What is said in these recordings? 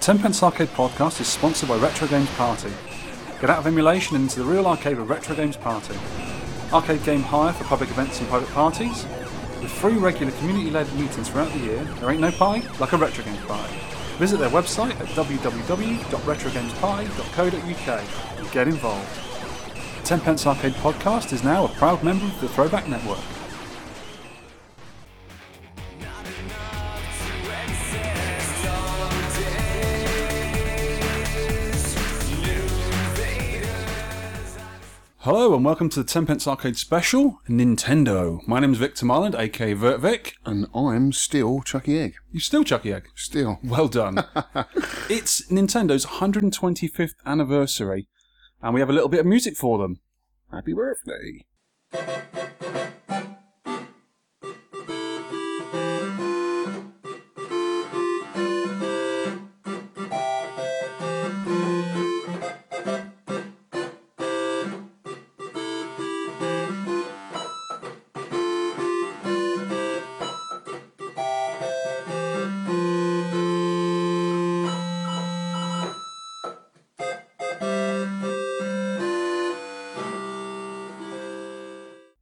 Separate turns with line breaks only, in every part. Tenpence Arcade Podcast is sponsored by Retro Games Party. Get out of emulation and into the real arcade with Retro Games Party. Arcade game hire for public events and private parties. With free regular community-led meetings throughout the year, there ain't no pie like a Retro Games Party. Visit their website at www.retrogamespie.co.uk and get involved. Tenpence Arcade Podcast is now a proud member of the Throwback Network. Hello and welcome to the Tenpence Arcade Special Nintendo. My name's Victor Marland, aka Vert Vic.
And I'm still Chucky Egg.
You still Chucky Egg?
Still.
Well done. it's Nintendo's 125th anniversary, and we have a little bit of music for them.
Happy birthday.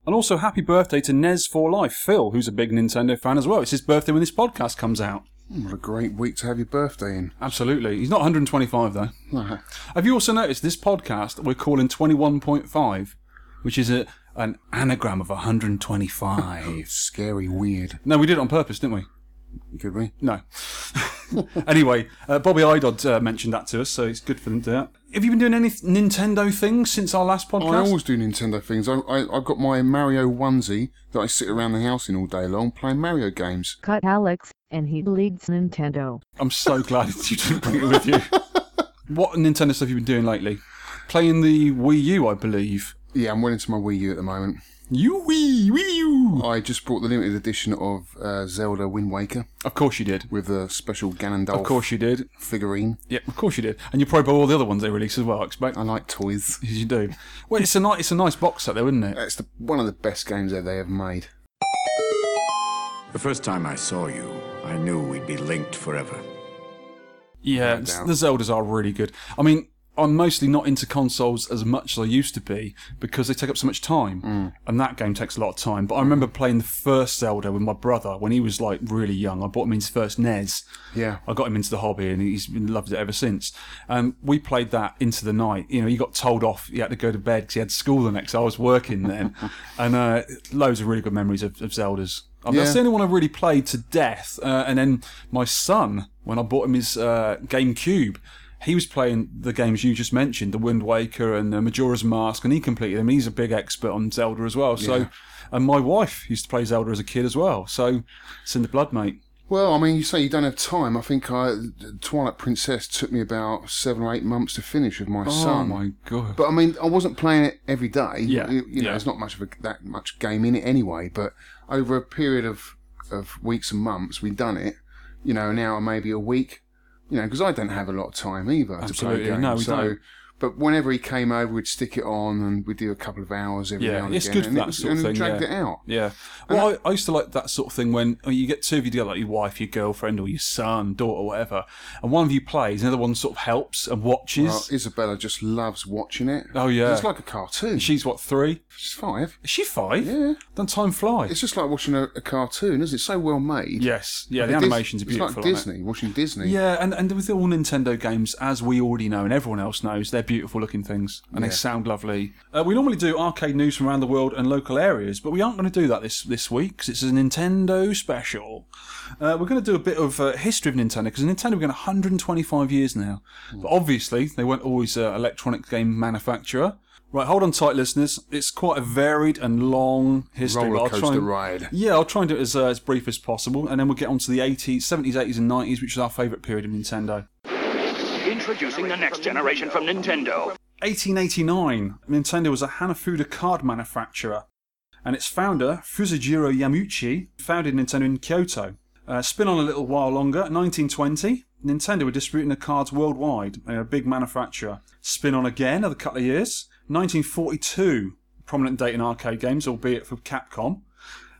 And also, happy birthday to Nez for Life, Phil, who's a big Nintendo fan as well. It's his birthday when this podcast comes out.
Hmm, What a great week to have your birthday in.
Absolutely. He's not 125, though.
No.
Have you also noticed this podcast we're calling 21.5, which is a, an anagram of 125?
Oh, Scary weird.
no, we did it on purpose, didn't we?
Could we?
No. anyway, uh, Bobby Idod uh, mentioned that to us, so it's good for them to do that. Have you been doing any th- Nintendo things since our last
I
podcast?
always do Nintendo things. I, I, I've got my Mario onesie that I sit around the house in all day long playing Mario games.
cut Alex, and he leads Nintendo.
I'm so glad that you didn't bring it with you. what Nintendo stuff have you been doing lately? Playing the Wii U, I believe.
Yeah, I'm well into my Wii U at the moment.
You Wii, Wii U!
I just bought the limited edition of uh, Zelda Wind Waker
Of course you did.
with the special Ganondorf
Of course you did.
figurine.
Yep, of course you did. And you probably bought all the other ones they released as well, I expect.
I like toys.
As you do. Well, it's a, ni- it's a nice box set, though, isn't it?
That's the, one of the best games that they have made.
The first time I saw you, I knew we'd be linked forever.
Yeah,
No
s-
doubt.
the Zeldas are really good. I mean, I'm mostly not into consoles as much as I used to be because they take up so much time, and that game takes a lot of time. But I remember playing the first Zelda with my brother when he was like really young. I bought him his first E NES.
Yeah.
I got him into the hobby, and he's been loved it ever since. Um, we played that into the night. You know, he got told off. He had to go to bed because he had school the next. day. I was working then, and uh, loads of really good memories of, of Zelda's. Um, That's
Yeah.
the only one I really played to death. Uh, and then my son, when I bought him his uh, GameCube. He was playing the games you just mentioned, The Wind Waker and uh, Majora's Mask, and he completed them. He's a big expert on Zelda as well. So, and my wife used to play Zelda as a kid as well. So, it's in the blood, mate.
Well, I mean, you say you don't have time. I think I, Twilight Princess took me about seven or eight months to finish with my
Oh
son.
my god!
But I mean, I wasn't playing it every day.
Yeah,
you, you know,
yeah.
there's not much of a, that much game in it anyway. But over a period of of weeks and months, we've done it. You know, an hour maybe a week. You know, because I don't have a lot of time either
Absolutely,
to play games.
no, we
so,
don't.
But whenever he came over, we'd stick it on and we'd do a couple of hours every
Yeah,
now and
it's
again.
good for
and
that
was-
sort of
and
thing.
dragged
yeah.
it out.
Yeah. Well, I, I used to like that sort of thing when when you get two of you together, like your wife, your girlfriend, or your son, daughter, whatever, and one of you plays, and the other one sort of helps and watches.
Well, Isabella just loves watching it.
Oh, yeah.
It's like a cartoon.
She's what three?
She's five.
Is she five?
Yeah.
Then time flies.
It's just like watching a, a cartoon, isn't it? So well made.
yes. Yeah. The
Dis-
animations are beautiful.
It's like
aren't they?
Disney, watching Disney.
Yeah, and, and with all Nintendo games, as we already know and everyone else knows, they're beautiful looking things and they sound lovely. Uh, we normally do arcade news from around the world and local areas, but we aren't going to do that this, this week because it's a Nintendo special. Uh, we're going to do a bit of uh, history of Nintendo because Nintendo have been 125 years now.
Hmm.
But obviously, they weren't always an electronic game manufacturer. Right, hold on tight, listeners. It's quite a varied and long history. but I'll try
Rollercoaster
and-
ride.
yeah, I'll try and do it as, uh, as brief as possible, and then we'll get on to the 80s, 70s, 80s, and 90s, which is our favourite period of Nintendo.
Introducing the next generation from Nintendo.
1889, Nintendo was a Hanafuda card manufacturer, and its founder, Fusajiro Yamuchi, founded Nintendo in Kyoto. Uh, spin on a little while longer, 1920, Nintendo were distributing the cards worldwide, they were a big manufacturer. Spin on again another couple of years, 1942, prominent date in arcade games, albeit for Capcom.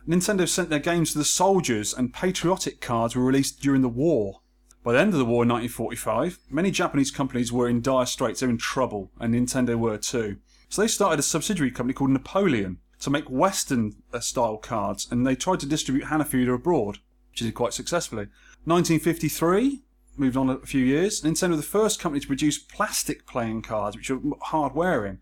Nintendo sent their games to the soldiers, and patriotic cards were released during the war. By the end of the war in 1945, many Japanese companies were in dire straits, they're in trouble, and Nintendo were too. So they started a subsidiary company called Napoleon to make Western uh, style cards, and they tried to distribute Hanafuda abroad, which they did quite successfully. 1953, moved on a few years, Nintendo were the first company to produce plastic playing cards, which are hard wearing.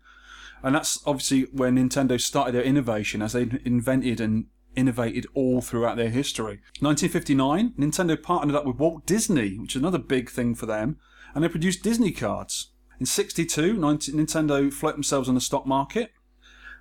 And that's obviously where Nintendo started their innovation as they invented and innovated all throughout their history. 1959, Nintendo partnered up with Walt Disney, which is another big thing for them, and they produced Disney cards. In 62, 19 Nintendo float themselves on the stock market.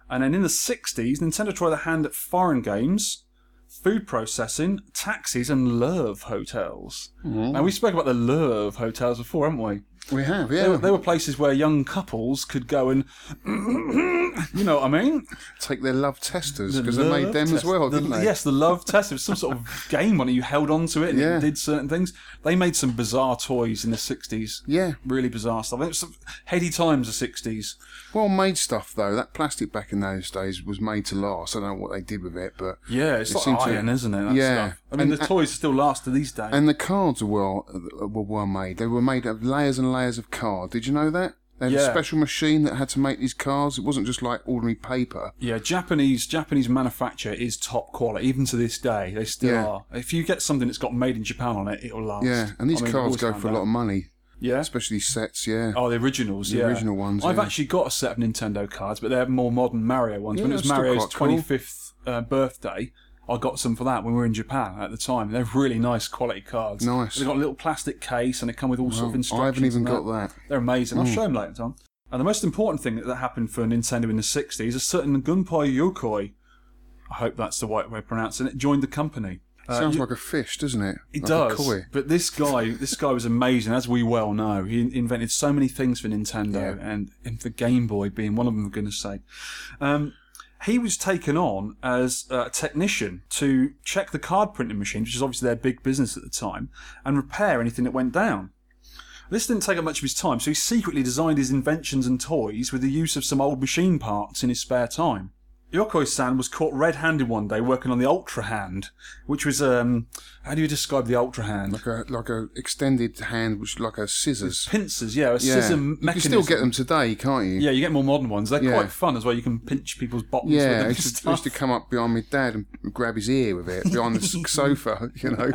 And then in the 60s, Nintendo tried their hand at foreign games, food processing, taxis, and Love hotels. And we spoke about the Love hotels before, haven't we?
We have,
They
yeah.
were, they were places where young couples could go and, you know what I mean?
Take their love testers
The
because they made
love
them as
test.
well,
The-
didn't they?
Yes, the love test. It was some sort of game on it. You held onto it and
Yeah.
it did certain things. They made some bizarre toys in the 60s.
Yeah.
Really bizarre stuff. It was some heady times, the 60s.
Well made stuff though. That plastic back in those days was made to last. I don't know what they did with it, but
Yeah, it's
It
like
seemed to-
iron, isn't it? That
Yeah.
Stuff. I mean,
And-
the toys still last to these days.
and the cards were well were well made. They were made of layers and layers of card. Did you know that? They had a
Yeah.
special machine that had to make these cards. It wasn't just like ordinary paper.
Yeah, Japanese Japanese manufacture is top quality even to this day. They still
Yeah.
are. If you get something that's got made in Japan on it, it'll last.
Yeah, and these
I mean, we've
cards
always
go
found
for a lot
out.
of money,
Yeah.
especially sets. Yeah,
Oh, the originals,
The
yeah.
original ones,
I've
yeah.
actually got a set of Nintendo cards, but they're more modern Mario ones. when
Yeah,
it was
that's still
Mario's
quite cool.
twenty fifth uh, birthday, I got some for that when we were in Japan at the time. They're really nice quality cards.
Nice.
They've got a little plastic case and they come with all sort
Well,
of instructions.
I haven't even
and
got that. Hmm.
They're amazing. I'll show them later, Tom. And the most important thing that happened for Nintendo in the sixties, a certain Gunpei Yokoi, I hope that's the right way of pronouncing it, joined the company. Uh,
sounds
you-
like a fish, doesn't it?
it
Like a
does,
koi.
but this guy, this guy was amazing, as we well know. He invented so many things for Nintendo, and, and the Game Boy being one of them. For goodness' sake, um, he was taken on as a technician to check the card printing machine, which is obviously their big business at the time, and repair anything that went down. This didn't take up much of his time, so he secretly designed his inventions and toys with the use of some old machine parts in his spare time. Yokoi-san was caught red-handed one day working on the Ultra Hand, which was um, how do you describe the Ultra Hand?
Like a like a extended hand, which like a scissors.
Pincers, yeah, a
Yeah,
scissor
you
mechanism.
can still get them today, can't you?
Yeah, you get more modern ones. They're
Yeah.
quite fun as well. You can pinch people's bottoms with
Yeah,
them.
I
and
used, to, I
stuff.
used to come up behind my dad and grab his ear with it behind the s- sofa, you know.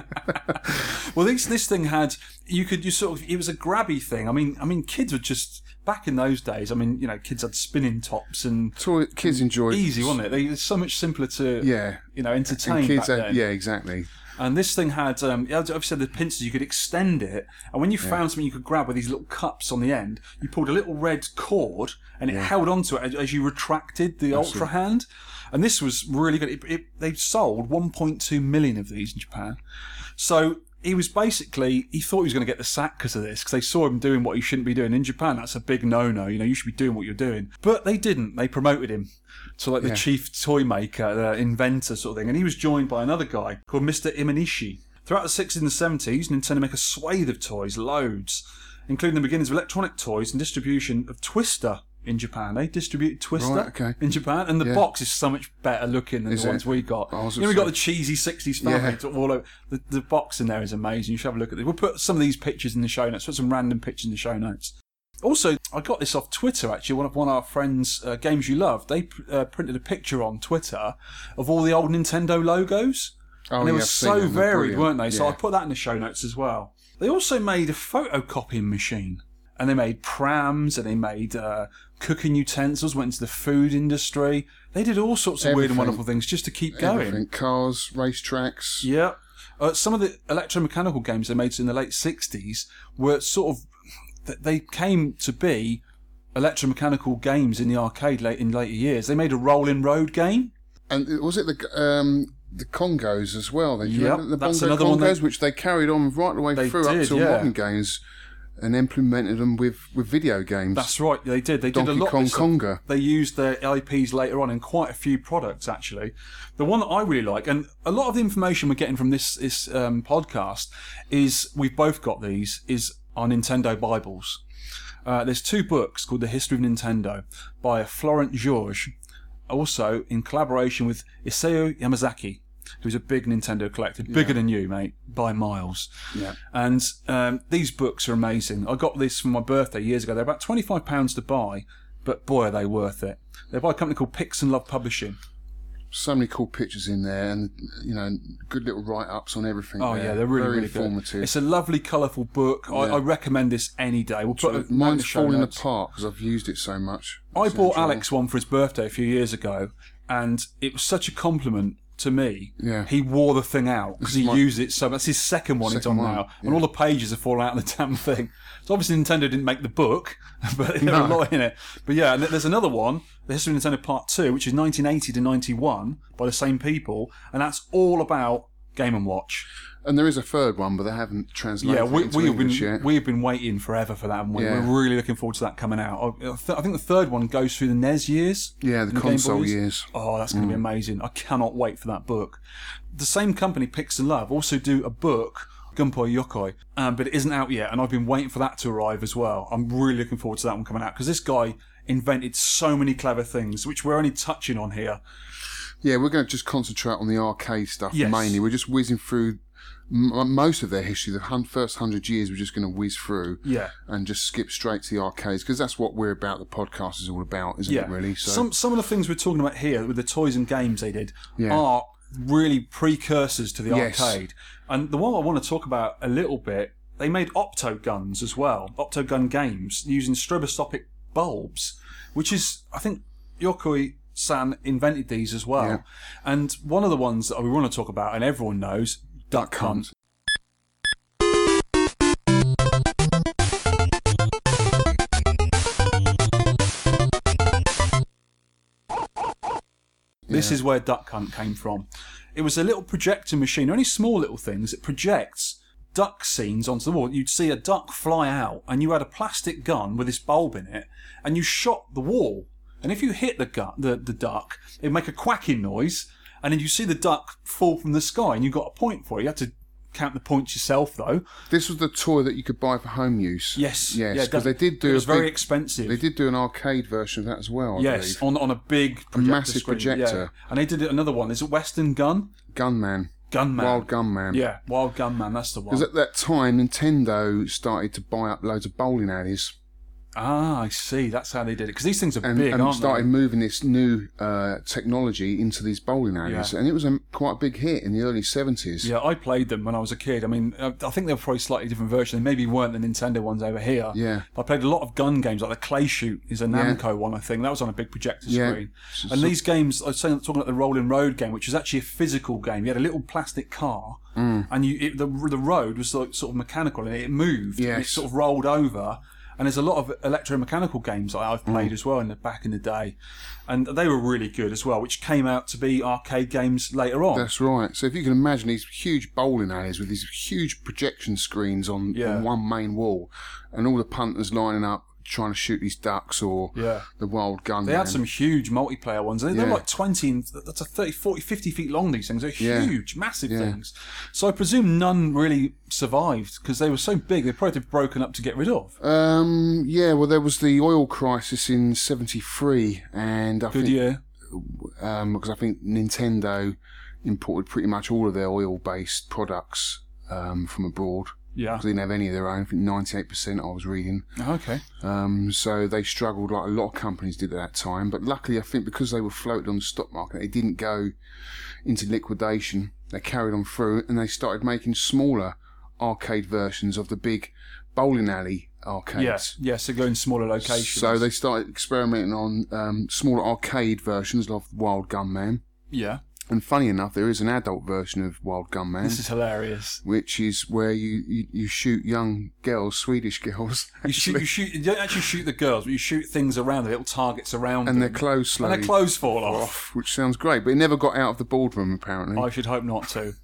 Well, this this thing had you could you sort of it was a grabby thing. I mean, I mean, kids were just back in those days. I mean, you know, kids had spinning tops and
Toy, kids enjoy
Mm, easy, wasn't it? They, it's so much simpler to
Yeah.
you know, entertain
And kids,
back
had-
then.
yeah, exactly.
And this thing had, um, yeah, I've said the pincers, you could extend it. And when you found something you could grab with these little cups on the end, you pulled a little red cord and it held onto it as, as you retracted the Ultra Hand. And this was really good. It, it, they sold 1.2 million of these in Japan. So he was basically, he thought he was going to get the sack because of this, because they saw him doing what he shouldn't be doing. In Japan, that's a big no no. You know, you should be doing what you're doing. But they didn't. They promoted him to like the chief toy maker, the inventor sort of thing. And he was joined by another guy called Mr. Imanishi. Throughout the 60s and the 70s, Nintendo make a swathe of toys, loads, including the beginnings of electronic toys and distribution of Twister in Japan. They distributed Twister
Right, okay.
in Japan, and the
Yeah.
box is so much better looking than
Is
the
it?
ones we got.
I was
You know, we got
gonna
the cheesy 60s fabric all over. The, the box in there is amazing. You should have a look at this. We'll put some of these pictures in the show notes, put some random pictures in the show notes. Also, I got this off Twitter actually. One of one of our friends, uh, Games You Love, they pr- uh, printed a picture on Twitter of all the old Nintendo logos,
Oh,
and they
yeah,
were
I've seen
so
them, they're
varied,
brilliant.
weren't they? So
Yeah.
I put that in the show notes as well. They also made a photocopying machine, and they made prams, and they made uh, cooking utensils. Went into the food industry. They did all sorts of weird and
Everything.
wonderful things just to keep going.
Everything. Cars, race tracks.
Yeah. Uh, some of the electromechanical games they made in the late 60s were sort of. th- They came to be electromechanical games in the arcade late in later years. They made a rolling road game.
And it- was it the um, the Congos as well? Then you
Yep,
remember the
that's
Bongo
another
Congos,
one they-
which they carried on right the way
They
through
did,
up to
yeah.
modern games, and implemented them with, with video games.
That's right, they did. They did a
Donkey
lot
Kong
of this stuff.
Konga.
They used their IPs later on in quite a few products, actually. The one that I really like, and a lot of the information we're getting from this, this um, podcast is we've both got these, is our Nintendo Bibles. Uh, there's two books called The History of Nintendo by Florent Georges, also in collaboration with Isao Yamazaki. who's a big Nintendo collector, bigger than you, mate, by miles.
Yeah.
And um, these books are amazing. I got this for my birthday years ago. They're about twenty-five pounds to buy, but boy, are they worth it. They're by a company called Pix and Love Publishing.
So many cool pictures in there, and you know, good little write-ups on everything.
Oh
there.
yeah, they're really
very
really
informative.
Good. It's a lovely, colourful book. I, I recommend this any day. We'll put a- in the
Mine's
show
falling
notes.
apart because I've used it so much.
I
It's in
bought
trouble.
Alex one for his birthday a few years ago, and it was such a compliment to me.
Yeah.
He wore the thing out because he
my-
used it so. That's his second one. it's on
Second one,
now, and all the pages are falling out of the damn thing. So obviously Nintendo didn't make the book, but there were a
No.
lot in it. But yeah, and there's another one, The History of Nintendo Part Two, which is 1980 to 91 by the same people, and that's all about Game and Watch.
and there is a third one, but they haven't translated.
Yeah, we,
it into
we've
English
been
yet.
we've been waiting forever for that, and we?
Yeah.
we're really looking forward to that coming out. I, I th- I think the third one goes through the NES years.
Yeah, the
and Game Boy
console years. Mm.
Oh, that's going to be amazing! I cannot wait for that book. The same company, Pix and Love, also do a book, Gunpei Yokoi, um, but it isn't out yet, and I've been waiting for that to arrive as well. I'm really looking forward to that one coming out because this guy invented so many clever things, which we're only touching on here.
yeah, we're going to just concentrate on the arcade stuff
Yes.
mainly. We're just whizzing through m- most of their history. The hun- first hundred years, we're just going to whiz through.
Yeah.
and just skip straight to the arcades because that's what we're about. The podcast is all about, isn't it? Really. So
Some some of the things we're talking about here with the toys and games they did
Yeah.
are really precursors to the
Yes.
arcade. And the one I want to talk about a little bit, they made opto guns as well, opto gun games using stroboscopic bulbs, which is I think Yokoi San invented these as well.
Yeah.
And one of the ones that we want to talk about and everyone knows, Duck Hunt. This is where Duck Hunt came from. It was a little projector machine, only small little things. It projects duck scenes onto the wall. You'd see a duck fly out, and you had a plastic gun with this bulb in it, and you shot the wall. And if you hit the, gu- the, the duck, it'd make a quacking noise, and then you see the duck fall from the sky, and you got a point for it. You had to count the points yourself, though.
This was the toy that you could buy for home use.
Yes.
yes, because
that-
they did do.
It
a
was very
big-
expensive.
They did do an arcade version of that as well. I
Yes,
believe.
on, on a big projector
massive
screen,
projector.
yeah. And they did another one. Is it Western Gun?
Gunman,
Gunman.
Wild Gunman.
Yeah, Wild Gunman, that's the one.
Because at that time, Nintendo started to buy up loads of bowling alleys
Ah, I see. That's how they did it. Because these things are
and,
big,
and
aren't
started
they?
moving this new uh, technology into these bowling alleys.
Yeah.
And it was a, quite a big hit in the early 70s.
Yeah, I played them when I was a kid. I mean, uh, I think they were probably slightly different version. They maybe weren't the Nintendo ones over here.
Yeah.
I played a lot of gun games, like the Clay Shoot is a
Yeah.
Namco one, I think. That was on a big projector
Yeah.
screen.
So-
And
so-
these games, I was saying- talking about the Rolling Road game, which was actually a physical game. You had a little plastic car,
Mm.
and you it, the, the road was like, sort of mechanical, and it moved, and it
Yes.
sort of rolled over. And there's a lot of electromechanical games I- I've
Mm.
played as well in the back in the day, and they were really good as well, which came out to be arcade games later on.
That's right. So if you can imagine these huge bowling alleys with these huge projection screens on,
Yeah.
on one main wall, and all the punters lining up trying to shoot these ducks or
Yeah.
the wild gun.
They had some huge multiplayer ones. They- They're
Mm, Yeah.
like 20, and th- that's a 30, 40, 50 feet long, these things. They're
Yeah.
huge, massive
Yeah.
things. So I presume none really survived because they were so big, they probably had broken up to get rid of.
Um, yeah, well, there was the oil crisis in '73, and I
Good
think
year.
um, because I think Nintendo imported pretty much all of their oil-based products um, from abroad.
Yeah. Oh,
They didn't have any of their own. I think 98% I was reading.
Okay.
Um, so they struggled like a lot of companies did at that time. But luckily, I think because they were floated on the stock market, they didn't go into liquidation. They carried on through and they started making smaller arcade versions of the big bowling alley arcades.
Yes. Yes, they go in smaller locations.
So they started experimenting on um, smaller arcade versions of Wild Gunman.
Yeah.
And funny enough, there is an adult version of Wild Gunman,
This is hilarious.
which is where you, you, you shoot young girls, Swedish girls,
You shoot, you shoot, you don't actually shoot the girls, but you shoot things around, the little targets around
and their
them.
clothes slowly.
And their clothes fall off.
which sounds great, but it never got out of the boardroom apparently.
I should hope not to.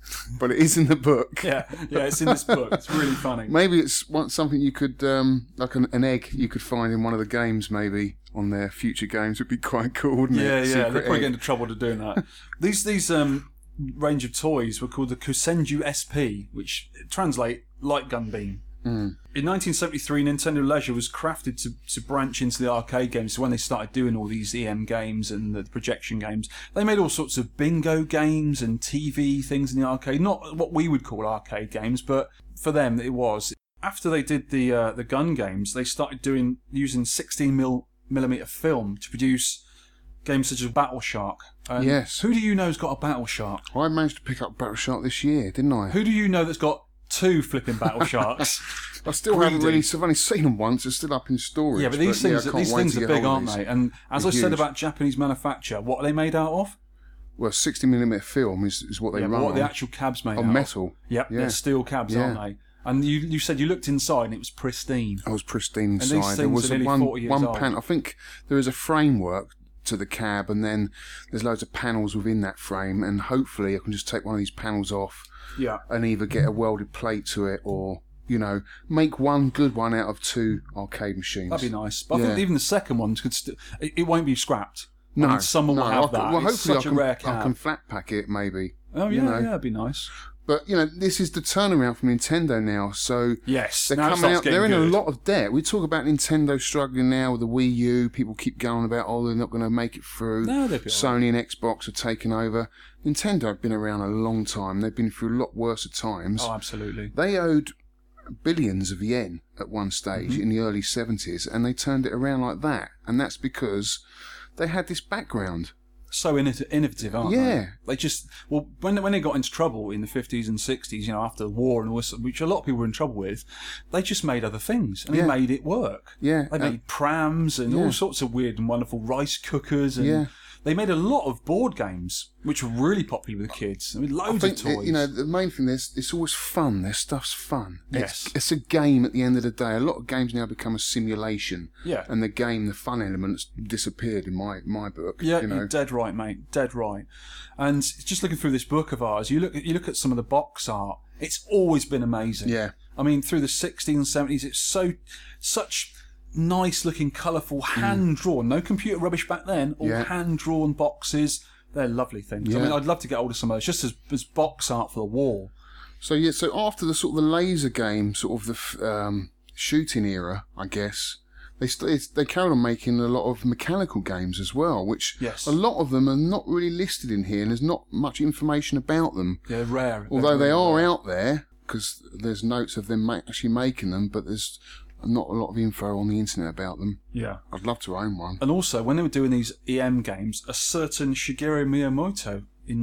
But it is in the book.
Yeah. Yeah, it's in this book. It's really funny.
Maybe it's one- something you could, um, like an, an egg you could find in one of the games, maybe on their future games. Would be quite cool, wouldn't
Yeah, yeah,
it?
they
Secret
probably
egg.
get into trouble to doing that. these these um, range of toys were called the Kusenju SP, which translate light gun beam.
Hmm.
In 1973, Nintendo Leisure was crafted to, to branch into the arcade games. So when they started doing all these EM games and the projection games, they made all sorts of bingo games and TV things in the arcade. Not what we would call arcade games, but for them it was. After they did the uh, the gun games, they started doing using 16 mil millimeter film to produce games such as Battle Shark. And
Yes.
Who do you know's got a Battle Shark?
I managed to pick up Battle Shark this year, didn't I?
Who do you know that's got two flipping Battle Sharks?
I still haven't
Greedy.
really. I've only seen them once. They're still up in storage.
Yeah, but these
yeah, I
things
can't
these
wait
things
to
are
get
big,
hold of
aren't
these.
they? And as I
They're
said
huge.
about Japanese manufacture, what are they made out of?
well, sixty millimeter film is, is what they
Yeah, but
run
what are the
on.
actual cabs made out
on metal.
Of? Yep,
yeah.
they're steel cabs, aren't they? And you you said you looked inside and it was pristine.
I was pristine
these
inside. there
things
was
are nearly
one
40 years
one
old.
pan. I think there is a framework to the cab, and then there's loads of panels within that frame. And hopefully, I can just take one of these panels off
Yeah.
and either get a welded plate to it, or you know, make one good one out of two arcade machines.
That'd be nice. But I think
Yeah.
even the second one could st- it, it won't be scrapped. I
No,
mean, someone
no,
will have
I can-
that.
Well,
it's
hopefully,
such
I
a
can,
rare
I
cab.
can flat pack it maybe.
oh yeah,
you know.
yeah, it'd be nice.
But you know, this is the turnaround from Nintendo now. So
Yes,
they're
now it
coming
starts
out.
getting
They're in
good.
a lot of debt. We talk about Nintendo struggling now with the Wii U. People keep going about, oh, they're not going to make it through.
No, they'll be
Sony and Xbox have taken over. Nintendo have been around a long time. They've been through a lot worse at times.
Oh, absolutely.
They owed billions of yen at one stage
Mm-hmm.
in the early 70s, and they turned it around like that. And that's because they had this background.
so innov- innovative, aren't they?
Yeah.
They just well when when they got into trouble in the fifties and sixties, you know, after the war and all this, which a lot of people were in trouble with, they just made other things and
Yeah.
they made it work.
Yeah,
they
uh,
made prams and
yeah.
all sorts of weird and wonderful rice cookers and.
Yeah.
They made a lot of board games, which were really popular with the kids. I mean,
I
loads
think
of
that,
toys.
you know the main thing is it's always fun. Their stuff's fun.
Yes.
it's, it's a game at the end of the day. A lot of games now become a simulation.
Yeah.
and the game, the fun elements disappeared in my my book.
Yeah,
you
you
know.
are dead right, mate. Dead right. And just looking through this book of ours, you look at you look at some of the box art. It's always been amazing.
Yeah.
I mean, through the 60s and 70s, it's so such nice looking, colourful, hand drawn. No computer rubbish back then. All
Mm. Yeah.
hand drawn boxes. They're lovely things. I
Yeah.
mean, I'd love to get hold of some of those, just as, as box art for the wall.
So yeah, so after the sort of the laser game, sort of the f- um, shooting era, I guess they st- they carried on making a lot of mechanical games as well, which
Yes.
a lot of them are not really listed in here, and there's not much information about them.
They're rare.
Although they
They're
are out there, because there's notes of them ma- actually making them, but there's not a lot of info on the internet about them.
really- Yeah.
I'd love to own one.
And also, when they were doing these EM games, a certain Shigeru Miyamoto in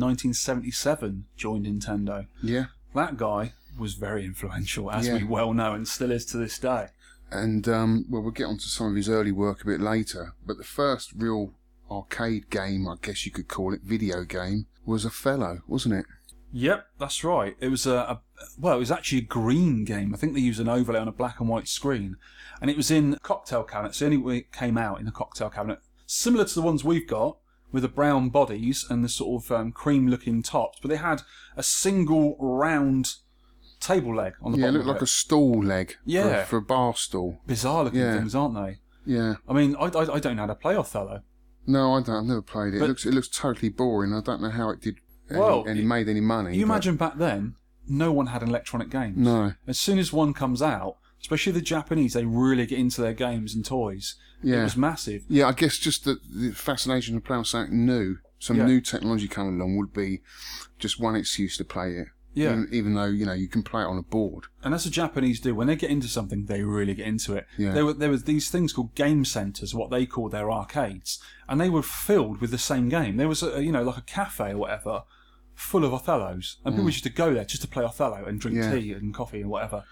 1977 joined Nintendo.
Yeah.
That guy was very influential, as
Yeah.
we well know, and still is to this day.
And, um, well, we'll get onto some of his early work a bit later, but the first real arcade game, I guess you could call it, video game, was Othello, wasn't it?
Yep, that's right. It was a, a well, it was actually a green game. I think they used an overlay on a black and white screen, and it was in cocktail cabinets. The only way it came out in a cocktail cabinet, similar to the ones we've got with the brown bodies and the sort of um, cream-looking tops, but they had a single round table leg on the
yeah, it
bottom.
looked
of
like a stool leg
Yeah.
for, for a bar stool.
bizarre-looking
Yeah.
things, aren't they?
Yeah.
I mean, I, I, I don't know how to play Othello.
No, I don't. I've never played it.
But-
it looks it looks totally boring. I don't know how it did any,
Well,
and
you-
made any money.
You
but-
imagine back then, no one had an electronic games.
No.
As soon as one comes out, especially the Japanese, they really get into their games and toys. It
Yeah.
was massive.
Yeah, I guess just the, the fascination of playing with something new, some
Yeah.
new technology coming along would be just one excuse to play it.
Yeah.
Even, even though you know you can play it on a board.
And as the Japanese do, when they get into something, they really get into it.
Yeah.
There were there was these things called game centers, what they call their arcades, and they were filled with the same game. There was a you know like a cafe or whatever, full of Othello's, and people used to go there just to play Othello and drink
Mm. Yeah.
tea and coffee and whatever.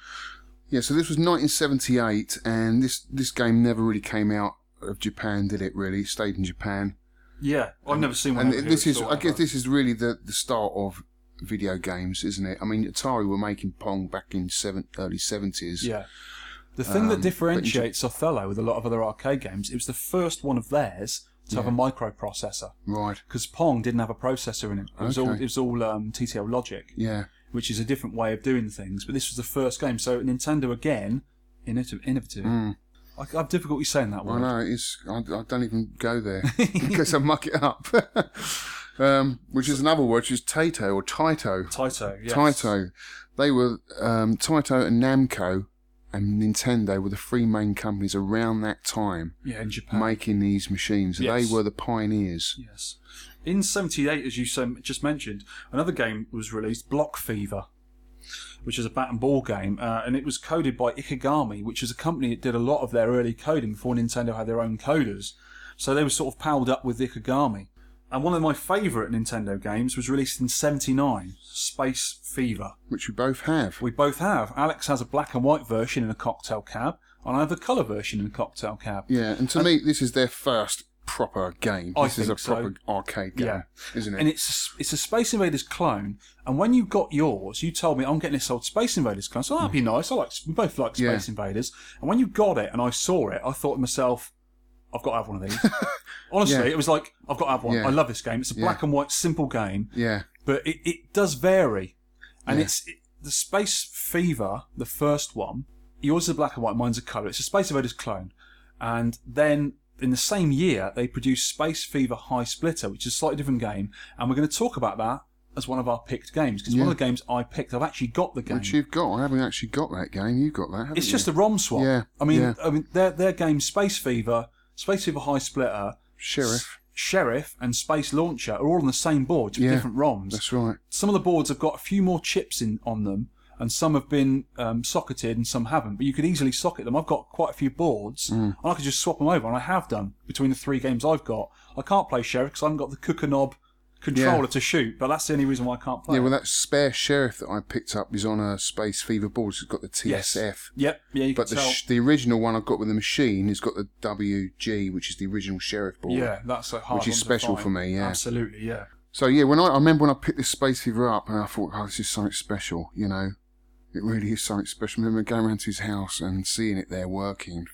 Yeah. So this was 1978, and this this game never really came out of Japan, did it? Really, it stayed in Japan.
Yeah, I've never seen one.
And
over here
this
at
is,
all,
I guess,
ever.
this is really the the start of video games, isn't it? I mean, Atari were making Pong back in seven, early 70s.
Yeah. The thing
Um,
that
but you
differentiates Othello with a lot of other arcade games, it was the first one of theirs to have a microprocessor
Right.
because Pong didn't have a processor in it. It was all,
Okay.
it was all um, TTL logic,
Yeah.
which is a different way of doing things. But this was the first game, so Nintendo again, innov- innovative.
Mm.
I, I have difficulty saying that
I
word.
know it's. I, I don't even go there because I muck it up. um, which is another word, which is Taito or Taito.
Taito, yes.
Taito. They were um, Taito and Namco and Nintendo were the three main companies around that time
Yeah, in Japan.
making these machines.
Yes.
They were the pioneers.
Yes. In 78, as you so- just mentioned, another game was released, Block Fever, which is a bat and ball game, uh, and it was coded by Ikigami, which is a company that did a lot of their early coding before Nintendo had their own coders. So they were sort of palled up with Ikigami. And one of my favourite Nintendo games was released in 79, Space Fever.
Which we both have.
We both have. Alex has a black and white version in a cocktail cab, and I have a colour version in a cocktail cab.
Yeah, and to me, this is their first proper game.
I
This is a
think so.
proper arcade game,
Yeah.
isn't it?
and it's it's a Space Invaders clone. And when you got yours, you told me I'm getting this old Space Invaders clone. So that'd be nice. I like we both like
Yeah.
Space Invaders. And when you got it, and I saw it, I thought to myself, I've got to have one of these. Honestly,
Yeah.
it was like I've got to have one.
Yeah.
I love this game. It's a black and white, simple game,
yeah,
but it, it does vary. And
Yeah.
it's it, the Space Fever, the first one. Yours is a black and white, mine's a colour. It's a Space Invaders clone. And then in the same year, they produced Space Fever High Splitter, which is a slightly different game. And we're going to talk about that as one of our picked games because one
Yeah.
of the games I picked, I've actually got the game.
which you've got. I haven't actually got that game. You've got that. Haven't
it's
you?
just a ROM swap.
Yeah,
I mean,
yeah.
I mean, their their game Space Fever, Space Fever High Splitter,
sheriff.
Sheriff, and Space Launcher are all on the same board, just
Yeah.
different ROMs
That's right.
some of the boards have got a few more chips in on them, and some have been um, socketed and some haven't. But you could easily socket them. I've got quite a few boards,
Hmm.
and I could just swap them over, and I have done between the three games I've got. I can't play sheriff because I haven't got the cooker knob controller
Yeah.
to shoot, but that's the only reason why I can't play.
Yeah,
it.
well, that spare sheriff that I picked up is on a Space Fever board. It's got the TSF.
Yep. Yeah. You
But
can
the,
tell.
sh- the original one I've got with the machine has got the WG, which is the original sheriff board.
yeah, that's a hard
Which is
one to
special
find.
for me, yeah.
Absolutely. Yeah.
So yeah, when I, I remember when I picked this Space Fever up, and I thought, oh, this is something special, you know, it really is something special. I remember going around to his house and seeing it there working,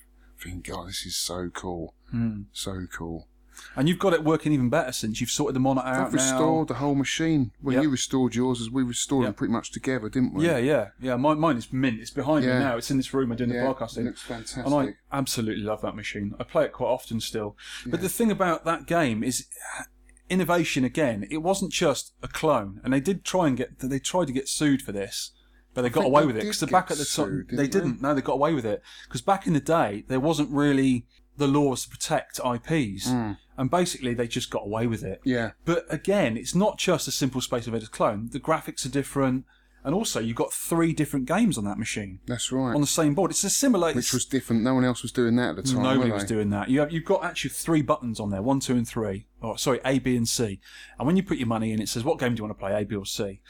thinking, God, this is so cool,
Hmm.
so cool.
And you've got it working even better since you've sorted the monitor out
I've
now.
restored the whole machine. Well,
Yep.
you restored yours as we restored them
Yep.
pretty much together, didn't we?
Yeah, yeah, yeah. Mine, mine is mint. It's behind
Yeah.
me now. It's in this room. I'm doing
Yeah,
the
it
podcasting.
looks fantastic.
And I absolutely love that machine. I play it quite often still. But the thing about that game is uh, innovation again. It wasn't just a clone, and they did try and get they tried to get sued for this, but they got
think
away
they
with it
did
because
get
back at the time
sued,
they,
didn't they?
didn't. No, they got away with it because back in the day there wasn't really the laws to protect IPs, and basically they just got away with it.
Hmm. yeah,
But again, it's not just a simple Space Invaders clone. The graphics are different, and also you've got three different games on that machine
that's right.
on the same board. It's a similar.
Which was different. No one else was doing that at the time.
Nobody
were
was
they?
doing that. You have, you've got actually three buttons on there one, two, and three. Oh, sorry, A, B, and C. And when you put your money in, it says, What game do you want to play, A, B, or C?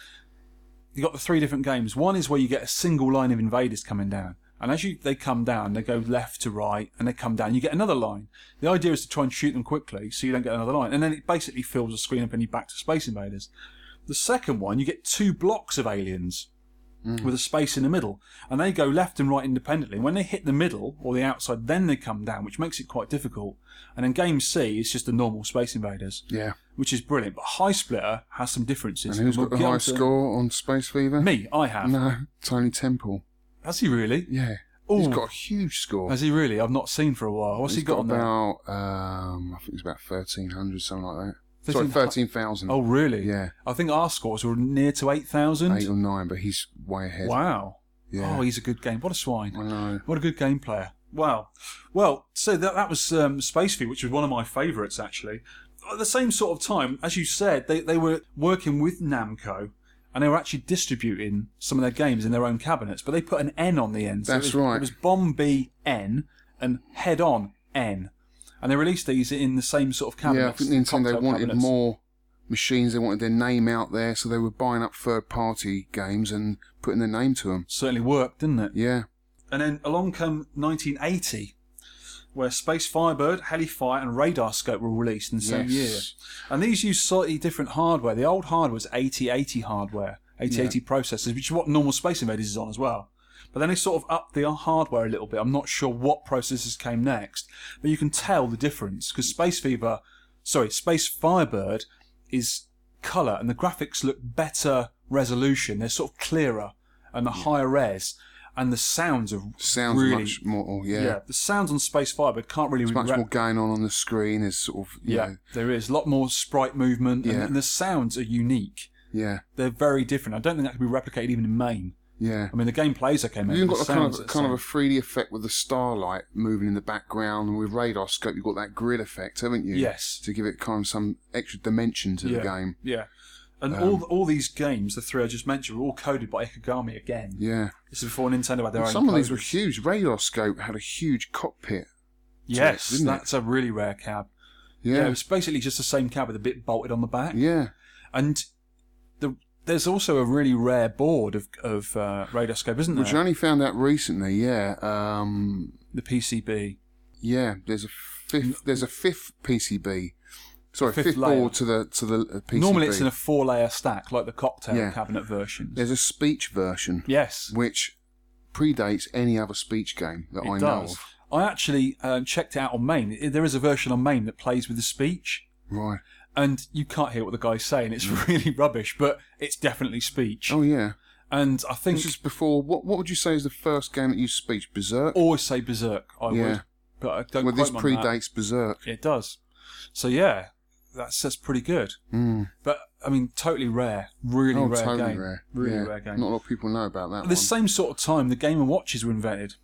You've got the three different games. One is where you get a single line of invaders coming down. And as you they come down, they go left to right and they come down. You get another line. The idea is to try and shoot them quickly so you don't get another line. And then it basically fills the screen up and you're back to Space Invaders. The second one, you get two blocks of aliens
Mm.
with a space in the middle, and they go left and right independently. When they hit the middle or the outside, then they come down, which makes it quite difficult. And in game C, it's just the normal Space Invaders,
Yeah.
which is brilliant. But High Splitter has some
And
differences.
who's got the
get
high
onto-
score on Space Fever?
Me, I have.
No, Tony Temple.
Has he really?
Yeah. He's
Ooh.
got a huge score.
Has he really? I've not seen for a while. What's
He's
he got, on there?
about, um, I think it's about 1,300, something like that. Sorry,
13
13,000.
Oh, really?
Yeah.
I think our scores were near to eight thousand.
Eight or nine, but he's way ahead.
Wow.
Yeah.
Oh, he's a good game. What a swine.
I know.
What a good game player. Wow. Well, so that, that was um, Space Fever, which was one of my favourites, actually. At the same sort of time, as you said, they, they were working with Namco and they were actually distributing some of their games in their own cabinets, but they put an N on the end.
That's
it was,
right.
It was Bomb B N and Head On N. And they released these in the same sort of
yeah, I
cabinets.
think Nintendo
cocktail
wanted
cabinets.
more machines. They wanted their name out there, so they were buying up third party games and putting their name to them.
Certainly worked, didn't it?
Yeah.
And then along come 1980, where Space Firebird, Helifire, and Radar Scope were released in the same
Yes.
year. And these used slightly different hardware. The old hardware was 8080 hardware, 8080 processors, which is what normal Space Invaders is on as well. But then they sort of upped the hardware a little bit. I'm not sure what processors came next, but you can tell the difference because Space Fever, sorry, Space Firebird is color and the graphics look better resolution. They're sort of clearer and the higher res, and the sounds are
Sounds
really,
much more. Yeah.
yeah. The sounds on Space Firebird can't really
There's much
rep-
more going on on the screen. There's sort of, you
yeah,
know,
there is a lot more sprite movement, and,
Yeah.
and the sounds are unique.
yeah.
They're very different. I don't think that could be replicated even in MAME.
Yeah.
I mean, the game plays okay, man.
You've even
but
got a
the
kind
sounds
of
that
kind of a
sound-
3D effect with the starlight moving in the background, and with radar scope, you've got that grid effect, haven't you?
Yes.
To give it kind of some extra dimension to
yeah,
the game. Um,
Yeah. And all all these games, the three I just mentioned, were all coded by Ikigami again.
Yeah.
This is before Nintendo had their
And
own.
some of these
coders.
were huge. Radar scope had a huge cockpit.
Yes,
didn't it?
that's a really rare cab. Yeah.
Yeah.
it's basically just the same cab with a bit bolted on the back.
Yeah.
And the, there's also a really rare board of of uh, radar scope, isn't there?
Which I only found out recently. Yeah. Um,
the PCB.
Yeah, there's a fifth. There's a fifth PCB. Sorry,
Fifth
fifth,
layer.
board to the to the uh, PCB.
Normally, it's in a four layer stack, like the cocktail
Yeah.
cabinet versions.
There's a speech version,
yes,
which predates any other speech game that
it
I know
does.
of.
I actually um, checked it out on Main. I- There is a version on Main that plays with the speech,
Right.
and you can't hear what the guy's saying. It's really rubbish, but it's definitely speech.
Mm. Oh yeah.
And I think
This is before. What What would you say is the first game that used speech? Berserk.
always say Berserk. I would,
Yeah.
but I Oh, don't.
Well, this
quote me on that.
predates Berserk.
It does. So yeah, that's that's pretty good.
Mm.
But I mean, totally rare, really
oh,
rare
totally
game,
rare.
really
Yeah.
rare game.
Not a lot of people know about that
At
one.
the same sort of time, the Game and Watches were invented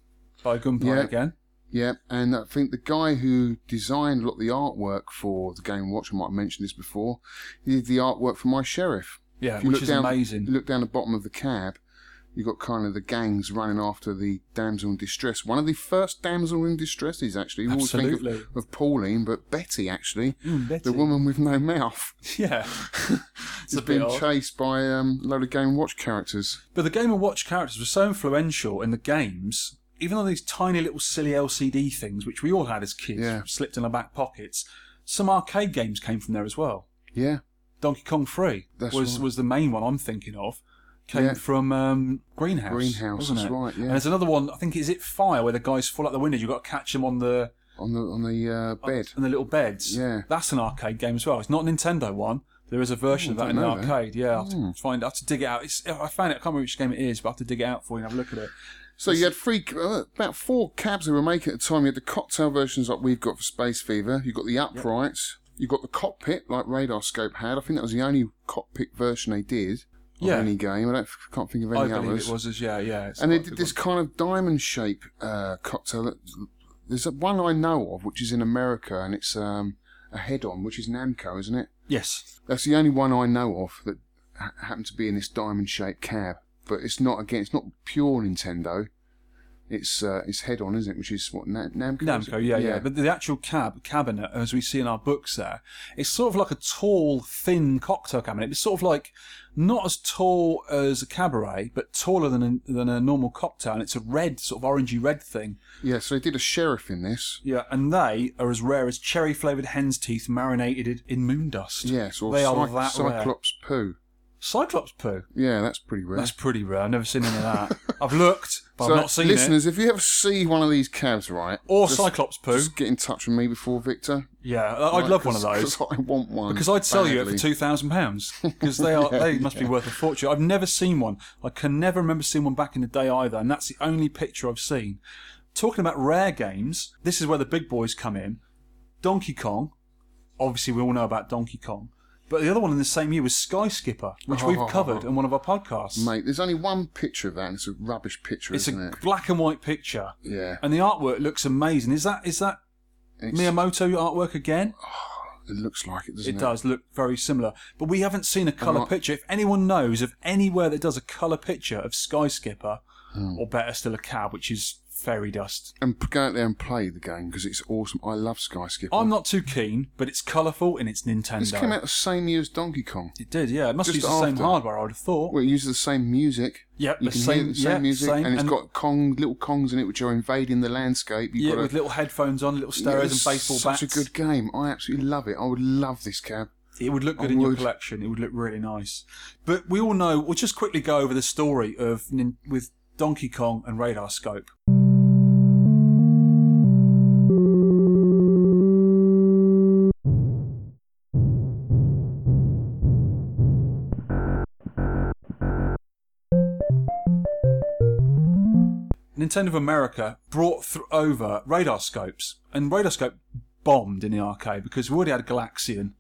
by Gunpei
Yeah.
again.
Yeah, and I think the guy who designed a lot of the artwork for the Game Watch, I might have mentioned this before, he did the artwork for My Sheriff.
Yeah,
If you
Uh, which
look
is
down-
amazing.
Look down the bottom of the cab. You've got kind of the gangs running after the damsel in distress. One of the first damsel in distresses, actually. You always think of,
Absolutely.
of Pauline, but Betty, actually.
Mm, Betty.
The woman with no mouth.
Yeah,
It's
bit
been
odd.
chased by um, a load of Game Watch characters.
But the Game and Watch characters were so influential in the games, even though these tiny little silly LCD things, which we all had as kids,
Yeah.
slipped in our back pockets. Some arcade games came from there as well.
Yeah.
Donkey Kong Three
That's
was
right.
was the main one I'm thinking of. Came
Yeah.
from um, Greenhouse.
Greenhouse,
wasn't
that's
it?
right, yeah.
And there's another one. I think is it Fire, where the guys fall out the window. You've got to catch them on the
On the on the uh, bed.
on the little beds.
Yeah.
that's an arcade game as well. It's not a Nintendo one. There is a version
Oh,
of that
I
in the
don't know that. Hmm.
arcade. Yeah, I have to find. I have to dig it out. It's, I found it. I can't remember which game it is, but I have to dig it out for you and have a look at it.
So you had three, uh, about four cabs they were making at the time. You had the cocktail versions like we've got for Space Fever. You got the uprights. You got the cockpit like Radar Scope had. I think that was the only cockpit version they did of
Yeah.
any game. I don't, can't think of
I
any
believe
others.
it was as yeah, yeah. it's
and they
quite a
did
big
this
one.
kind of diamond shape uh, cocktail. That, there's one I know of which is in America and it's um, a head on, which is Namco, isn't it?
Yes,
That's the only one I know of that ha- happened to be in this diamond shaped cab. But it's not again. It's not pure Nintendo. It's uh, it's head on, isn't it? Which is what Na- Namco. is it?
Namco. Yeah, yeah, But the actual cab cabinet, as we see in our books, there, it's sort of like a tall, thin cocktail cabinet. It's sort of like not as tall as a cabaret, but taller than a, than a normal cocktail. And it's a red, sort of orangey red thing.
yeah. So they did a sheriff in this.
Yeah, and they are as rare as cherry flavored hen's teeth marinated in moon dust.
Yes, or
they are
Cy-
that rare.
Cyclops poo.
Cyclops poo.
Yeah, that's pretty rare.
That's pretty rare. I've never seen any of that. I've looked, but
so,
I've not seen it.
listeners, if you ever see one of these cabs, right,
Or
just-
Cyclops poo.
just get in touch with me before Victor.
yeah, I- I'd
Right,
love one of
'cause-
those.
'cause I want one
Because I'd sell you it for
badly.
two thousand pounds. Because they are they must be worth a fortune. I've never seen one. I can never remember seeing one back in the day either, and that's the only picture I've seen. Talking about rare games, this is where the big boys come in. Donkey Kong. Obviously we all know about Donkey Kong. But the other one in the same year was Sky Skipper, which
Oh.
we've covered in one of our podcasts.
Mate, there's only one picture of that, and it's a rubbish picture,
it's a
isn't it?
black and white picture.
Yeah.
And the artwork looks amazing. Is that is that
It's-
Miyamoto artwork again?
It looks like it, doesn't it?
It does look very similar, but we haven't seen a colour
not-
picture. If anyone knows of anywhere that does a colour picture of Sky Skipper,
Hmm.
or better still, a cab, which is fairy dust.
And p- go out there and play the game because it's awesome. I love Sky Skipper.
I'm not too keen, but it's colourful and it's Nintendo.
This came out the same year as Donkey Kong.
It did, yeah. It must
Just
use the same
after.
hardware, I would have thought.
Well, it uses the same music.
Oh. Yep,
you
the
can
same-
hear the same
yeah,
music,
same-
and it's
and-
got Kong, little Kongs in it, which are invading the landscape. You've
yeah,
got
with
a,
little headphones on, little
Yeah,
steroids and
it's
baseball
such
bats.
a good game. I absolutely love it. I would love this cab.
It would look good
I
in your
would.
collection. It would look really nice. But we all know. We'll just quickly go over the story of Nin- with Donkey Kong and Radar Scope. Nintendo of America brought th- over radar scopes, and radar scope bombed in the arcade because we already had Galaxian,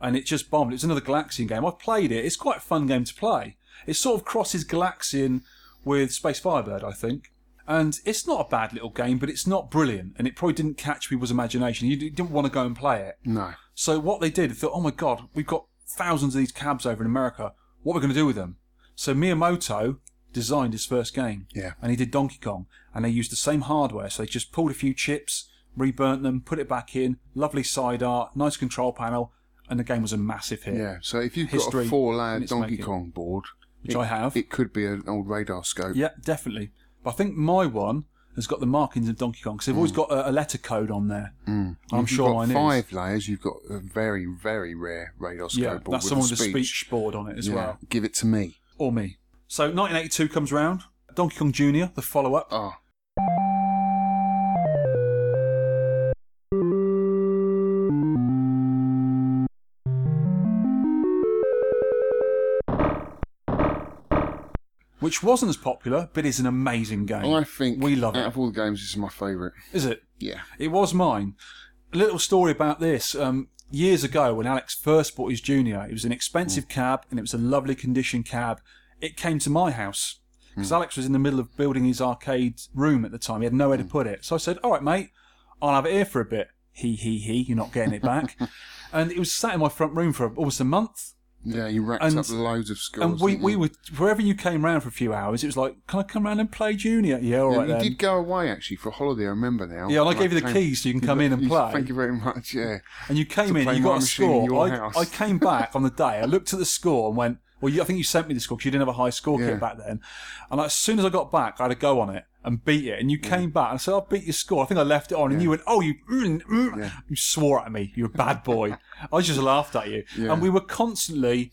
and it just bombed. It was another Galaxian game. I played it. It's quite a fun game to play. It sort of crosses Galaxian with Space Firebird, I think. And it's not a bad little game, but it's not brilliant, and it probably didn't catch people's imagination. You d- didn't want to go and play it.
No.
So what they did, they thought, oh my god, we've got thousands of these cabs over in America. What are we going to do with them? So Miyamoto designed his first game.
Yeah.
And he did Donkey Kong. And they used the same hardware. So they just pulled a few chips, reburnt them, put it back in. Lovely side art, nice control panel. And the game was a massive hit.
Yeah. So if you've got
History
a four layer
and its
Donkey
making.
Kong board,
Which
it-
I have.
it could be an old radar scope.
Yeah, definitely. But I think my one has got the markings of Donkey Kong. Because they've always got a, a letter code on there. Mm. I'm
If
sure
Mm. you've got
mine is.
five layers. You've got a very, very rare radar scope
Yeah,
board
that's
with
someone
a
with a speech board on it as
Yeah,
well.
Give it to me.
or me. So 1982 comes round. Donkey Kong Jr., the follow up.
Oh,
which wasn't as popular, but is an amazing game.
I think
we love
out
it.
of all the games, this is my favourite.
Is it?
Yeah.
It was mine. A little story about this. Um, years ago, when Alex first bought his Junior, it was an
Hmm.
expensive cab and it was a lovely condition cab. It came to my house because
Hmm.
Alex was in the middle of building his arcade room at the time. He had
Hmm.
nowhere to put it. So I said, All right, mate, I'll have it here for a bit. He, he, he, you're not getting it back. and it was sat in my front room for almost a month.
Yeah, you racked
And-
up loads of scores.
And we,
didn't
we
you?
were wherever you came round for a few hours. It was like, can I come round and play junior? Yeah, all
Yeah,
right
you
then.
did go away actually for a holiday. I remember now.
Yeah, and I gave you the
came-
keys so you can come in and
You-
play.
Thank you very much. Yeah,
and you came
to
in,
play
you got
my
a
machine in
score.
your
I,
house.
I came back on the day. I looked at the score and went, well, you, I think you sent me the score because you didn't have a high score
Yeah.
kit back then. And as soon as I got back, I had a go on it and beat it. And you came back and I said, I beat your score. I think I left it on, and you went, oh, you, mm, mm. you swore at me. You're a bad boy. I just laughed at you,
Yeah.
and we were constantly.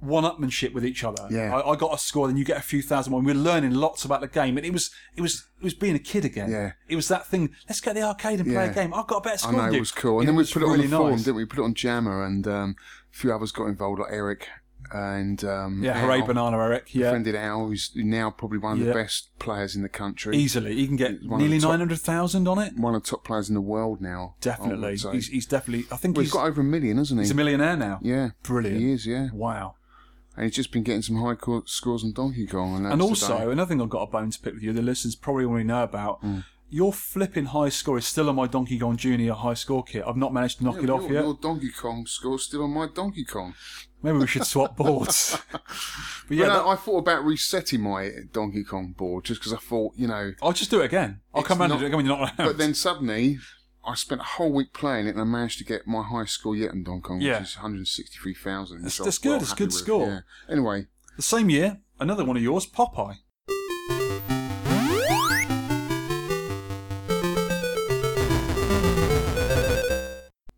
One-upmanship with each other.
Yeah.
I, I got a score, then you get a few thousand more. and We were learning lots about the game, and it was it was it was being a kid again.
Yeah.
It was that thing. Let's go to the arcade and play
Yeah.
a game. I've got a better
I
score.
know
than you.
it was cool. And
Yeah,
then we
was
put it on
really
the forum,
nice.
didn't we? We Put it on Jammer, and um, a few others got involved, like Eric and um,
Yeah, hooray,
Al,
banana, Eric.
befriended
Yeah,
Al, who's now probably one of
Yeah.
the best players in the country.
easily. He can get
He's one of the
nearly
top- Oh,
nine hundred thousand on it.
one of the top players in the world now. I
Definitely,
would say.
he's, he's definitely. I think
Well,
he's,
he's got over a million, hasn't he?
he's a millionaire now.
yeah,
Brilliant.
He is, yeah.
Wow.
And he's just been getting some high co- scores on Donkey Kong, and,
and
that's today.
also, another thing I've got a bone to pick with you. The listeners probably already know about.
Hmm.
Your flipping high score is still on my Donkey Kong Junior high score kit. I've not managed to knock
Yeah,
it off
your,
yet.
your Donkey Kong score's still on my Donkey Kong.
Maybe we should swap boards. but yeah,
But uh,
that-
no, I thought about resetting my Donkey Kong board just because I thought, you know.
I'll just do it again. I'll
it's
come round
not-
and do it again when you're not around.
But then suddenly, I spent a whole week playing it and I managed to get my highest score yet on Donkey Kong,
Yeah.
which is 163,000.
That's-
which I
that's
was well
good, it's a
happy
good
with,
score.
yeah. Anyway,
the same year, another one of yours, Popeye.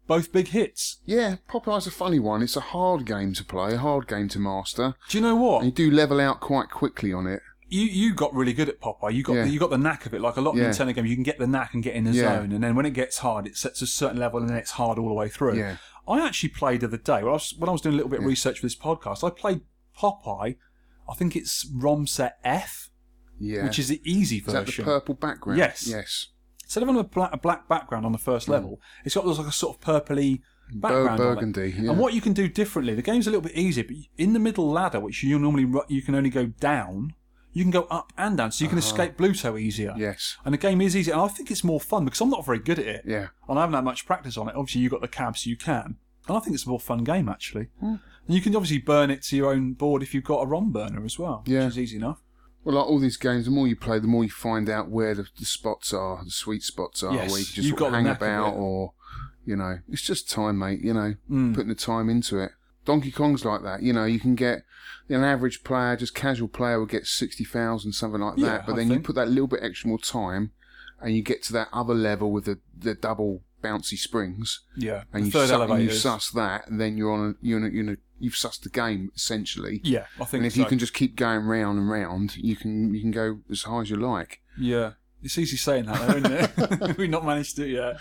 Both big hits.
yeah, Popeye's a funny one. It's a hard game to play, a hard game to master.
Do you know
And you
what?
do level out quite quickly on it.
You you got really good at Popeye. You got
Yeah.
you got the knack of it. Like a lot of
Yeah.
Nintendo games, you can get the knack and get in the
Yeah.
zone. And then when it gets hard, it sets a certain level, and then it's hard all the way through.
Yeah.
I actually played the other day when I was when I was doing a little bit of research for this podcast. I played Popeye. I think it's ROM set F,
Yeah.
which is the easy
Is that the
version.
purple background?
Yes.
Yes.
Instead of having a black, a black background on the first
Hmm.
level, it's got this like a sort of purpley background. on it.
burgundy, yeah.
And what you can do differently, the game's a little bit easier, but in the middle ladder, which you normally ru- you can only go down, you can go up and down, so you
Uh-huh.
can escape Bluto easier.
Yes.
And the game is easier, and I think it's more fun because I'm not very good at it,
Yeah.
and I haven't had much practice on it. Obviously, you got the cab, so you can, and I think it's a more fun game actually.
Hmm.
And you can obviously burn it to your own board if you've got a ROM burner as well,
Yeah.
which is easy enough.
Well, like all these games, the more you play, the more you find out where the, the spots are, the sweet spots are,
Yes,
where you can just
you've got the
hang
knack of
about,
it.
or you know, it's just time, mate. You know,
Mm.
putting the time into it. Donkey Kong's like that. You know, you can get an average player, just casual player, will get sixty thousand, something like
Yeah,
that. But
I
then you
think.
put that little bit extra more time, and you get to that other level with the, the double bouncy springs,
Yeah,
and
the
you,
third
su- and you
elevators.
suss that, and then you're on, a, you're, on a, you're on a, you've sussed the game essentially.
Yeah, I think
And if
so.
you can just keep going round and round, you can you can go as high as you like.
Yeah, it's easy saying that, though, isn't it? We've not managed to yet.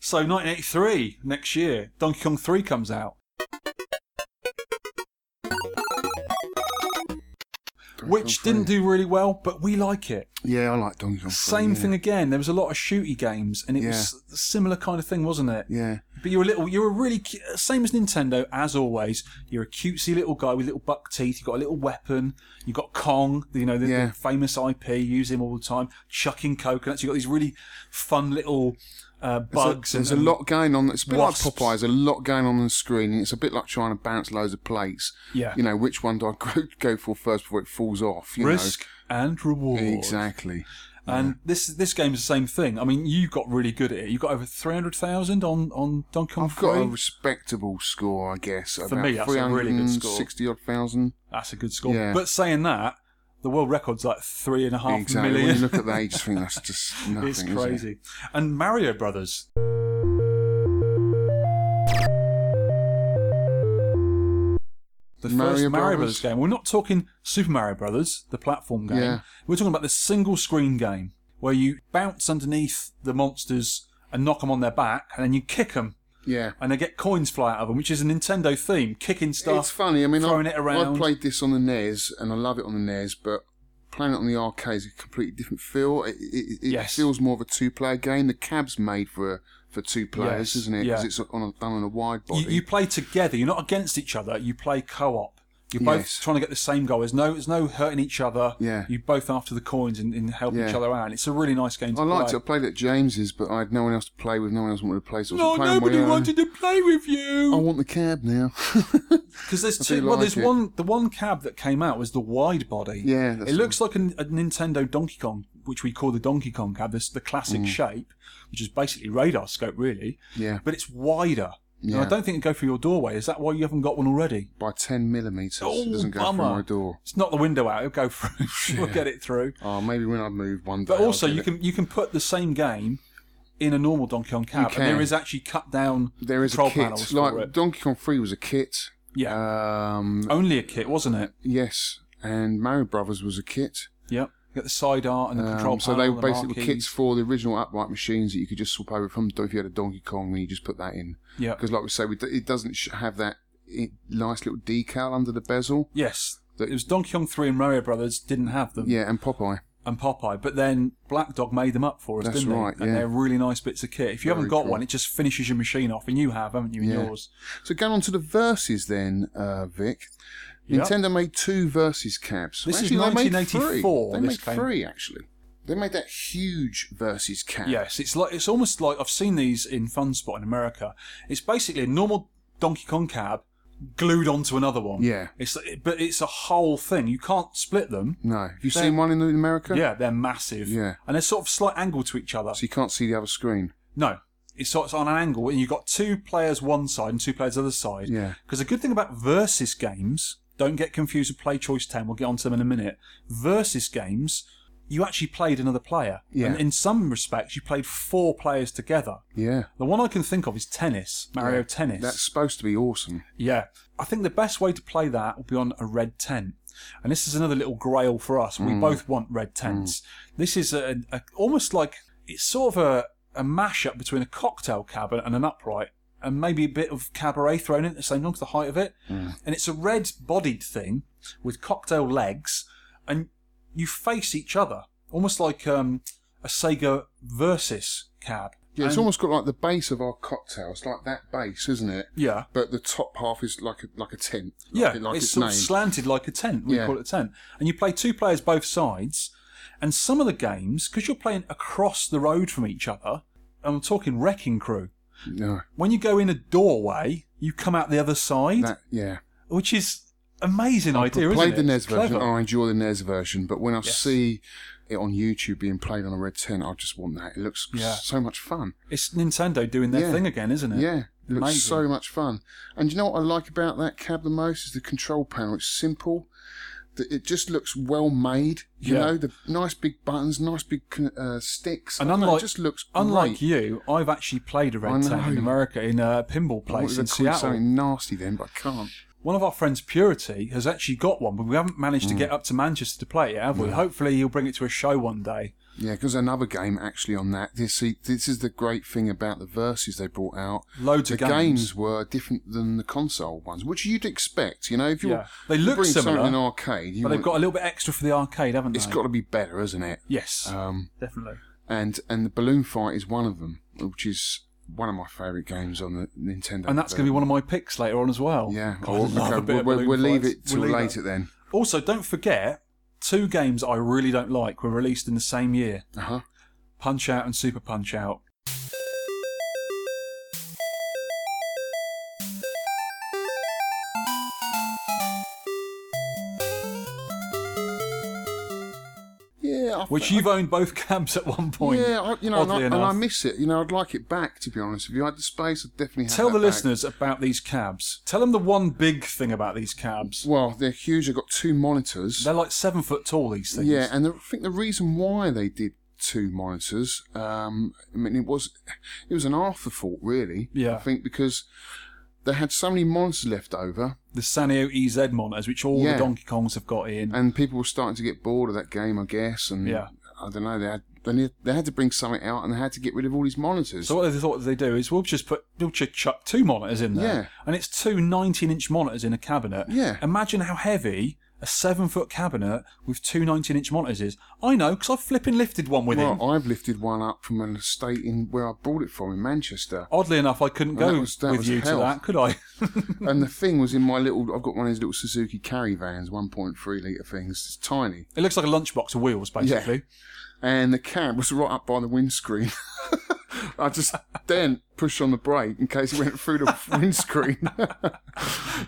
So, 1983, next year, Donkey Kong 3 comes out. Which didn't do really well, but we like it.
Yeah, I like Donkey Kong.
Same
three,
thing again. There was a lot of shooty games, and it was a similar kind of thing, wasn't it?
Yeah. yeah.
But you're a little, you're a really cu- same as Nintendo as always. You're a cutesy little guy with little buck teeth. You've got a little weapon. You've got Kong, you know, the, the
Yeah.
famous IP. Use him all the time. Chucking coconuts. You've got these really fun little uh, bugs.
There's a
and,
lot going on. It's a bit
wasps.
like Popeye. There's a lot going on on the screen, and it's a bit like trying to bounce loads of plates.
Yeah.
You know, which one do I go, go for first before it falls off? You
risk and reward.
Know? Exactly.
And this this game's the same thing. I mean, you got really good at it. You got over three hundred thousand on on Donkey Kong
I've got a
Three.
respectable score, I guess.
For
about
me, that's a really good score.
360 odd thousand.
That's a good score.
Yeah.
But saying that, the world record's like three and a half million.
exactly. When you look at that, you just think that's just nothing.
it's
is it?
crazy. And Mario Brothers. The
Mario
first Mario
Brothers.
Brothers game. We're not talking Super Mario Brothers, the platform game.
Yeah.
We're talking about the single screen game where you bounce underneath the monsters and knock them on their back, and then you kick them,
Yeah.
and they get coins fly out of them, which is a Nintendo theme, kicking stuff.
It's funny. I mean,
throwing
I,
it around.
I played this on the NES, and I love it on the NES, but playing it on the arcade is a completely different feel. It, it, it
Yes.
feels more of a two-player game. The cab's made for for two players,
Yes,
isn't it? Because
yeah.
it's on a, done on a wide body.
You, you play together. You're not against each other. You play co-op. You're
Yes.
both trying to get the same goal. There's no, there's no hurting each other.
Yeah.
You both after the coins and, and help each
Yeah.
other out. It's a really nice game to
I liked
play.
it. I played it at James's, but I had no one else to play with. No one else wanted to play, so I was
No,
playing on my
nobody
own.
wanted to play with
uh, I
you
want the cab now.
because there's
I do
two. well,
like
there's
it.
one. The one cab that came out was the wide body.
Yeah, that's
it looks like a, a Nintendo Donkey Kong, which we call the Donkey Kong cab. This the classic
Mm.
shape, which is basically radar scope, really.
Yeah.
But it's wider. And I
Yeah.
don't think it'd go through your doorway. Is that why you haven't got one already?
By 10 millimetres.
Oh,
it doesn't go
bummer.
through my door.
It's not the window out. It'll go through. we'll get it through.
Oh, maybe when I move one day.
But
I'll
also,
do
you
it.
can you can put the same game in a normal Donkey Kong cab,
can.
and there is actually cut down
There is
control
a kit.
panels for
Like
it.
Donkey Kong 3 was a kit.
Yeah,
Um,
only a kit, wasn't it?
Yes, and Mario Brothers was a kit.
Yep. You got the side art and the control
Um,
panel.
so they were
the
basically
marquees.
kits for the original upright machines that you could just swap over from. If you had a Donkey Kong, then you just put that in.
Yeah.
Because, like we say, we d- it doesn't sh- have that i nice little decal under the bezel.
Yes.
That-
It was Donkey Kong 3 and Mario Brothers didn't have them,
Yeah, and Popeye.
and Popeye, but then Black Dog made them up for us,
That's
didn't they?
right,
And
yeah.
they're really nice bits of kit. If you
Very
haven't got
cool.
one, it just finishes your machine off, and you have, haven't you, in
Yeah.
yours?
So going on to the verses then, uh, Vic.
Yeah.
Nintendo made two versus cabs.
This is
Actually, they made
1984,
three. They
this
made
came-
three actually. They made that huge versus cab.
Yes, it's like it's almost like I've seen these in FunSpot in America. It's basically a normal Donkey Kong cab glued onto another one.
Yeah.
it's it- but it's a whole thing. You can't split them.
No. Have you
They're-
seen one in America?
Yeah, they're massive.
Yeah.
and they're sort of slight angle to each other.
So you can't see the other screen.
No, it's so it's on an angle, and you've got two players one side and two players other side.
Yeah.
Because the good thing about versus games, don't get confused with play choice ten. We'll get onto them in a minute. Versus games, you actually played another player.
Yeah.
And in some respects, you played four players together.
Yeah.
The one I can think of is tennis, Mario
Yeah.
Tennis.
That's supposed to be awesome.
Yeah. I think the best way to play that will be on a red tent. And this is another little grail for us.
Mm.
We both want red tents. This is a, a almost like it's sort of a, a mashup between a cocktail cabinet and an upright, and maybe a bit of cabaret thrown in at the same time for the height of it.
Mm.
And it's a red bodied thing with cocktail legs, and you face each other, almost like um, a Sega versus cab.
Yeah, it's
And-
almost got like the base of our cocktail. It's like that base, isn't it?
yeah.
But the top half is like a like a tent.
Yeah,
Like, like
it's,
its,
sort
name.
of slanted like a tent. We
Yeah.
call it a tent. And you play two players both sides. And some of the games, because you're playing across the road from each other, and I'm talking Wrecking Crew,
no.
when you go in a doorway, you come out the other side,
That yeah.
which is amazing
I
idea, isn't
played
it?
the NES
It's
version.
clever.
I enjoy the NES version, but when I
Yes.
see it on YouTube being played on a red tent, I just want that. It looks
Yeah.
so much fun.
It's Nintendo doing their
Yeah.
thing again, isn't it?
Yeah, it looks
Amazing.
so much fun. And you know what I like about that cab the most is the control panel. It's simple. Th- It just looks well made. You
Yeah.
know, the nice big buttons, nice big con- uh, sticks. I
And
don't know,
unlike,
it just looks
unlike
great.
you, I've actually played a
I
red tent in
know.
America in a pinball
I wanted
place
to
in
call you
Seattle.
something nasty then, but I can't.
One of our friends, Purity, has actually got one, but we haven't managed
Hmm.
to get up to Manchester to play it, have we? Hopefully, he'll bring it to a show one day.
Yeah, because another game actually on that. This see, this is the great thing about the verses they brought out.
Loads
the
of games.
were different than the console ones, which you'd expect. You know, if you
Yeah. They look
bring
similar,
something in arcade, you
but they've
want-
got a little bit extra for the arcade, haven't they?
it's got to be better, isn't it?
Yes,
Um,
definitely.
and and the balloon fight is one of them, which is one of my favourite games on the Nintendo.
And that's going to be one of my picks later on as well.
Yeah,
God, I
well,
love a
okay,
bit
we'll,
of
we'll,
balloon
we'll leave
fights.
it till
We'll leave
later
that.
then.
Also, don't forget, two games I really don't like were released in the same year
Uh huh.
Punch Out and Super Punch Out.
Yeah, I
Which you've owned both camps at one point.
Yeah, I, you know, and I,
oddly
and
enough.
I miss it. You know, I'd like it back. To be honest, if you had the space, I'd definitely have
Tell the
that back.
listeners about these cabs. Tell them the one big thing about these cabs.
Well, they're huge. I've got two monitors.
They're like seven foot tall, these things.
Yeah, and the, I think the reason why they did two monitors, um, I mean, it was it was an afterthought, really.
Yeah.
I think because they had so many monitors left over,
The Sanyo EZ monitors, which all
Yeah.
the Donkey Kongs have got in.
and people were starting to get bored of that game, I guess. And
Yeah.
I don't know. They had they, need, they had to bring something out, and they had to get rid of all these monitors.
So what they thought they do is we'll just put we'll just chuck two monitors in there,
Yeah.
and it's two 19 inch monitors in a cabinet.
Yeah.
Imagine how heavy a seven foot cabinet with two 19 inch monitors is. I know because I flipping lifted one with him.
well, I've lifted one up from an estate in where I bought it from in Manchester.
Oddly enough, I couldn't
And
go
that was- that
with
was
you
hell.
to that, could I?
and the thing was in my little. I've got one of these little Suzuki carry vans, 1.3 litre things. It's tiny.
It looks like a lunchbox of wheels, basically.
and the cab was right up by the windscreen. I just then pushed on the brake in case it went through the windscreen.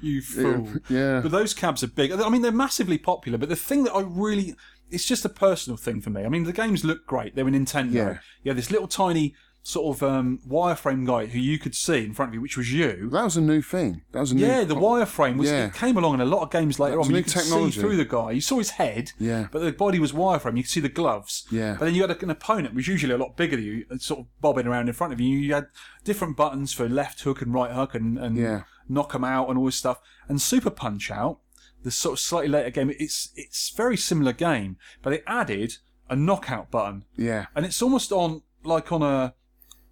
You fool.
yeah.
But those cabs are big. I mean, they're massively popular, but the thing that I really. It's just a personal thing for me. I mean, the games look great. They were Nintendo.
Yeah.
You had this little tiny sort of um, wireframe guy who you could see in front of you, which was you.
that was a new thing. That was a new
Yeah, the wireframe was
Yeah.
it came along in a lot of games later
That was
on. You
new
could
technology.
see through the guy. You saw his head,
Yeah.
but the body was wireframe. You could see the gloves.
Yeah.
But then you had an opponent who was usually a lot bigger than you, uh, sort of bobbing around in front of you. You had different buttons for left hook and right hook and, and
Yeah.
knock 'em out and all this stuff. And Super Punch Out, the sort of slightly later game, it's it's very similar game, but it added a knockout button
Yeah.
and it's almost on like on a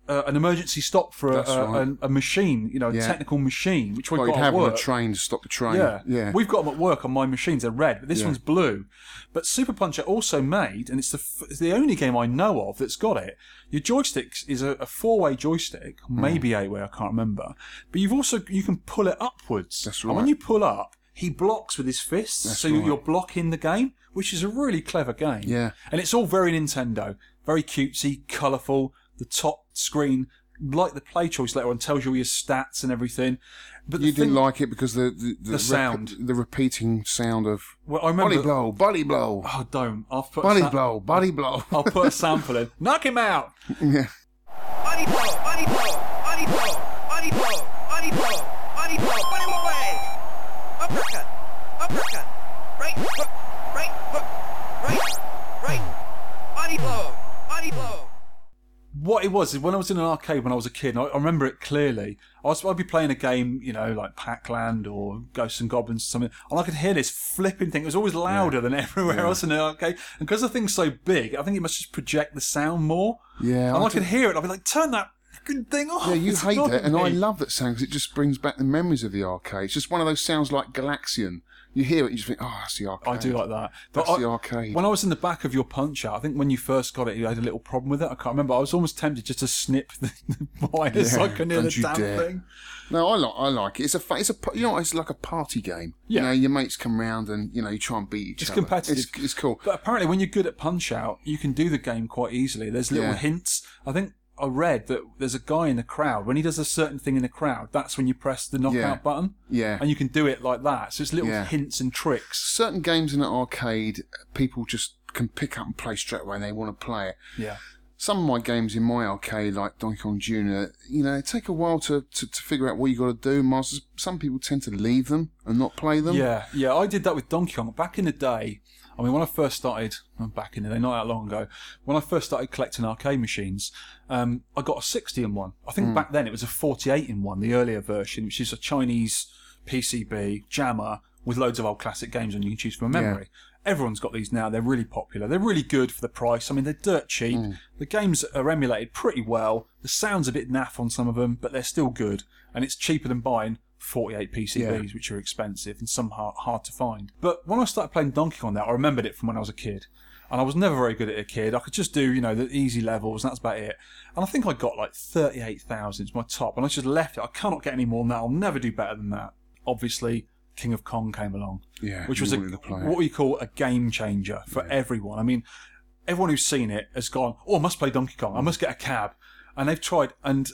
uh, an emergency stop for a,
That's
a,
right.
a, a machine, you know, a
Yeah.
technical machine, which we've
Like
got
you'd
at
have on
work.
a train to stop the train.
Yeah,
Yeah.
We've got them at work on my machines. They're red, but this
Yeah.
one's blue. But Super Puncher also made, and it's the f- it's the only game I know of that's got it. Your joystick is a, a four way joystick,
Hmm.
maybe eight way. I can't remember. But you've also you can pull it upwards.
That's
And when
right.
you pull up, he blocks with his fists,
That's
so you-
right.
you're blocking the game, which is a really clever game.
Yeah.
And it's all very Nintendo, very cutesy, colourful. The top screen, like the play choice later on, tells you all your stats and everything. But the
you didn't
thing-
like it because the the,
The sound.
the repeating sound of
Well, I remember.
body blow, body blow,
Oh, don't. I'll put. a
body
sa-
blow, body blow.
I'll put a sample in. Knock him out.
yeah.
Money flow, money flow, money flow, money flow, money flow, money flow, money away. Uppercut, uppercut, right hook, right hook, right, right. Money flow, money flow.
What it was is when I was in an arcade when I was a kid. And I, I remember it clearly. I was I'd be playing a game, you know, like Pac-Land or Ghosts and Goblins or something, and I could hear this flipping thing. It was always louder than everywhere else in the arcade. And because the thing's so big, I think it must just project the sound more.
Yeah,
And I,
I
could
did-
hear it. I'd be like, turn that fucking thing off.
Yeah, you
Oh, It's
hate
annoying
that, and I
me."
love that sound because it just brings back the memories of the arcade. It's just one of those sounds like Galaxian. You hear it, you just think, oh, that's the arcade.
I do like that.
That's
I-
the arcade.
When I was in the back of your punch out, I think when you first got it, you had a little problem with it. I can't remember. I was almost tempted just to snip the, the wires so I
Yeah,
could hear the
don't you
damn
dare.
thing.
No, I like I like it. It's a fa- it's a pa- you know it's like a party game.
Yeah.
you know, your mates come round and you know you try and beat each
It's
other.
competitive.
It's, it's cool.
But apparently, when you're good at punch out, you can do the game quite easily. There's little
Yeah.
hints. I think I read that there's a guy in the crowd. When he does a certain thing in the crowd, that's when you press the knockout
Yeah.
button.
Yeah.
And you can do it like that. So it's little
Yeah.
hints and tricks.
Certain games in an arcade, people just can pick up and play straight away, and they want to play it.
Yeah.
Some of my games in my arcade, like Donkey Kong Jr., you know, it take a while to, to, to figure out what you got to do. Masters. Some people tend to leave them and not play them.
Yeah, yeah, I did that with Donkey Kong back in the day. I mean, when I first started, well, back in the day, not that long ago, when I first started collecting arcade machines, um, I got a 60 in one. I think back then it was a 48 in one, the earlier version, which is a Chinese PCB jammer with loads of old classic games and you can choose from a memory. Everyone's got these now. They're really popular. They're really good for the price. I mean, they're dirt cheap. The games are emulated pretty well. The sound's a bit naff on some of them, but they're still good. And it's cheaper than buying 48 PCBs, which are expensive and some hard, hard to find. But when I started playing Donkey Kong, that I remembered it from when I was a kid. And I was never very good at a kid. I could just do, you know, the easy levels, and that's about it. And I think I got like 38,000 is my top, and I just left it. I cannot get any more than that. I'll never do better than that. Obviously, King of Kong came along,
Yeah,
which
you
was a,
wanted to play it.
what we call a game changer for everyone. I mean, everyone who's seen it has gone, oh, I must play Donkey Kong. I must get a cab. And they've tried, and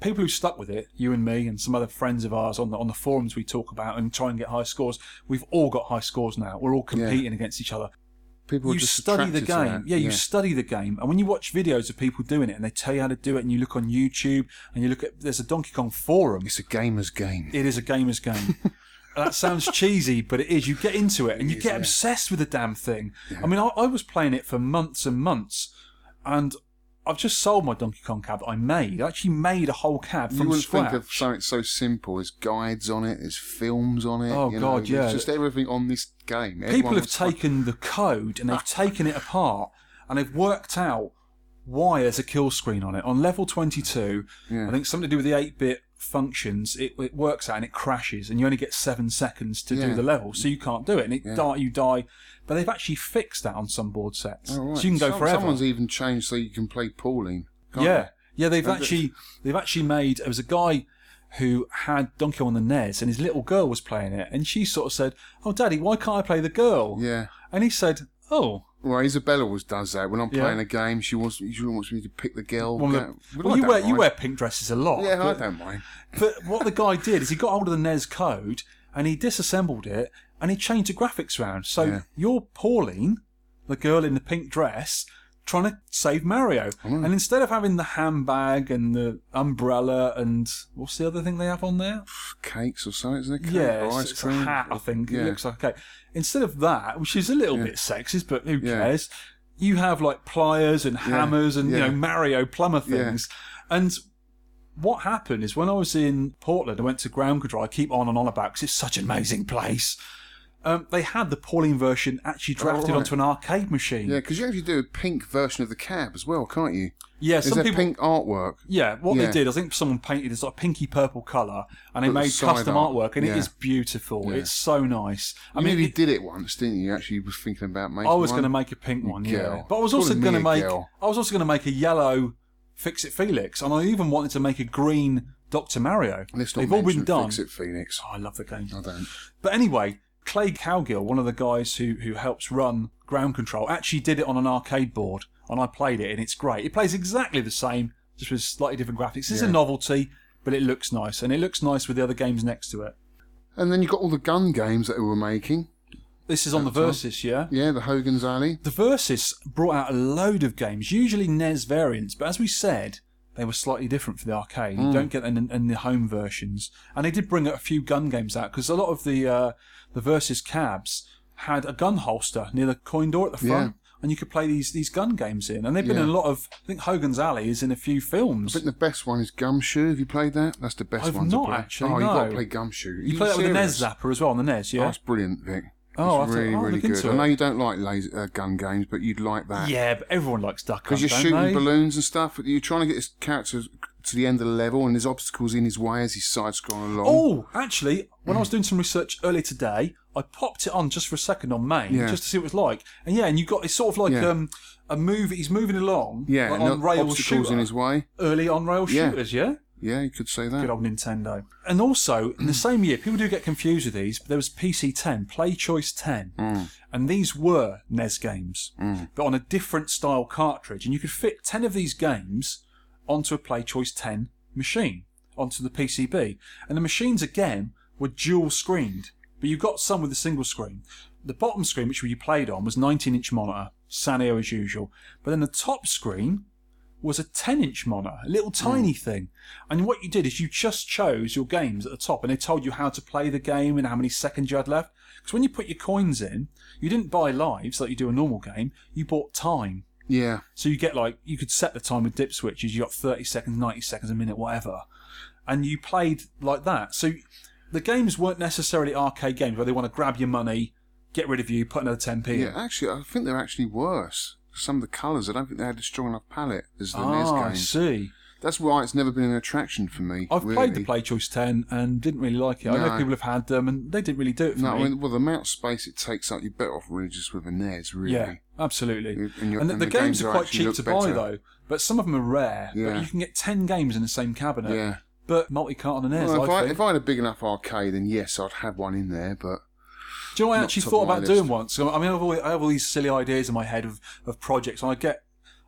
people who stuck with it, you and me, and some other friends of ours on the on the forums we talk about and try and get high scores. We've all got high scores now. We're all competing against each other.
People
you
are just
study the
attracted to
game,
that.
yeah, You study the game, and when you watch videos of people doing it, and they tell you how to do it, and you look on YouTube, and you look at there's a Donkey Kong forum.
it's a gamer's game.
It is a gamer's game. that sounds cheesy, but it is. You get into it and you
is,
get
yeah.
obsessed with the damn thing. I mean, I, I was playing it for months and months, and I've just sold my Donkey Kong cab that I made. I actually made a whole cab
you
from
wouldn't
scratch.
think of something so simple. There's guides on it. There's films on it.
Oh,
you know,
God, yeah.
There's just everything on this game.
People
Everyone
have
was like-
taken the code and they've taken it apart and they've worked out why there's a kill screen on it. On level 22, I think something to do with the 8 bit functions, it, it works out and it crashes, and you only get seven seconds to do
Yeah.
the level, so you can't do it. And it die, you die. But they've actually fixed that on some board sets.
Oh, right.
So you can go
Some-
forever.
Someone's even changed so you can play pooling. can't
Yeah,
they?
yeah. They've
And the-
actually they've actually made. There was a guy who had Donkey Kong on the NES, and his little girl was playing it, and she sort of said, "Oh, Daddy, why can't I play the girl?"
Yeah.
and he said, "Oh."
Well, Isabella always does that. When I'm
Yeah.
playing a game, she wants she wants me to pick the girl.
One of
go-
the-
But
well,
I
you
don't
wear you
mind.
wear pink dresses a lot.
Yeah, I
but,
don't mind.
but what the guy did is he got hold of the NES code and he disassembled it and he changed the graphics around. So
Yeah.
you're Pauline, the girl in the pink dress, trying to save Mario,
Mm.
and instead of having the handbag and the umbrella and what's the other thing they have on there?
Cakes or something, isn't it? Cake
Yeah,
or
it's,
ice
it's
cream.
a hat, I think.
Yeah.
It looks like a cake. Instead of that, which is a little bit sexist, but who
Yeah.
cares? You have like pliers and hammers and you
yeah.
know Mario plumber
Yeah.
things. And what happened is when I was in Portland, I went to Ground Control. I keep on and on about because it's such an amazing place. Um, they had the Pauline version actually drafted
Oh, right.
onto an arcade machine.
Yeah, because you actually do a pink version of the cab as well, can't you?
Yeah,
Is
some
there
people.
pink artwork?
Yeah, what
Yeah.
they did, I think someone painted a sort of pinky purple colour and they
Put the
made
side
custom
art.
artwork, and
Yeah.
it is beautiful. It's so nice. I
I mean,
mean,
you
it-
did it once, didn't you? You Actually, was thinking about making.
I was
one.
going to make a pink one, yeah.
girl.
But I was
Calling
also
me
going
a
to make
girl.
I was also going to make a yellow Fix It Felix, and I even wanted to make a green Doctor Mario.
Let's not
They've all been
mention
done.
Fix it, Phoenix.
Oh, I love the game.
I don't.
But anyway, Clay Cowgill, one of the guys who who helps run Ground Control, actually did it on an arcade board, and I played it, and it's great. It plays exactly the same, just with slightly different graphics. It's a novelty, but it looks nice, and it looks nice with the other games next to it.
And then you got all the gun games that they were making.
This is on the Versus, yeah.
Yeah, the Hogan's Alley.
The Versus brought out a load of games, usually NES variants, but as we said, they were slightly different for the arcade. You
Mm.
don't get them in, in the home versions. And they did bring a few gun games out because a lot of the uh, the Versus cabs had a gun holster near the coin door at the front. And you could play these these gun games in, and they've been in a lot of. I think Hogan's Alley is in a few films.
I think the best one is Gumshoe. Have you played that? That's the best
I've
one.
not
to play.
actually,
Oh, you've got to
no.
play Gumshoe. Are
you play that with the
serious?
NES zapper as well on the NES,
Oh,
yeah.
that's brilliant, Vic.
Oh,
it's
I thought-
really,
I'll
really
look into
good.
it.
I know you don't like laser, uh, gun games, but you'd like that.
yeah, but everyone likes Duck Hunt,
Because you're
don't
shooting
they?
balloons and stuff. You're trying to get this character to the end of the level, and there's obstacles in his way as he's side scrolling along.
Oh, actually, when I
Mm.
was doing some research earlier today, I popped it on just for a second on main,
Yeah.
just to see what it was like. And yeah, and you got it's sort of like
Yeah.
um, a move. He's moving along,
yeah,
like
and
on
the
rail
obstacles
shooter,
in his way.
early on rail
Yeah.
shooters. Yeah,
Yeah, you could say
good
that.
old Nintendo. And also in the same year, people do get confused with these. But there was PC Ten, Play Choice Ten, and these were NES games, but on a different style cartridge, and you could fit ten of these games onto a Play Choice 10 machine, onto the PCB. And the machines, again, were dual screened, but you got some with a single screen. The bottom screen, which you played on, was 19 inch monitor, Sanyo as usual. But then the top screen was a 10 inch monitor, a little tiny thing. And what you did is you just chose your games at the top, and they told you how to play the game and how many seconds you had left. Because when you put your coins in, you didn't buy lives like you do a normal game, you bought time.
Yeah,
So you get like you could set the time with dip switches. You got thirty seconds, ninety seconds, a minute, whatever, and you played like that. So the games weren't necessarily arcade games where they want to grab your money, get rid of you, put another ten p.
yeah. Actually, I think they're actually worse. Some of the colours, I don't think they had a strong enough palette as the NES
ah, I
games.
see.
That's why it's never been an attraction for me.
I've
really.
played the Play Choice 10 and didn't really like it. I know
No.
people have had them and they didn't really do it for
No,
me.
I mean, well, the amount of space it takes up, you're better off really just with a NES, really.
Yeah, absolutely.
And you're-
And the,
and
the
the
games
games
are
are
quite
actually
cheap
look
to buy
better.
though, but some of them are rare.
Yeah.
But you can get 10 games in the same cabinet.
Yeah.
But multi-cart on an NES,
Well, if,
I
I,
think.
if I had a big enough arcade, then yes, I'd have one in there. But
Do you know what I
Not
actually
top
thought
of my
about
list.
doing once? I mean, I've all, I have all these silly ideas in my head of, of projects, and I get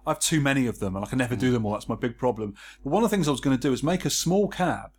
I have too many of them, and I can never
Mm.
do them all. That's my big problem. But one of the things I was going to do is make a small cab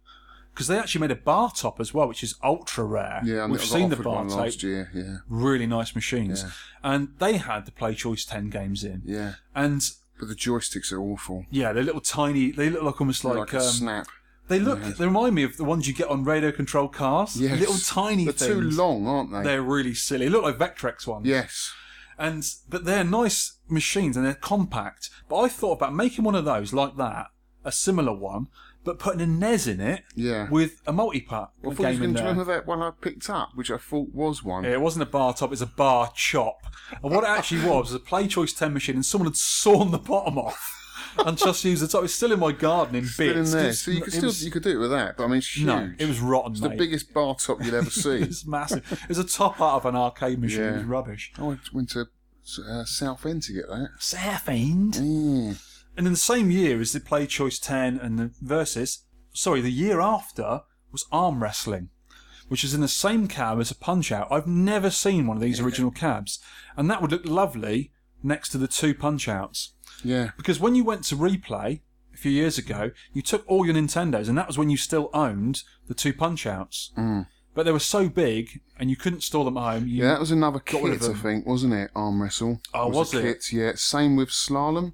because they actually made a bar top as well, which is ultra rare.
yeah,
Ah,
I mean,
we've
I got
seen the
offered
bar
one
top,
last year. Yeah,
really nice machines,
Yeah.
and they had the Play Choice Ten games in,
yeah.
and
But the joysticks are awful.
yeah, they're little tiny. They look like almost
They're
like,
Like, a
um,
snap.
they look. They remind me of the ones you get on radio controlled cars.
Yes.
little tiny
They're
things.
too long, aren't they?
They're really silly. They look like Vectrex ones.
Yes.
and but they're nice machines and they're compact. But I thought about making one of those like that, a similar one, but putting a NES in it
Yeah.
with a multi-part
I thought you
game
were
in
going to
there.
remember that one I picked up, which I thought was one.
Yeah, It wasn't a bar top; it's a bar chop. And what it actually was was a Play Choice Ten machine, and someone had sawn the bottom off and just used the top. It's still in my garden in
Still in
bits.
there.
It's-
So you could
it
still
was-
you could do it with that, but I mean, it's huge.
no, it was rotten.
It's
mate.
the biggest bar top you'll ever see.
It's massive. It was a top out of an arcade machine. It
Yeah.
was rubbish.
I went, went to uh, South End to get that.
South End.
Mm.
And in the same year as the Play Choice 10 and the Versus, sorry, the year after was Arm Wrestling, which is in the same cab as a Punch Out. I've never seen one of these original cabs. And that would look lovely next to the two Punch Outs.
Yeah.
Because when you went to replay a few years ago, you took all your Nintendos, and that was when you still owned the two Punch Outs. But they were so big, and you couldn't store them at home. You,
Mm. Yeah, that was another
got rid of
kit, I
them.
think, wasn't it? Arm wrestle.
Oh, was
a
it?
Kit, yeah. Same with slalom.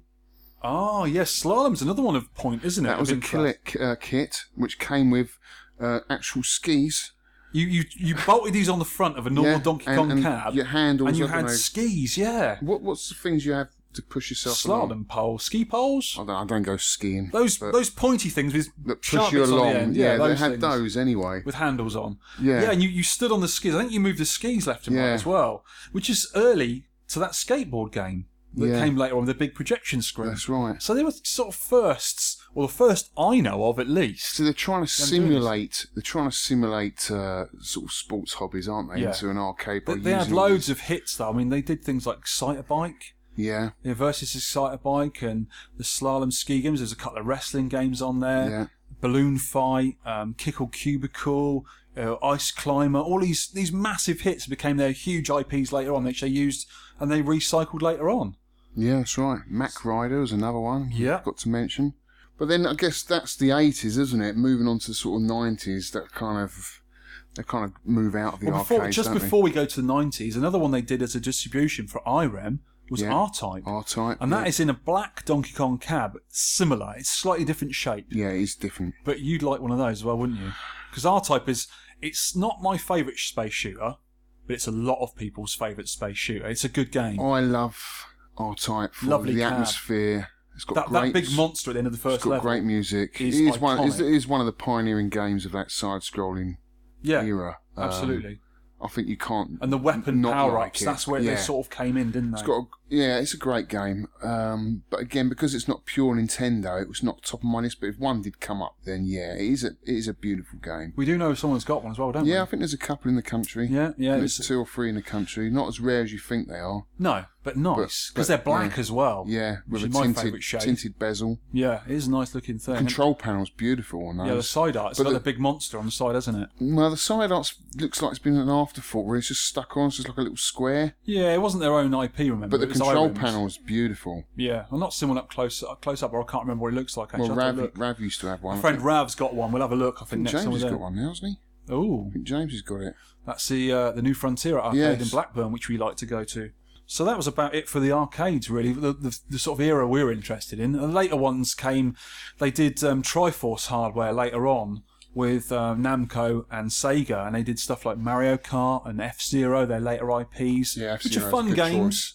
Oh, yes, Slalom's another one of point, isn't it?
That was a
Of interest.
kit, uh, kit which came with uh, actual skis.
You, you you bolted these on the front of a normal
Yeah,
Donkey
and-
Kong
and
cab.
your handles,
and you
I don't
had
know.
skis, yeah.
What What's the things you have to push yourself along?
Slalom poles, ski poles.
I don't, I don't go skiing.
Those
Oh, but
those pointy things with
that
sharp
push you
bits on
along.
the end.
Yeah, they
those
had
things
those anyway.
with handles on.
Yeah.
yeah, and you, you stood on the skis. I think you moved the skis left and right
Yeah.
as well, which is early to that skateboard game that
Yeah.
came later on with the big projection screen.
That's right.
So they were sort of firsts, or the first I know of at least.
So they're trying to
doing this.
simulate. They're trying to simulate uh, sort of sports hobbies, aren't they?
Yeah.
Into an arcade. by
They, they had
using all
loads
these-
of hits though. I mean, they did things like Cyter Bike.
Yeah.
Yeah, versus the Exciter Bike and the Slalom Ski Games. There's a couple of wrestling games on there.
Yeah.
Balloon Fight, um, Kickle Cubicle, uh, Ice Climber. All these these massive hits became their huge IPs later on, which they used and they recycled later on.
Yeah, that's right. Mac Rider was another one.
Yeah.
Got to mention. But then I guess that's the 80s, isn't it? Moving on to sort of 90s, that kind of they kind of move out of the
Well,
arcade.
before, just before we go to the 90s, another one they did as a distribution for IREM was
Yeah.
R-Type.
R type.
and
yeah.
that is in a black Donkey Kong cab, similar. It's slightly different shape.
Yeah, it is different.
But you'd like one of those as well, wouldn't you? Because R Type is it's not my favourite space shooter, but it's a lot of people's favourite space shooter. It's a good game.
I love R type for
Lovely
the
cab.
atmosphere. It's got
that,
great
that big monster at the end of the 1st
It's got
level.
great music.
is
it is one it is,
iconic.
it is one of the pioneering games of that side scrolling
yeah,
era. Um,
absolutely.
I think you can't
And the weapon
not
power
like
ups.
it.
That's where
yeah.
they sort of came in, didn't they?
It's got a, yeah, it's a great game. Um, but again, because it's not pure Nintendo, it was not top of my list. But if one did come up, then yeah, it is a it is a beautiful game.
we do know someone's got one as well, don't
Yeah, I
we?
think there's a couple in the country.
Yeah, yeah,
There's
it's-
two or three in the country. Not as rare as you think they are.
No, but nice because
but,
they're black
yeah.
as well.
Yeah,
Oh, which
with
is
a
my
tinted
favourite shape.
tinted bezel.
Yeah, it is a nice looking thing.
Control panel's beautiful on those.
yeah, the side art. It's
But
got the,
the-
big monster on the side, hasn't it?
Well, the side art looks like it's been an afterthought where it's just stuck on. It's just like a little square.
Yeah, it wasn't their own IP, remember?
But the
it was
control
Irem's.
panel is beautiful.
Yeah, I'm not seeing one up close up close up, or I can't remember what he looks like. Actually,
well,
I'll have
Rav,
to look.
Rav used to have one.
My
I
friend
think-
Rav's got one. We'll have a look. I
I think
think next
James
time
has
we're
got
there.
one now, hasn't he?
Oh,
I think James has got it.
that's the uh, the new Frontier arcade in
Yes.
Blackburn, which we like to go to. So that was about it for the arcades, really. The, the, the sort of era we were interested in. The later ones came. They did um, Triforce hardware later on with um, Namco and Sega, and they did stuff like Mario Kart and F Zero. Their later IPs,
Yeah,
which are
F-Zero's
fun
a good
games.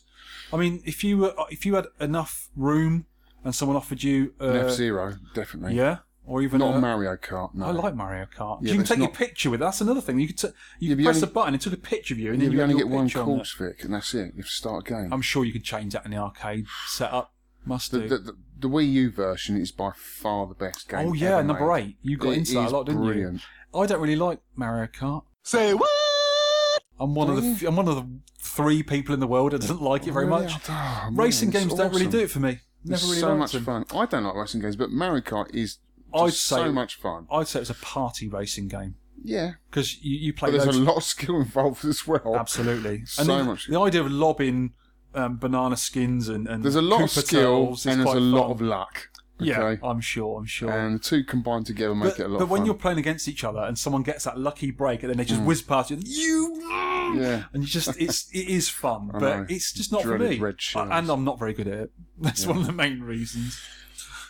I mean, if you were if you had enough room and someone offered you uh,
F Zero, definitely.
Yeah, or even
Not
a,
Mario Kart, no.
I like Mario Kart. you
Yeah, but
can
it's
take your
not-
picture with it. That's another thing. You could t- you
Yeah,
could
but you
press
only-
a button and took a picture of you, and then
Yeah, but you
had
only
your
get one
picture on
course,
there.
Vic, and that's it. You have to start a game.
I'm sure you could change that in the arcade setup. Must
The,
do.
the, the, the Wii U version is by far the best game.
oh yeah,
ever
number
made.
eight. You got
It
into that a
is
lot, didn't
brilliant.
you? I don't really like Mario Kart.
Say what?
I'm
Oh,
one of the f- I'm one of the three people in the world that doesn't like it very
Really?
much.
Oh, man,
Racing
it's
games don't really
awesome.
do it for me. Never
It's
really
so
liked
much
them.
fun. I don't like racing games, but Mario Kart is
I'd
just
say-
so much fun.
I'd say it's a party racing game
Yeah,
because you, you play
but
loads
there's a lot of skill involved as well.
Absolutely.
So
and the,
much-
The idea of lobbing um, banana skins and, and
There's a lot
Koopa
of skill
turtles is
and there's
quite
a lot
fun.
of luck. Okay?
Yeah, I'm sure. I'm sure.
and the two combined together make
but,
it a lot.
but
of
when
fun. Mm.
you're playing against each other and someone gets that lucky break and then they just whiz past you, you,
Yeah.
and you just it's it is fun,
I
but
know.
it's just not
Dreaded
for me.
red
I-
shells.
and I'm not very good at it. That's one of the main reasons.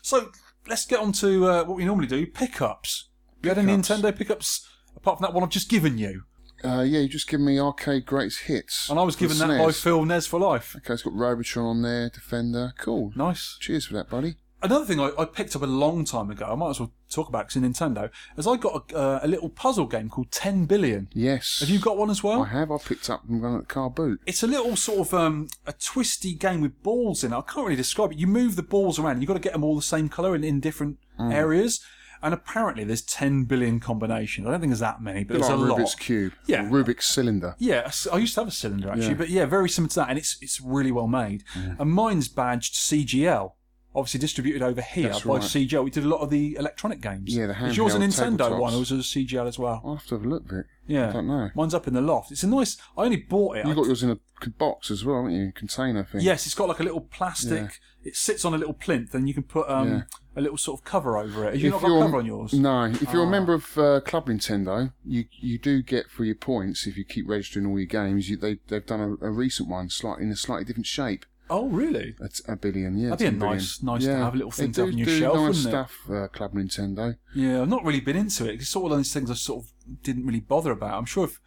So let's get on to uh, what we normally do: pickups. You had any
Pickups.
Nintendo pickups apart from that one I've just given you,
Uh, yeah, you just give me arcade greatest hits.
and I was
for
given
the E
that by
SNES.
Phil Nes for life.
Okay, it's got Robotron on there, Defender. Cool.
Nice.
Cheers for that, buddy.
Another thing I, I picked up a long time ago, I might as well talk about because Nintendo, is I got a, uh, a little puzzle game called 10 Billion.
Yes.
Have you got one as well?
I have. I picked up one at the car boot.
It's a little sort of um, a twisty game with balls in it. I can't really describe it. You move the balls around, you've got to get them all the same colour in, in different
Mm.
areas. And apparently there's 10 billion combinations. I don't think there's that many, but
Bit
there's
like
a lot.
Rubik's Cube.
Yeah.
Or Rubik's Cylinder.
Yeah, I s- I used to have a cylinder actually,
Yeah. Mm.
but yeah, very similar to that, and it's it's really well made. And mine's badged CGL, obviously distributed over here
That's
by
right.
CGL. We did a lot of the electronic games.
Yeah, the
Is yours a
handheld
Nintendo
tabletops.
one, or was it a CGL as well?
I'll have to have a look at it.
Yeah,
I don't know.
Mine's up in the loft. It's a nice. I only bought it. I-
You got yours in a c- box as well, haven't you? Container thing.
Yes, it's got like a little plastic. It sits on a little plinth, and you can put um,
Yeah.
a little sort of cover over it. Have you
If
not got a
you're-
cover on yours? Ah.
No. If you're a member of uh, Club Nintendo, you you do get for your points if you keep registering all your games. You, they they've done a, a recent one, slightly in a slightly different shape.
Oh, really?
A, t- a billion, yeah.
That'd be a
10 billion.
nice- nice to
Yeah.
have a little
They
thing to have
do
on your
do
shelf,
nice
wouldn't it?
stuff, uh, Club Nintendo.
Yeah, I've not really been into it. It's sort of one of those things I sort of didn't really bother about. I'm sure if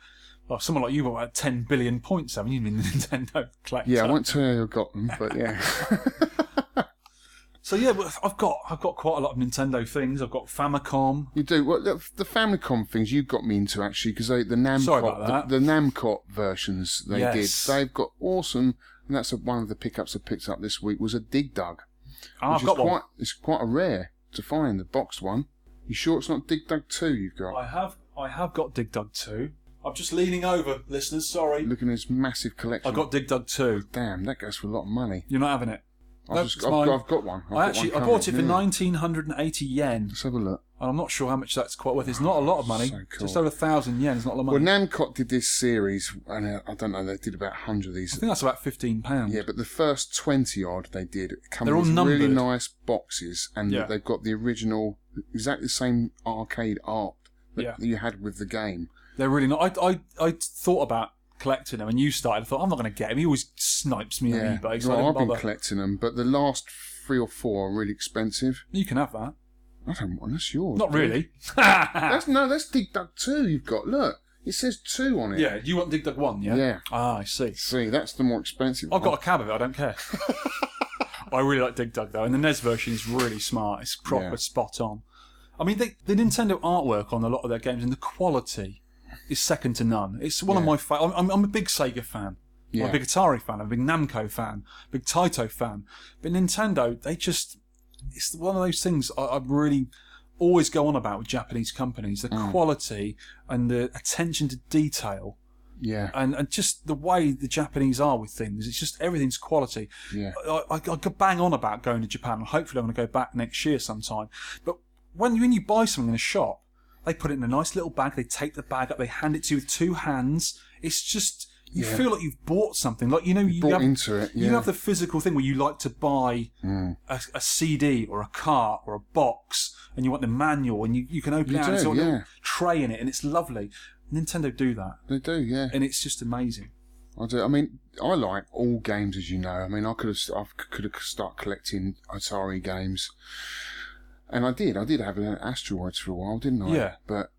well, someone like you got about 10 billion points, haven't you, in the Nintendo collector?
Yeah, I won't tell you who got them, but yeah.
So yeah, but I've got I've got quite a lot of Nintendo things. I've got Famicom.
you do. Well, the, the Famicom things you got me into actually because the Namcot,
Sorry about that.
The, the Namcot versions they
Yes.
did. They've got awesome, and that's a, one of the pickups I picked up this week was a Dig Dug.
Ah,
which
I've got
is quite,
one.
It's quite a rare to find the boxed one. You sure it's not Dig Dug Two you've got?
I have I have got Dig Dug 2. I'm just leaning over, listeners. Sorry.
Looking at this massive collection.
I got Dig Dug 2.
Damn, that goes for a lot of money.
You're not having it.
I've,
Nope,
just,
it's
I've,
mine.
got, I've got one. I've
I
got
actually
one
I bought it
coming,
for
yeah.
1980 yen,
Let's have a look.
and I'm not sure how much that's quite worth. It's not a lot of money.
So cool.
Just over a thousand yen is not a lot of money.
Well, Namcot did this series, and uh, I don't know, they did about 100 of
I
these.
think that's about 15 pounds.
Yeah, but the first 20 odd they did come
They're all
in these really
numbered.
nice boxes, and
Yeah.
they've got the original, exactly the same arcade art that
Yeah.
you had with the game.
They're really not. I, I, I thought about collecting them, and you started. I thought I'm not going to get him. He always snipes me
yeah,
on eBay, so
well,
I
I've
didn't
been
bother.
collecting them, but the last three or four are really expensive.
you can have that.
I don't want that's yours.
Not
dude.
really.
Oh, That's no, that's Dig Dug Two. You've got look, it says two on it.
yeah, you want Dig Dug One? Yeah.
Yeah.
Ah, I see.
See, that's the more expensive.
I've got
one.
a cab of it. I don't care. I really like Dig Dug though, and the NES version is really smart. It's proper
Yeah.
spot on. I mean, they, the Nintendo artwork on a lot of their games and the quality is second to none. It's one of
Yeah.
my. Fa- I'm, I'm, I'm a big Sega fan.
yeah.
I'm a big Atari fan. I'm a big Namco fan. Big Taito fan. But Nintendo, they just it's one of those things I, I really always go on about with Japanese companies: the
Mm.
quality and the attention to detail,
yeah,
and, and just the way the Japanese are with things. It's just everything's quality.
yeah.
I, I, I could bang on about going to Japan, and hopefully I'm going to go back next year sometime. But when you, when you buy something in a shop, they put it in a nice little bag. They take the bag up. They hand it to you with two hands. It's just you
Yeah.
feel like you've bought something. Like you know you
bought
have,
into it,
You
yeah. Hmm.
have the physical thing where you like to buy a, a CD or a car or a box, and you want the manual, and you, you can open
You
it out and it's
do,
got a little
yeah.
tray in it, and it's lovely. Nintendo do that,
They do, yeah.
and it's just amazing.
I do. I mean, I like all games, as you know. I mean, I could have, I could have started collecting Atari games, and I did. I did have an asteroids for a while, didn't I?
Yeah.
But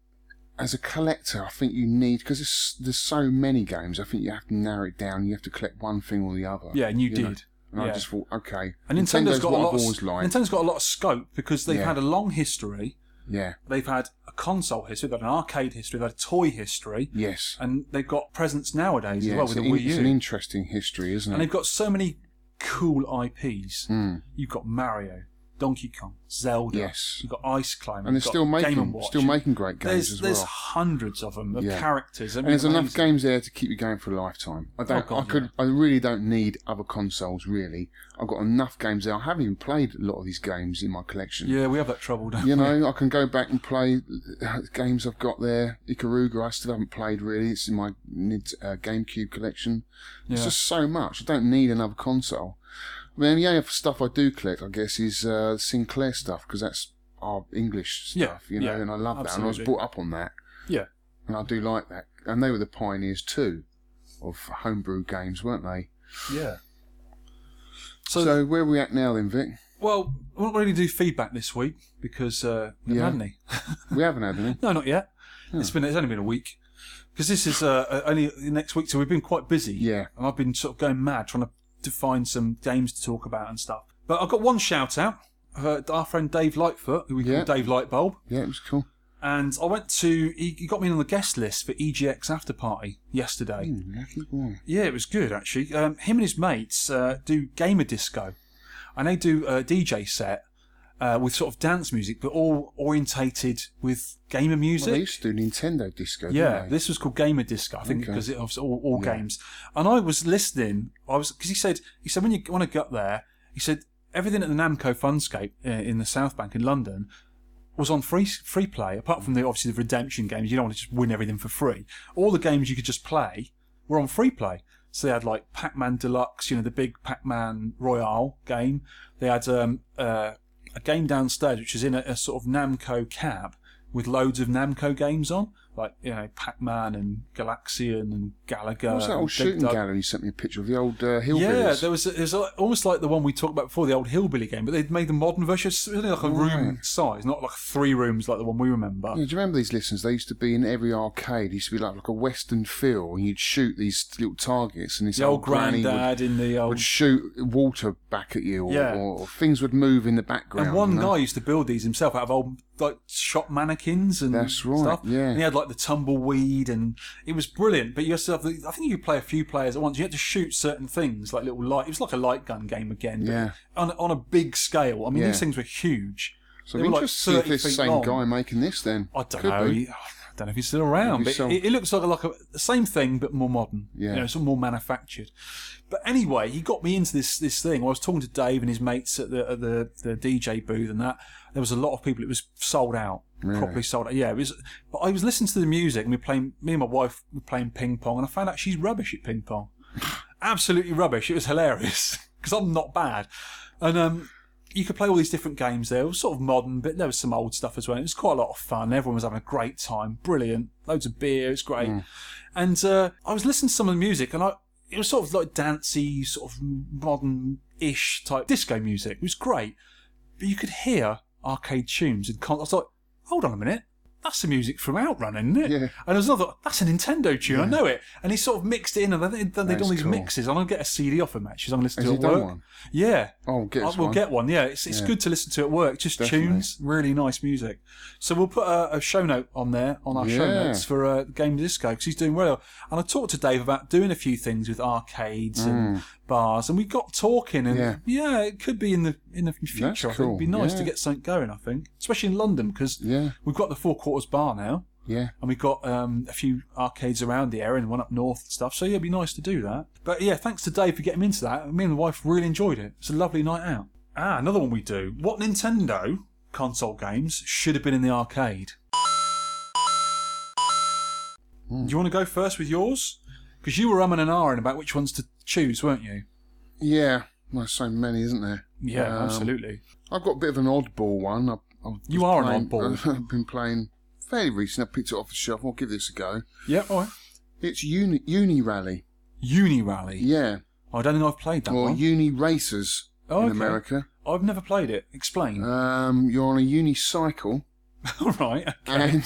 as a collector, I think you need because there's, there's so many games. I think you have to narrow it down. You have to collect one thing or the other.
Yeah, and you,
know?
did.
And I
Yeah.
just thought, okay,
And Nintendo's got
what
a lot.
I've
Of,
always liked.
Nintendo's got a lot of scope because they've
Yeah.
had a long history.
yeah.
They've had a console history, they've had an arcade history, they've had a toy history,
Yes.
and they've got presence nowadays
yeah,
as well
it's,
with the
an in-
Wii
it's
U.
an interesting history, isn't
and
it?
they've got so many cool IPs.
Hmm.
You've got Mario, Donkey Kong, Zelda.
Yes.
You've got Ice Climber.
And they're
you've got
still
Game
making
Watch.
still making great games
There's,
as
there's
well.
hundreds of them of
Yeah.
characters.
And there's enough games there to keep you going for a lifetime. I don't.
Oh, God,
I could.
yeah.
I really don't need other consoles. Really, I've got enough games there. I haven't even played a lot of these games in my collection.
Yeah, we have that trouble, don't
You
we?
know, I can go back and play uh, games I've got there. Ikaruga, I still haven't played really. It's in my Nid- uh, GameCube collection. It's
Yeah.
just so much. I don't need another console. I mean, the only other stuff I do collect, I guess, is uh, Sinclair stuff because that's our English
Yeah,
stuff, you know,
yeah,
and I love that. And I was
absolutely.
brought up on that.
Yeah.
And I do like that. And they were the pioneers too of homebrew games, weren't they?
Yeah. So,
So, where are we at now then, Vic?
well, we won't really do feedback this week because uh, we haven't
Yeah.
had any.
We haven't had any.
No, not yet. It's been it's only been a week because this is uh, uh, only next week, so we've been quite busy.
Yeah.
and I've been sort of going mad trying to, to find some games to talk about and stuff. But I've got one shout out. Uh, our friend Dave Lightfoot, who we
Yeah.
call Dave Lightbulb,
Yeah, it was cool.
and I went to he, he got me on the guest list for EGX after party yesterday.
Hmm, lucky boy.
Yeah, it was good actually. Um, him and his mates uh, do gamer disco, and they do a DJ set uh, with sort of dance music, but all orientated with gamer music.
Well, they used to do Nintendo Disco,
Yeah,
didn't they?
this was called Gamer Disc, I think,
Okay.
because it was all, all
Yeah.
games. And I was listening. I was because he said he said when you want to get there, he said everything at the Namco Funscape uh, in the South Bank in London was on free free play. Apart from the obviously the redemption games, you don't want to just win everything for free. All the games you could just play were on free play. So they had like Pac-Man Deluxe, you know, the big Pac-Man Royale game. They had um, uh, a game downstairs which is in a, a sort of Namco cab with loads of Namco games on, like you know Pac-Man and Galaxian and Galaga.
What was that
and
old
Dig
shooting
uh, Dug.
gallery you sent me a picture of? The old uh, hillbillies?
Yeah, there was, it was like- almost like the one we talked about before, the old hillbilly game, but they'd made the modern version. It's really like a room
Right.
size, not like three rooms like the one we remember.
Yeah, do you remember these listens? They used to be in every arcade. It used to be like, like a western feel, and you'd shoot these little targets, and this
the old
granny
granddad in the
would,
old
would shoot water back at you, or,
Yeah.
or, or things would move in the background.
And one
you know?
guy used to build these himself out of old like shop mannequins and
That's right,
stuff.
yeah.
And he had like the tumbleweed and it was brilliant. But you had to have the, I think you could play a few players at once. You had to shoot certain things like little light. It was like a light gun game again. but
Yeah.
On on a big scale. I mean,
Yeah.
these things were huge.
So
They
I'm
were, like,
interested to see
30
if it's the
feet
same
long.
guy making this then.
I don't
Could
know.
be.
He- I don't know if he's still around,
Maybe
but
some-
it, it looks like a, like a the same thing but more modern. you
Yeah.
know, sort of more manufactured. But anyway, he got me into this this thing. I was talking to Dave and his mates at the at the, the DJ booth and that. There was a lot of people. It was sold out, properly sold out. Yeah, it was. But I was listening to the music and we were playing. Me and my wife were playing ping pong, and I found out she's rubbish at ping pong. Absolutely rubbish. It was hilarious because I'm not bad, and um you could play all these different games there. It was sort of modern, but there was some old stuff as well. It was quite a lot of fun. Everyone was having a great time. Brilliant. Loads of beer. It's great. And uh, I was listening to some of the music, and I it was sort of like dancey, sort of modern-ish type disco music. It was great, but you could hear arcade tunes and con- I was like, hold on a minute. That's the music from Outrun, isn't it?
Yeah.
And I was another, that's a Nintendo tune, I know it. And he sort of mixed it in, and then they- then they'd
That's
all these
cool.
mixes. I'm going to get a CD off him, actually, so I'm going to listen to
Has he
it at
done
work.
one?
Yeah.
Oh, we'll get
I-
us
Uh, we'll
one.
get one. Yeah, it's it's
Yeah.
good to listen to at work. Just
Definitely.
tunes, really nice music. So we'll put a, a show note on there on our show
Yeah.
notes for uh, Game Disco because he's doing well. And I talked to Dave about doing a few things with arcades and bars, and we got talking. And yeah.
Mm. Yeah.
it could be in the in the future. I think it'd be
cool.
nice to
Yeah.
get something going. I think, especially in London, because
Yeah.
we've got the Four Quarters Bar now,
Yeah.
and we've got um, a few arcades around the area and one up north and stuff. So yeah, it'd be nice to do that. But yeah, thanks to Dave for getting me into that. Me and the wife really enjoyed it. It's a lovely night out. Ah, another one we do. What Nintendo console games should have been in the arcade? Do you want to go first with yours? Because you were umming and ahhing about which ones to choose, weren't you?
Yeah. Well, so many, isn't there?
Yeah,
Um,
absolutely.
I've got a bit of an oddball one. I, I was
You are
playing,
an oddball.
I've been playing fairly recently. I picked it off the shelf. I'll give this a go.
Yeah, all right.
It's Uni, uni Rally.
Uni Rally.
Yeah.
I don't think I've played that
or
one.
Uni Racers
Oh,
in
okay.
America.
I've never played it. Explain.
Um, you're on a unicycle
all right.
and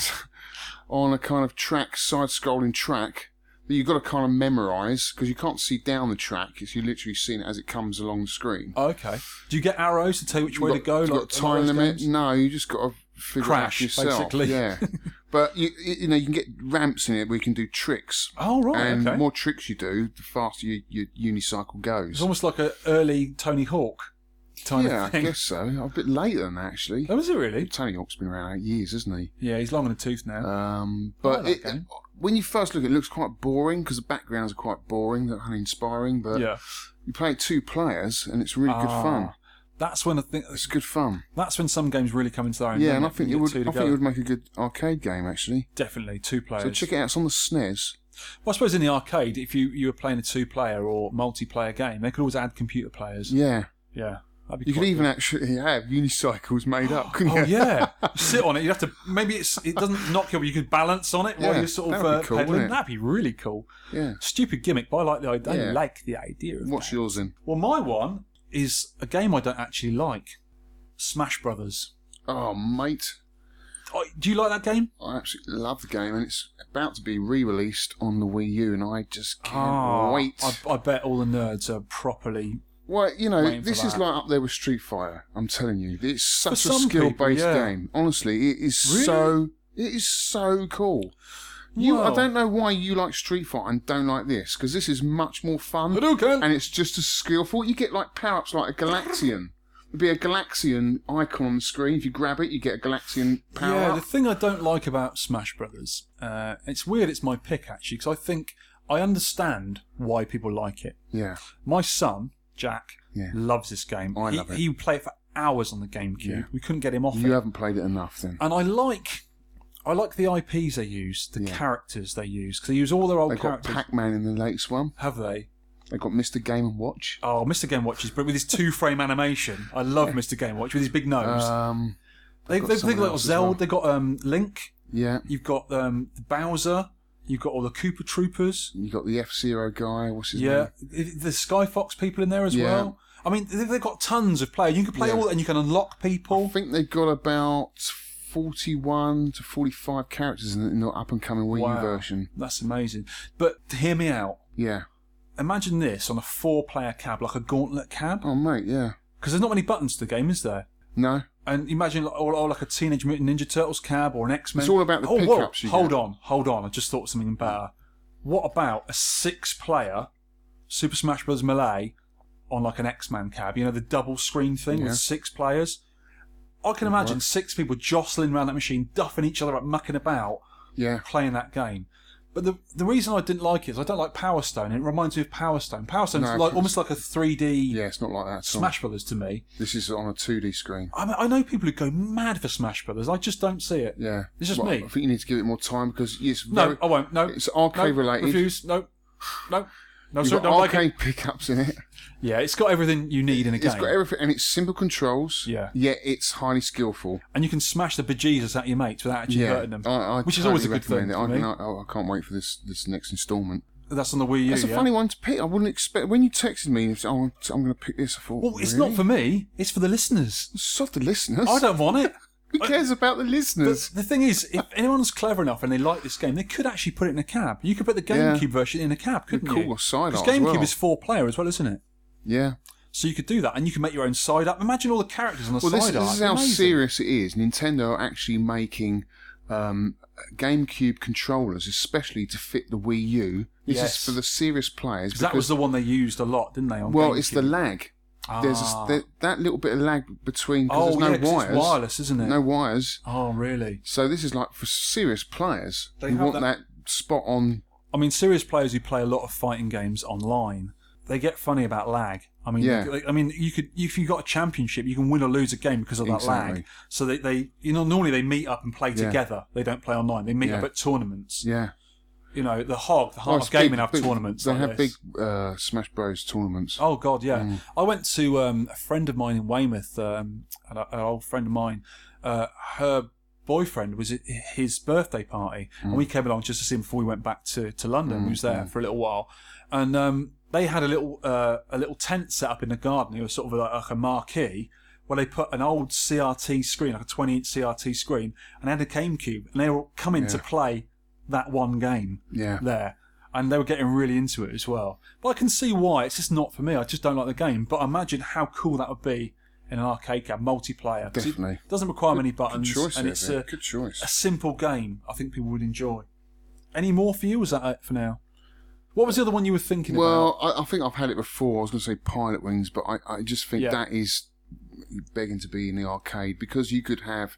on a kind of track, side scrolling track that you've got to kind of memorise because you can't see down the track. It's, you're literally seeing it as it comes along the screen.
Okay. Do you get arrows to tell you Oh, which
You've
way
got,
to go?
you've
like
got
in all
time
those
limit?
games?
No, you just got to figure
Crash,
it out yourself.
basically.
Yeah. But you, you you know you can get ramps in it where you can do tricks.
Oh, right,
And
okay.
the more tricks you do, the faster your, your unicycle
It's
goes.
almost like an early Tony Hawk kind
yeah,
of
I
thing.
guess so. A bit later than that, actually.
Oh, is it really?
Tony Hawk's been around eight years, isn't he?
Yeah, he's long in the tooth now.
Um,
I
but
like
it,
that game.
when you first look, it looks quite boring because the backgrounds are quite boring, they're uninspiring. But
yeah.
you play it two players, and it's really good
Ah,
fun.
That's when I think
It's good fun.
that's when some games really come into their own.
yeah,
don't
and
they?
I think
Ah. You
it
get
would.
two
I
to
think
go.
it would make a good arcade game actually.
definitely two players.
So check it out. It's on the E SNES.
Well, I suppose in the arcade, if you, you were playing a two player or multiplayer game, they could always add computer players. Yeah,
Yeah,
that'd be
you could
quite
even actually have unicycles made up, couldn't
Oh
you?
yeah, sit on it. You have to. Maybe it's it doesn't knock you, but you could balance on it while
Yeah,
you're sort of
that'd
uh,
be cool,
pedaling.
wouldn't it?
That'd be really cool.
yeah.
Stupid gimmick, but I like the idea. I
Yeah.
like the idea of
What's
that.
yours then?
Well, my one is a game I don't actually like. Smash Brothers.
Oh, mate,
Oh, do you like that game?
I absolutely love the game, and it's about to be re-released on the Wii U, and I just can't
Ah,
wait.
I, I bet all the nerds are properly.
Well, you know,
waiting for
this is
that.
like up there with Street Fighter. I'm telling you, it's such a
some
skill-based
people, yeah.
game. Honestly, it is
Really?
so it is so cool. You, I
Wow.
don't know why you like Street Fighter and don't like this because this is much more fun.
Hadouken!
Um, and it's just as skillful. You get like power-ups like a Galaxian. There'd be a Galaxian icon on the screen. If you grab it, you get a Galaxian power
yeah, the
up.
thing I don't like about Smash Brothers, uh, it's weird. It's my pick actually, because I think I understand why people like it.
yeah,
My son Jack
Yeah. Oh,
loves this game.
I
he,
love it.
He would play it for hours on the GameCube.
Yeah.
We couldn't get him off
you
it.
haven't played it enough then.
And I like, I like the IPs they use, the
Yeah.
characters they use, because they use all their old
They got
characters.
Pac-Man in the latest one.
Have they?
They got Mr. Game and Watch.
Oh, Mr. Game Watches, but with his two-frame animation. I love Mr. Game Watch with his big nose.
Um,
they've
got
they've, they've
someone
got
else as
Zelda.
well.
They've got um, Link.
yeah.
You've got um, Bowser. You've got all the Koopa Troopers.
You got the F Zero guy. What's his
Yeah,
name?
the Sky Fox people in there as
Yeah.
well. I mean, they've they've got tons of players. You can play
Yeah.
all, and you can unlock people.
I think they've got about forty-one to forty-five characters in the, in the up-and-coming Wii U version.
That's amazing. But hear me out.
Yeah.
Imagine this on a four player cab, like a gauntlet cab.
Oh mate, yeah.
Because there's not many buttons to the game, is there?
No.
And imagine like, or, or like a Teenage Mutant Ninja Turtles cab or an X Men.
It's all about the
oh, whoa,
pickups you
Hold
get.
on, hold on. I just thought of something better. What about a six player Super Smash Bros. Melee on like an X Man cab? You know, the double screen thing
Yeah.
with six players? I can imagine six people jostling around that machine, duffing each other up, mucking about.
Yeah.
playing that game. But the the reason I didn't like it is I don't like Power Stone. It reminds me of Power Stone. Power Stone's
No,
like
it's-
almost like a 3D
Yeah. It's not like that. at all.
Smash Brothers to me.
This is on a two D screen.
I mean, I know people who go mad for Smash Brothers. I just don't see it.
Yeah.
It's just
Well,
me.
I think you need to give it more time because it's
No, oh,
very,
I won't. No,
It's arcade
no,
related.
Refuse. No, no, no.
You've
Sorry,
got
don't like
arcade
it.
pickups in it.
Yeah, it's got everything you need in a
It's
game,
got everything, and it's simple controls.
Yeah.
Yet it's highly skillful.
and you can smash the bejesus out of your mates without actually
Yeah.
hurting them,
I, I
which is
totally
always a good thing.
recommend it.
to
I,
me.
can- I, oh, I can't wait for this this next instalment.
That's on the Wii U.
That's a
yeah?
funny one to pick. I wouldn't expect. When you texted me, you said, oh, I'm, I'm going to pick this. I thought,
Well, it's
really?
not for me. It's for the listeners.
It's not the listeners.
I don't want it.
Who cares about the
But
listeners?
the thing is, if anyone's clever enough and they like this game, they could actually put it in a cab. You could put the
Yeah.
GameCube version in a cab, couldn't
cool,
you?
or side
Because
art as
GameCube
well.
is four player as well, isn't it?
yeah.
So you could do that, and you can make your own side up. Imagine all the characters on the
Well,
side
this,
art.
this is how
Amazing.
serious it is. Nintendo are actually making um, GameCube controllers, especially to fit the Wii U. This
Yes.
is for the serious players.
'Cause that was the one they used a lot, didn't they? On
well, it's the
GameCube?
lag. There's a,
Ah.
there, that little bit of lag between because
oh, yeah,
there's
'cause
no wires.
It's wireless, isn't it?
No wires.
Oh, really?
So this is like for serious players.
They
you
have
want
that-
that, spot on.
I mean, serious players who play a lot of fighting games online, they get funny about lag. I mean,
Yeah.
they- I mean, you could if you got a championship, you can win or lose a game because of that
Exactly.
lag. So they, they, you know, normally they meet up and play
Yeah.
together. They don't play online. They meet
Yeah.
up at tournaments.
Yeah.
You know, the Hog, the Heart
Oh,
of
it's
Gaming
big-
have
big-
tournaments.
They
like
have
this.
big uh, Smash Bros. tournaments.
Oh God, yeah. I went to um, a friend of mine in Weymouth, um, an, an old friend of mine. Uh, her boyfriend was at his birthday party, and we came along just to see him before we went back to, to London. We was there for a little while, and um, they had a little uh, a little tent set up in the garden. It was sort of like, like a marquee. Where they put an old CRT screen, like a 20 inch CRT screen, and they had a GameCube, and they were coming to play that one game
yeah.
there, and they were getting really into it as well. But I can see why it's just not for me. I just don't like the game. But imagine how cool that would be in an arcade cab multiplayer. 'Cause
Definitely.
It doesn't require many
Good
buttons,
choice,
and
there,
it's
Vic.
a,
good choice.
a simple game. I think people would enjoy. Any more for you? Is that it for now? What was the other one you were thinking about?
Well, I, I think I've had it before. I was going to say Pilot Wings, but I, I just think
Yeah.
that is begging to be in the arcade because you could have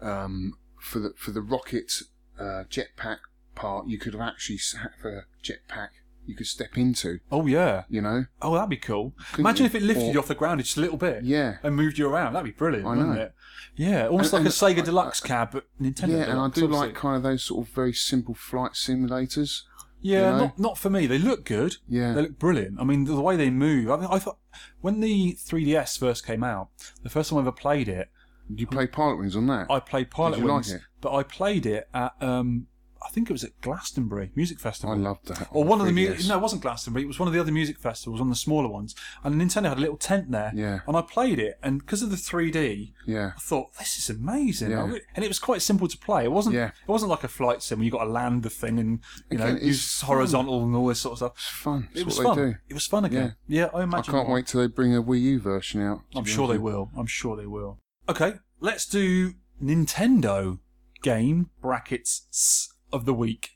um, for the for the rocket uh, jetpack part, you could have actually s- have a jetpack you could step into.
Oh yeah.
You know,
Oh, that'd be cool.
Couldn't
Imagine
you?
if it lifted
Or-
you off the ground just a little bit.
Yeah.
And moved you around. That'd be brilliant,
I
wouldn't
know.
it? Yeah, almost
And-
like
and-
a Sega Deluxe cab, but Nintendo.
yeah, and I
Deluxe,
do
obviously.
like kind of those sort of very simple flight simulators.
Yeah,
know?
not not for me. They look good.
Yeah.
they look brilliant. I mean, the, the way they move. I mean, I thought when the 3DS first came out, the first time I ever played it,
Did you play Pilot Wings on that?
Mm. I played Pilot
you like
Wings,
it?
but I played it at um, I think it was at Glastonbury Music Festival.
I loved that.
or
on
one of the music.
3DS.
No, it wasn't Glastonbury. It was one of the other music festivals, one of the smaller ones. And Nintendo had a little tent there.
Yeah.
And I played it, and because of the 3D,
Yeah.
I thought this is amazing.
Yeah.
I re- and it was quite simple to play. It wasn't.
Yeah.
It wasn't like a flight sim where you got to land the thing and you know
Again, it's
use
fun.
horizontal and all this sort of stuff.
It's fun. It's
It was
what
fun.
they do.
It was fun again. Yeah, I
I
imagine.
can't
not.
wait till they bring a Wii U version out. to
I'm
be
sure
honest
they
with you.
will. I'm sure they will. Okay, let's do Nintendo game brackets s- of the week.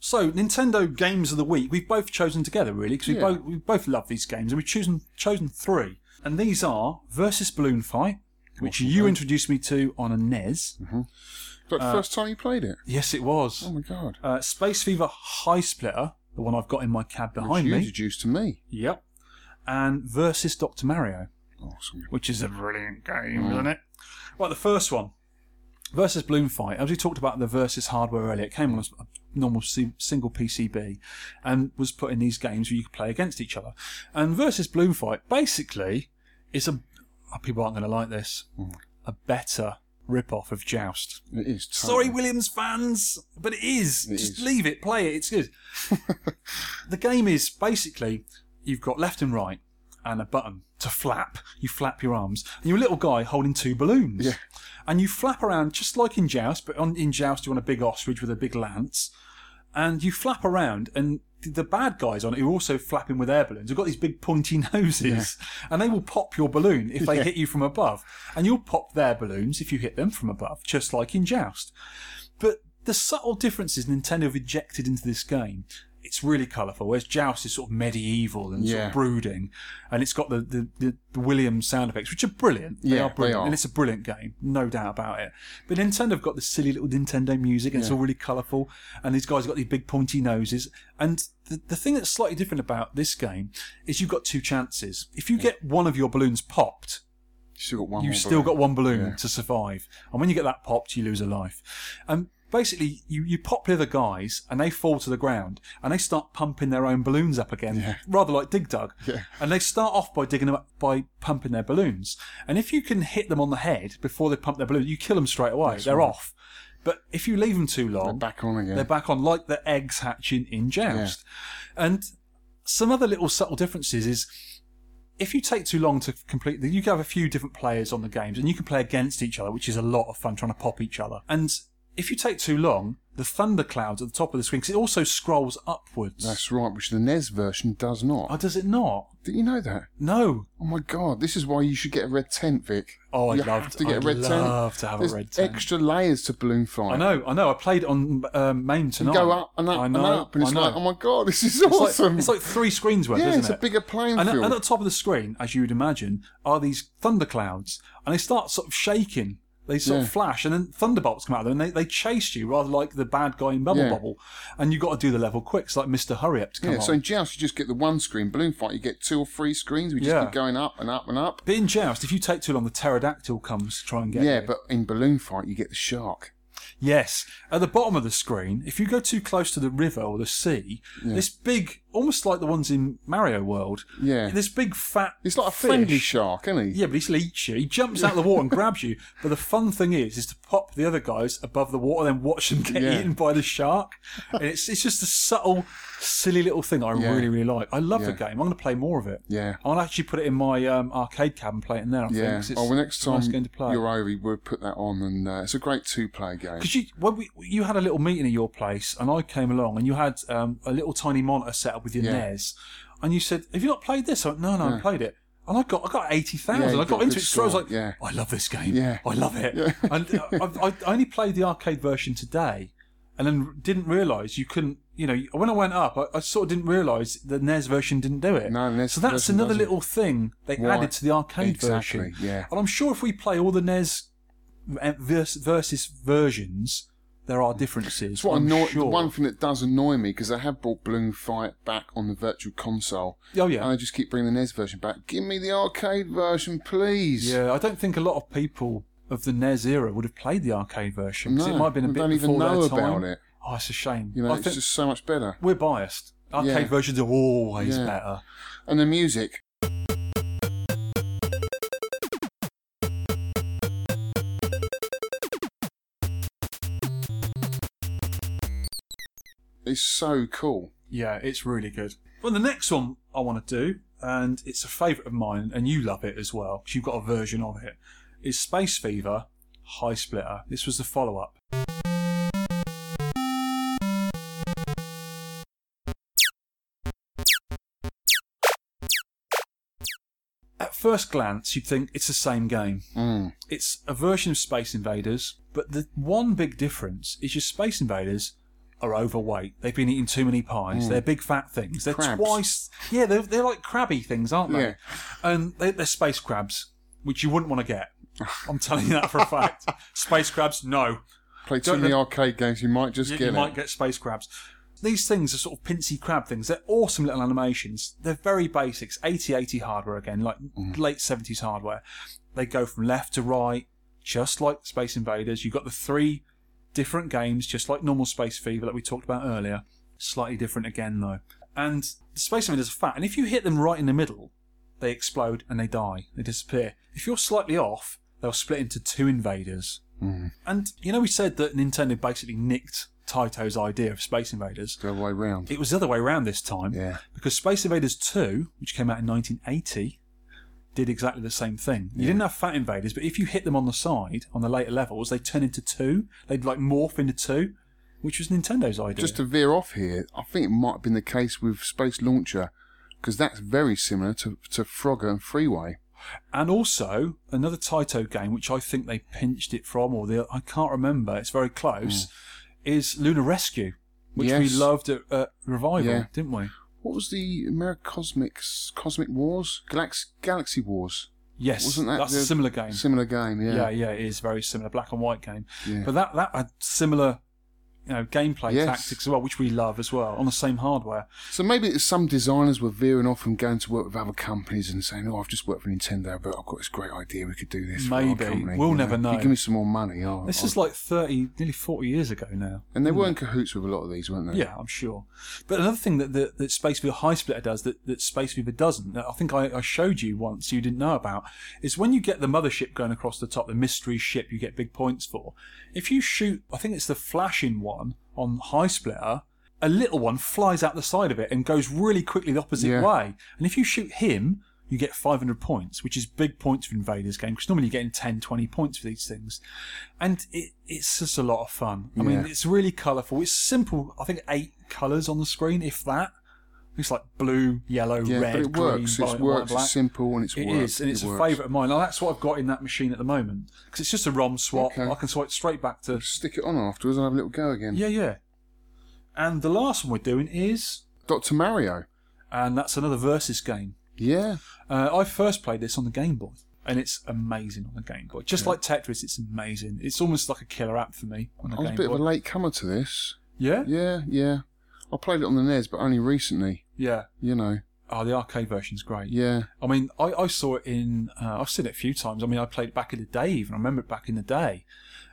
So Nintendo games of the week we've both chosen together really because we
Yeah.
both we both love these games and we've chosen chosen three and these are versus balloon fight which
Awesome
you
game.
introduced me to on a NES.
Is that the
Uh,
first time you played it?
Yes, it was.
Mm-hmm. Oh my god!
Uh, Space Fever High Splitter, the one I've got in my cab
Which
behind
you
me.
introduced to me.
Yep. And versus Dr. Mario,
Awesome. Mm.
which is a brilliant game, isn't it? Right, the first one. Versus Bloom Fight. As we talked about the versus hardware earlier, it came on a normal si- single PCB and was put in these games where you could play against each other. And versus Bloom Fight basically is a. oh, people aren't going to like this.
Mm.
A better rip off of Joust.
It is.
Sorry,
Totally.
Williams fans, but it is.
It
Just
is.
leave it, play it, it's good. the game is basically you've got left and right and a button to flap. You flap your arms, and you're a little guy holding two balloons.
Yeah.
And you flap around just like in Joust, but on, in Joust, you're on a big ostrich with a big lance. And you flap around, and th- the bad guys on it are also flapping with air balloons. They've got these big pointy noses, and they will pop your balloon if they hit you from above. And you'll pop their balloons if you hit them from above, just like in Joust. But the subtle differences Nintendo have injected into this game, it's really colourful. Whereas Joust is sort of medieval and sort
Yeah.
of brooding, and it's got the, the, the, the Williams sound effects, which are brilliant.
Yeah,
they are
they
brilliant,
are.
and it's a brilliant game, no doubt about it. But Nintendo have got this silly little Nintendo music, and it's all really colourful. And these guys have got these big pointy noses. And the, the thing that's slightly different about this game is you've got two chances. If you get one of your balloons popped,
You still got one.
you've
more
still got
balloon.
one balloon
Yeah.
to survive. And when you get that popped, you lose a life. And basically, you, you pop the other guys and they fall to the ground and they start pumping their own balloons up again, rather like Dig Dug.
Yeah.
And they start off by digging them up by pumping their balloons. And if you can hit them on the head before they pump their balloon, you kill them straight away. They're off. But if you leave them too long,
They're back on again.
they're back on like the eggs hatching in Joust. And some other little subtle differences is if you take too long to complete, the, you can have a few different players on the games and you can play against each other, which is a lot of fun trying to pop each other. And if you take too long, the thunder clouds at the top of the screen, 'cause it also scrolls upwards.
That's right. Which the NES version does not.
Oh, does it not?
Did you know that?
No.
Oh my god! This is why you should get a red tent, Vic.
Oh, I'd
you
love-
have to get
I'd
a red tent.
love to have a
There's
red tent.
Extra layers to balloon flight.
I know, I know. I played it on um, main
You
tonight.
go up and up
I
and
know,
up, and
I
it's
know.
like, oh my god, this is
It's like-
awesome.
It's like, three screens worth,
yeah,
isn't
it's
it?
a bigger playing
And, at-
field.
and at the top of the screen, as you would imagine, are these thunder clouds, and they start sort of shaking. They sort
Yeah.
of flash, and then thunderbolts come out of them, and they, they chase you rather like the bad guy in Bubble
Yeah.
Bobble. And you've got to do the level quick. It's like Mr. Hurry Up to come
yeah,
on.
so in Joust you just get the one screen. Balloon Fight you get two or three screens. We just
Yeah.
keep going up and up and up.
but in Joust, if you take too long, the pterodactyl comes to try and get
Yeah,
you.
but in Balloon Fight you get the shark.
Yes. At the bottom of the screen, if you go too close to the river or the sea, this big, almost like the ones in Mario World,
Yeah.
this big fat.
It's like a
fish-
friendly shark, isn't he?
Yeah, but he's leechy. He jumps out of the water and grabs you. But the fun thing is, is to pop the other guys above the water, then watch them get
Yeah.
eaten by the shark. And it's it's just a subtle, silly little thing I
Yeah.
really really like. I love the
Yeah.
game. I'm going to play more of it.
Yeah.
I'll actually put it in my um, arcade cab and play it in there. I think,
Yeah.
'cause it's
oh, well, next
a
time
nice game to play.
you're over, we'll put that on, and uh, it's a great two-player game. okay.
Because you, when we, you had a little meeting at your place, and I came along, and you had um, a little tiny monitor set up with your
Yeah.
NES, and you said, "Have you not played this?" I went, "No, no, I
No.
played it." And I got, I got eighty
Yeah,
thousand.
you
I
got
got
a
into it.
good
So I was
score,
like,
yeah.
"I love this game.
Yeah.
I love it."
Yeah.
and uh, I, I only played the arcade version today, and then didn't realise you couldn't. You know, when I went up, I, I sort of didn't realise the NES version didn't do it.
No, NES
so that's
version
another
doesn't.
little thing they
Why?
added to the arcade
Exactly,
version.
yeah.
and I'm sure if we play all the E NES vers- versus versions, there are differences.
It's what
I'm
annoy-
sure.
one thing that does annoy me because they have brought Bloom Fight back on the Virtual Console,
oh
and
yeah,
they just keep bringing the NES version back. Give me the arcade version, please.
yeah. I don't think a lot of people of the NES era would have played the arcade version. 'cause
No,
it might have been a
they
bit
don't even
before
know
their time.
about it.
Oh, it's a shame.
You know,
I
it's
think
just so much better.
we're biased. Arcade
Yeah.
versions are always
Yeah.
better.
And the music. It's so cool.
Yeah, it's really good. Well, the next one I want to do, and it's a favourite of mine, and you love it as well, 'cause you've got a version of it, is Space Fever High Splitter. This was the follow up. At first glance, you'd think it's the same game
Mm.
it's a version of Space Invaders, but the one big difference is your Space Invaders are overweight. They've been eating too many pies.
Mm.
They're big fat things. They're
Crabs.
twice. Yeah, they're, they're like crabby things, aren't they?
Yeah.
And they, they're space crabs, which you wouldn't want to get. I'm telling you that for a fact. space crabs, no.
Play too
Don't
many
know-
arcade games, you might just
You,
get
you
it.
might get space crabs. These things are sort of pincy crab things. They're awesome little animations. They're very basics. 8080 hardware again, like late 70s hardware. They go from left to right, just like Space Invaders. You've got the three different games, just like normal Space Fever that we talked about earlier. Slightly different again, though. And the Space Invaders are fat, and if you hit them right in the middle, they explode and they die. They disappear. If you're slightly off, they'll split into two invaders.
Mm.
And you know, we said that Nintendo basically nicked Taito's idea of Space Invaders.
the other way round.
It was the other way around this time.
Yeah.
Because Space Invaders 2, which came out in 1980, did exactly the same thing. You didn't have Fat Invaders, but if you hit them on the side, on the later levels, they turn into two. They'd like morph into two, which was Nintendo's idea.
Just to veer off here, I think it might have been the case with Space Launcher, because that's very similar to, to Frogger and Freeway.
And also another Taito game, which I think they pinched it from, or the I can't remember. It's very close. Is Lunar Rescue, which we
Hmm. Yes.
loved at uh, Revival,
Yeah.
didn't we?
What was the American Cosmics Cosmic Wars? Galaxy Galaxy Wars.
Yes,
Wasn't that
that's a
the-
similar game.
Similar game, yeah.
yeah, yeah, it is very similar, black and white game.
Yeah.
But that that had similar, you know, gameplay
Yes.
tactics as well, which we love as well on the same hardware.
So maybe it's some designers were veering off and going to work with other companies and saying, "Oh, I've just worked for Nintendo, but I've got this great idea. We could do this." for our
Maybe.
company,"
We'll
you
never
If
know.
You give me some more money. I'll,
This
I'll-
is like thirty, nearly forty years ago now.
Uh-huh. and they were in cahoots with a lot of these, weren't they?
Yeah, I'm sure. But another thing that that, that Space Fever High Splitter does that, that Space Fever doesn't, that I think I, I showed you once you didn't know about, is when you get the mothership going across the top, the mystery ship you get big points for. If you shoot, I think it's the flashing one on High Splitter, a little one flies out the side of it and goes really quickly the opposite
Yeah.
way. And if you shoot him, you get 500 points, which is big points for Invaders game, because normally you're getting 10, 20 points for these things and it, it's just a lot of fun. I mean,
Yeah.
it's really colourful. It's simple. I think eight colours on the screen, if that. It's like blue, yellow,
Yeah,
red,
but it
green,
works.
white, white,
It works.
black.
It's simple and it's
It
works.
is, and it's
it
a
works.
favourite of mine. And that's what I've got in that machine at the moment because it's just a ROM swap.
Okay.
I can swipe straight back to
Stick it on afterwards and have a little go again.
yeah, yeah. And the last one we're doing is,
Doctor Mario.
and that's another versus game.
Yeah.
Uh, I first played this on the Game Boy, and it's amazing on the Game Boy. Just like Tetris, it's amazing. It's almost like a killer app for me on the
I was a
Game
bit
Boy.
of a late comer to this.
yeah,
Yeah, yeah. I played it on the NES, but only recently.
yeah.
You know.
Oh, the arcade version's great.
Yeah.
I mean, I, I saw it in. Uh, I've seen it a few times. I mean, I played it back in the day, even. I remember it back in the day,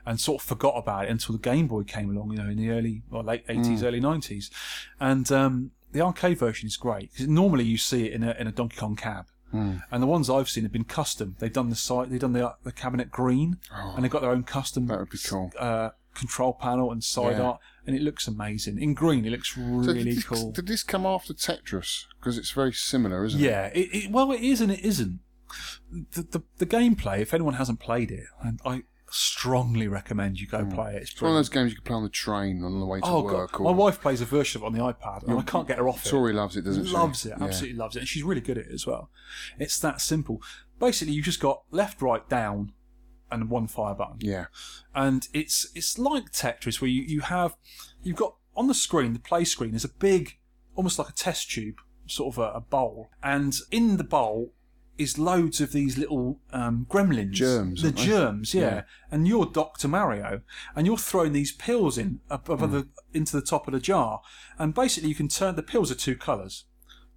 and sort of forgot about it until the Game Boy came along. You know, in the early or late
Mm.
eighties, early nineties, and um, the arcade version is great 'cause normally you see it in a in a Donkey Kong cab.
Mm.
And the ones I've seen have been custom. They've done the site, they've done the uh, the cabinet green, and they've got their own custom
Oh. That would be cool.
uh, control panel and side
Yeah.
art, and it looks amazing. In green, it looks
So
really
did this,
cool.
Did this come after Tetris? Because it's very similar, isn't it?
Yeah, it, it, well, it is and it isn't. The, the, the gameplay, if anyone hasn't played it, and I, strongly recommend you go play it. It's
Hmm. It's one of
brilliant.
those games you can play on the train on the way to
Oh
work.
god,
Or
my wife plays a version of it on the iPad, and I can't get her off it.
Tori loves it, doesn't she?
loves it,
Yeah.
absolutely loves it, and she's really good at it as well. It's that simple. Basically, you've just got left, right, down, and one fire button
Yeah.
and it's it's like Tetris where you, you have you've got on the screen the play screen is a big almost like a test tube sort of a, a bowl and in the bowl is loads of these little um, gremlins
Germs,
the
aren't they?
germs yeah.
Yeah.
and you're Dr Mario and you're throwing these pills in up
Hmm.
above the, into the top of the jar and basically you can turn the pills are two colours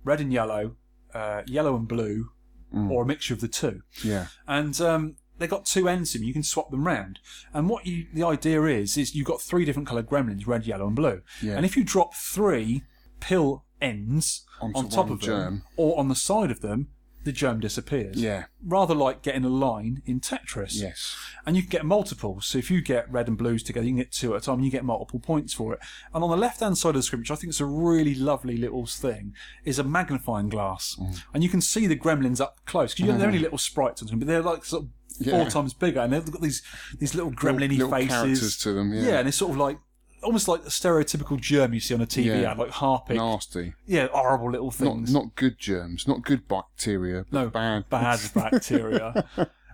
red and yellow uh, yellow and blue
Hmm.
or a mixture of the two
Yeah.
and um, they got two ends in them. You can swap them round. And what you the idea is is you've got three different coloured gremlins: red, yellow, and blue.
Yeah.
And if you drop three pill ends
Onto
on top
one
of
germ.
them or on the side of them, the germ disappears.
Yeah.
Rather like getting a line in Tetris.
Yes.
And you can get multiples. So if you get red and blues together, you can get two at a time. and You get multiple points for it. And on the left-hand side of the screen, which I think is a really lovely little thing, is a magnifying glass,
Mm-hmm.
and you can see the gremlins up close. 'Cause you know, they're only little sprites on them, but they're like sort of
Yeah.
four times bigger, and they've got these these little gremlin-y
little
faces
characters to them, yeah.
and it's sort of like. Almost like the stereotypical germ you see on a TV
Yeah.
ad, like harping.
Nasty.
Yeah, horrible little
Not
things
not good germs, not good bacteria, but
no
bad
bacteria.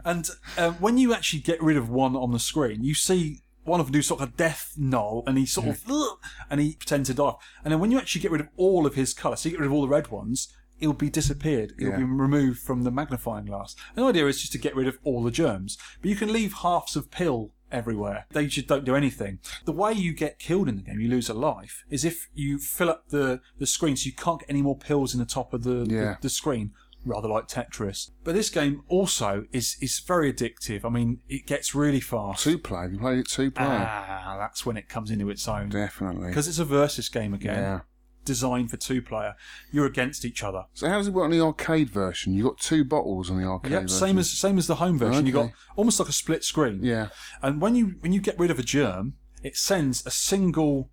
and uh, when you actually get rid of one on the screen, you see one of them do sort of a death knoll, and he sort of "Ugh," and he pretends to die. And then when you actually get rid of all of his colour, so you get rid of all the red ones, it'll be disappeared. It'll
Yeah.
be removed from the magnifying glass. And the idea is just to get rid of all the germs, but you can leave halves of pill everywhere. They just don't do anything. The way you get killed in the game, you lose a life, is if you fill up the the screen so you can't get any more pills in the top of the
Yeah.
the, the screen, rather like Tetris. But this game also is is very addictive. I mean, it gets really fast.
Two player. Have You played it two player.
ah, that's when it comes into its own
Definitely.
because it's a versus game again,
Yeah.
designed for two player. You're against each other.
So how does it work on the arcade version? You got two bottles on the arcade
Yep,
version.
same as same as the home version. You got
Okay.
almost like a split screen.
Yeah.
And when you when you get rid of a germ, it sends a single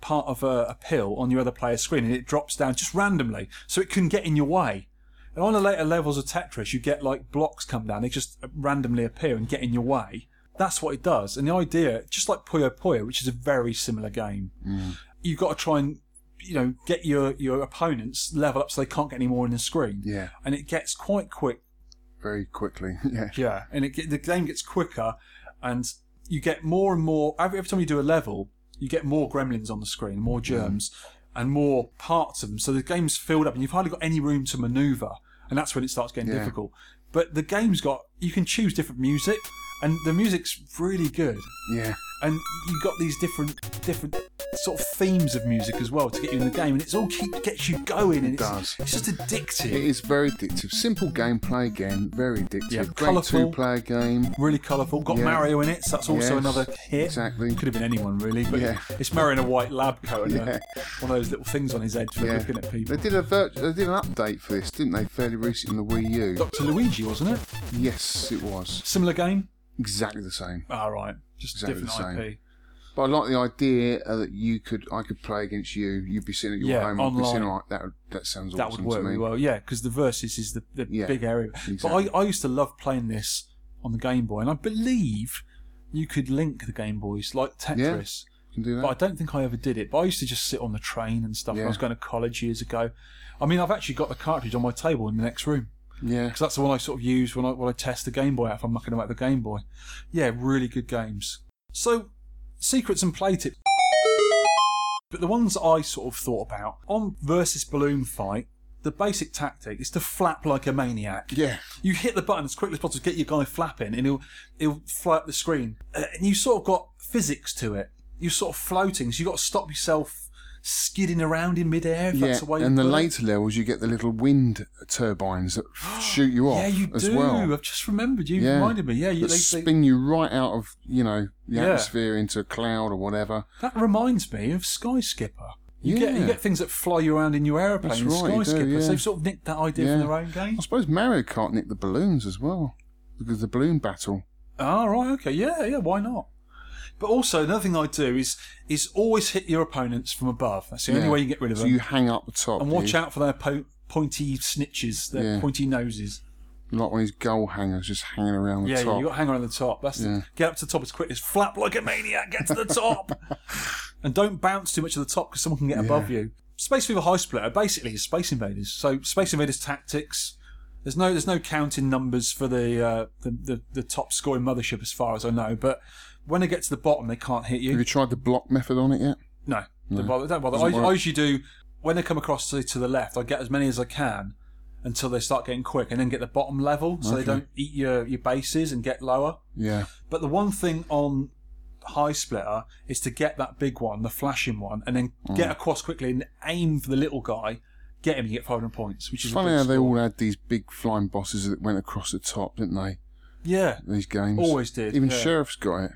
part of a, a pill on your other player's screen, and it drops down just randomly, so it can get in your way. And on the later levels of Tetris, you get like blocks come down; they just randomly appear and get in your way. That's what it does. And the idea, just like Puyo Puyo, which is a very similar game, you've got to try and you know get your your opponents level up so they can't get any more in the screen.
Yeah.
And it gets quite quick
Very quickly. Yeah.
yeah, and it, get- the game gets quicker, and you get more and more. Every, every time you do a level, you get more gremlins on the screen,
Mm.
more germs, and more parts of them. So the game's filled up, and you've hardly got any room to maneuver, and that's when it starts getting
Yeah.
difficult. But the game's got you can choose different music, and the music's really good,
Yeah.
and you've got these different different sort of themes of music as well to get you in the game, and it's all keep gets you going, and it's,
does.
it's just addictive.
It is very addictive. Simple gameplay again, very addictive.
Yeah,
Great
colourful.
two player game.
really colourful. Got
Yeah.
Mario in it, so that's also
Yes,
another hit.
exactly.
Could have been anyone really, but
Yeah.
it's Mario in a white lab coat and a-
Yeah.
one of those little things on his head for
Yeah.
looking at
They
people.
did a vir- they did an update for this, didn't they? Fairly recently on the Wii U.
Dr. Luigi, wasn't it?
Yes, it was.
Similar game?
Exactly the same.
All right, just
Exactly
different
the same.
IP.
But I like the idea uh, that you could, I could play against you. You'd be sitting at your
Yeah,
home. I'd be sitting
online.
like that. That sounds
That would
awesome
work
to me.
really well, yeah, because the versus is the, the
Yeah,
big area.
exactly.
But I, I used to love playing this on the Game Boy, and I believe you could link the Game Boys like
Yeah.
Tetris.
You can do that.
But I don't think I ever did it. But I used to just sit on the train and stuff. when
Yeah.
I was going to college years ago. I mean, I've actually got the cartridge on my table in the next room.
yeah,
because that's the one I sort of use when I when I test the Game Boy out if I'm mucking about the Game Boy. Yeah, really good games. So, secrets and play tips. But the ones I sort of thought about on versus balloon fight, the basic tactic is to flap like a maniac.
yeah.
You hit the button as quickly as possible to get your guy flapping, and he'll he'll fly up the screen. Uh, and you sort of got physics to it. You're sort of floating, so you have got to stop yourself skidding around in midair. If
Yeah,
that's the way.
and
you put
the
it.
later levels you get the little wind turbines that shoot you off
yeah, you
as
do.
well.
I've just remembered. You
Yeah.
reminded me. Yeah, you,
that
they, they,
spin you right out of you know the
Yeah.
atmosphere into a cloud or whatever.
That reminds me of Sky Skipper. You
yeah.
get you get things that fly you around in your aeroplane.
That's
in
right, you do,
Sky Skipper.
yeah.
So they've sort of nicked that idea
Yeah.
from their own game.
I suppose Mario Kart nicked the balloons as well because the balloon battle.
Ah, right, okay, yeah, yeah, why not? But also another thing I do is is always hit your opponents from above. That's the only
Yeah.
way you get rid of
So
them.
you hang up the top
and watch
you-
out for their po- pointy snitches, their
Yeah.
pointy noses.
Like when his goal hangers just hanging around the
Yeah, yeah,
top.
you got to hang around the top. That's
Yeah.
get up to the top as quick as flap like a maniac. Get to the top, and don't bounce too much at the top because someone can get above you. Space Fever High Split are basically Space Invaders. So Space Invaders tactics. There's no there's no counting numbers for the uh, the, the the top scoring mothership as far as I know. But when they get to the bottom, they can't hit you.
Have you tried the block method on it yet?
No, don't bother. Don't bother.
Doesn't
I,
work.
I usually do when they come across to, to the left. I get as many as I can until they start getting quick, and then get the bottom level so they
Okay.
don't eat your your bases and get lower.
Yeah.
But the one thing on high splitter is to get that big one, the flashing one, and then
Mm.
get across quickly and aim for the little guy. Get him, you get 500 points, which is
It's
a
funny
good
how they
score.
all had these big flying bosses that went across the top, didn't they?
yeah.
These games.
Always did,
Even
yeah.
Sheriff's got it.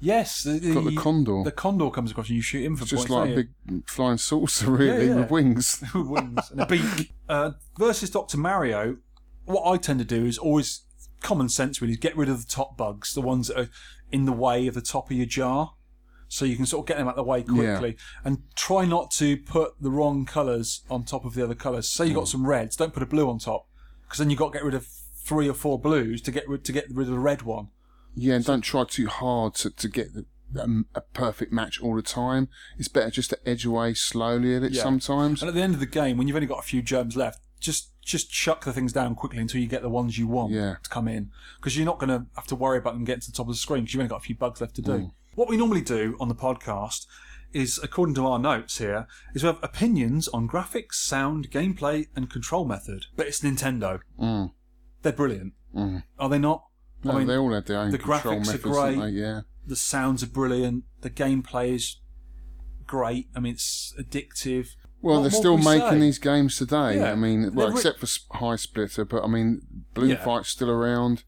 Yes, the, the,
Got the condor.
The condor comes across and you shoot him for
It's just
points.
like
don't
a
you?
big flying saucer, really,
yeah.
with wings.
with wings and a beak. Uh, versus Dr. Mario, what I tend to do is always common sense really is get rid of the top bugs, the ones that are in the way of the top of your jar. So you can sort of get them out of the way quickly and try not to put the wrong colours on top of the other colours. Say you've got some reds, don't put a blue on top because then you've got to get rid of three or four blues to get rid, to get rid of the red one.
Yeah, and don't try too hard to, to get the, um, a perfect match all the time. It's better just to edge away slowly at it
Yeah.
sometimes.
And at the end of the game, when you've only got a few germs left, just just chuck the things down quickly until you get the ones you want
Yeah.
to come in, because you're not going to have to worry about them getting to the top of the screen because you've only got a few bugs left to do.
Mm.
What we normally do on the podcast is, according to our notes here, is we have opinions on graphics, sound, gameplay, and control method. But it's Nintendo;
Mm.
they're brilliant,
Mm.
are they not?
No,
I mean,
they all had their own
the
control
graphics are
methods, didn't
great.
they? Yeah.
the sounds are brilliant, the gameplay is great. I mean, it's addictive.
Well,
What
they're
more
still
can we
making
say?
these games today.
Yeah.
I mean, well,
They're re-
except for Sp- High Splitter, but I mean, Balloon
Yeah.
Fight's still around.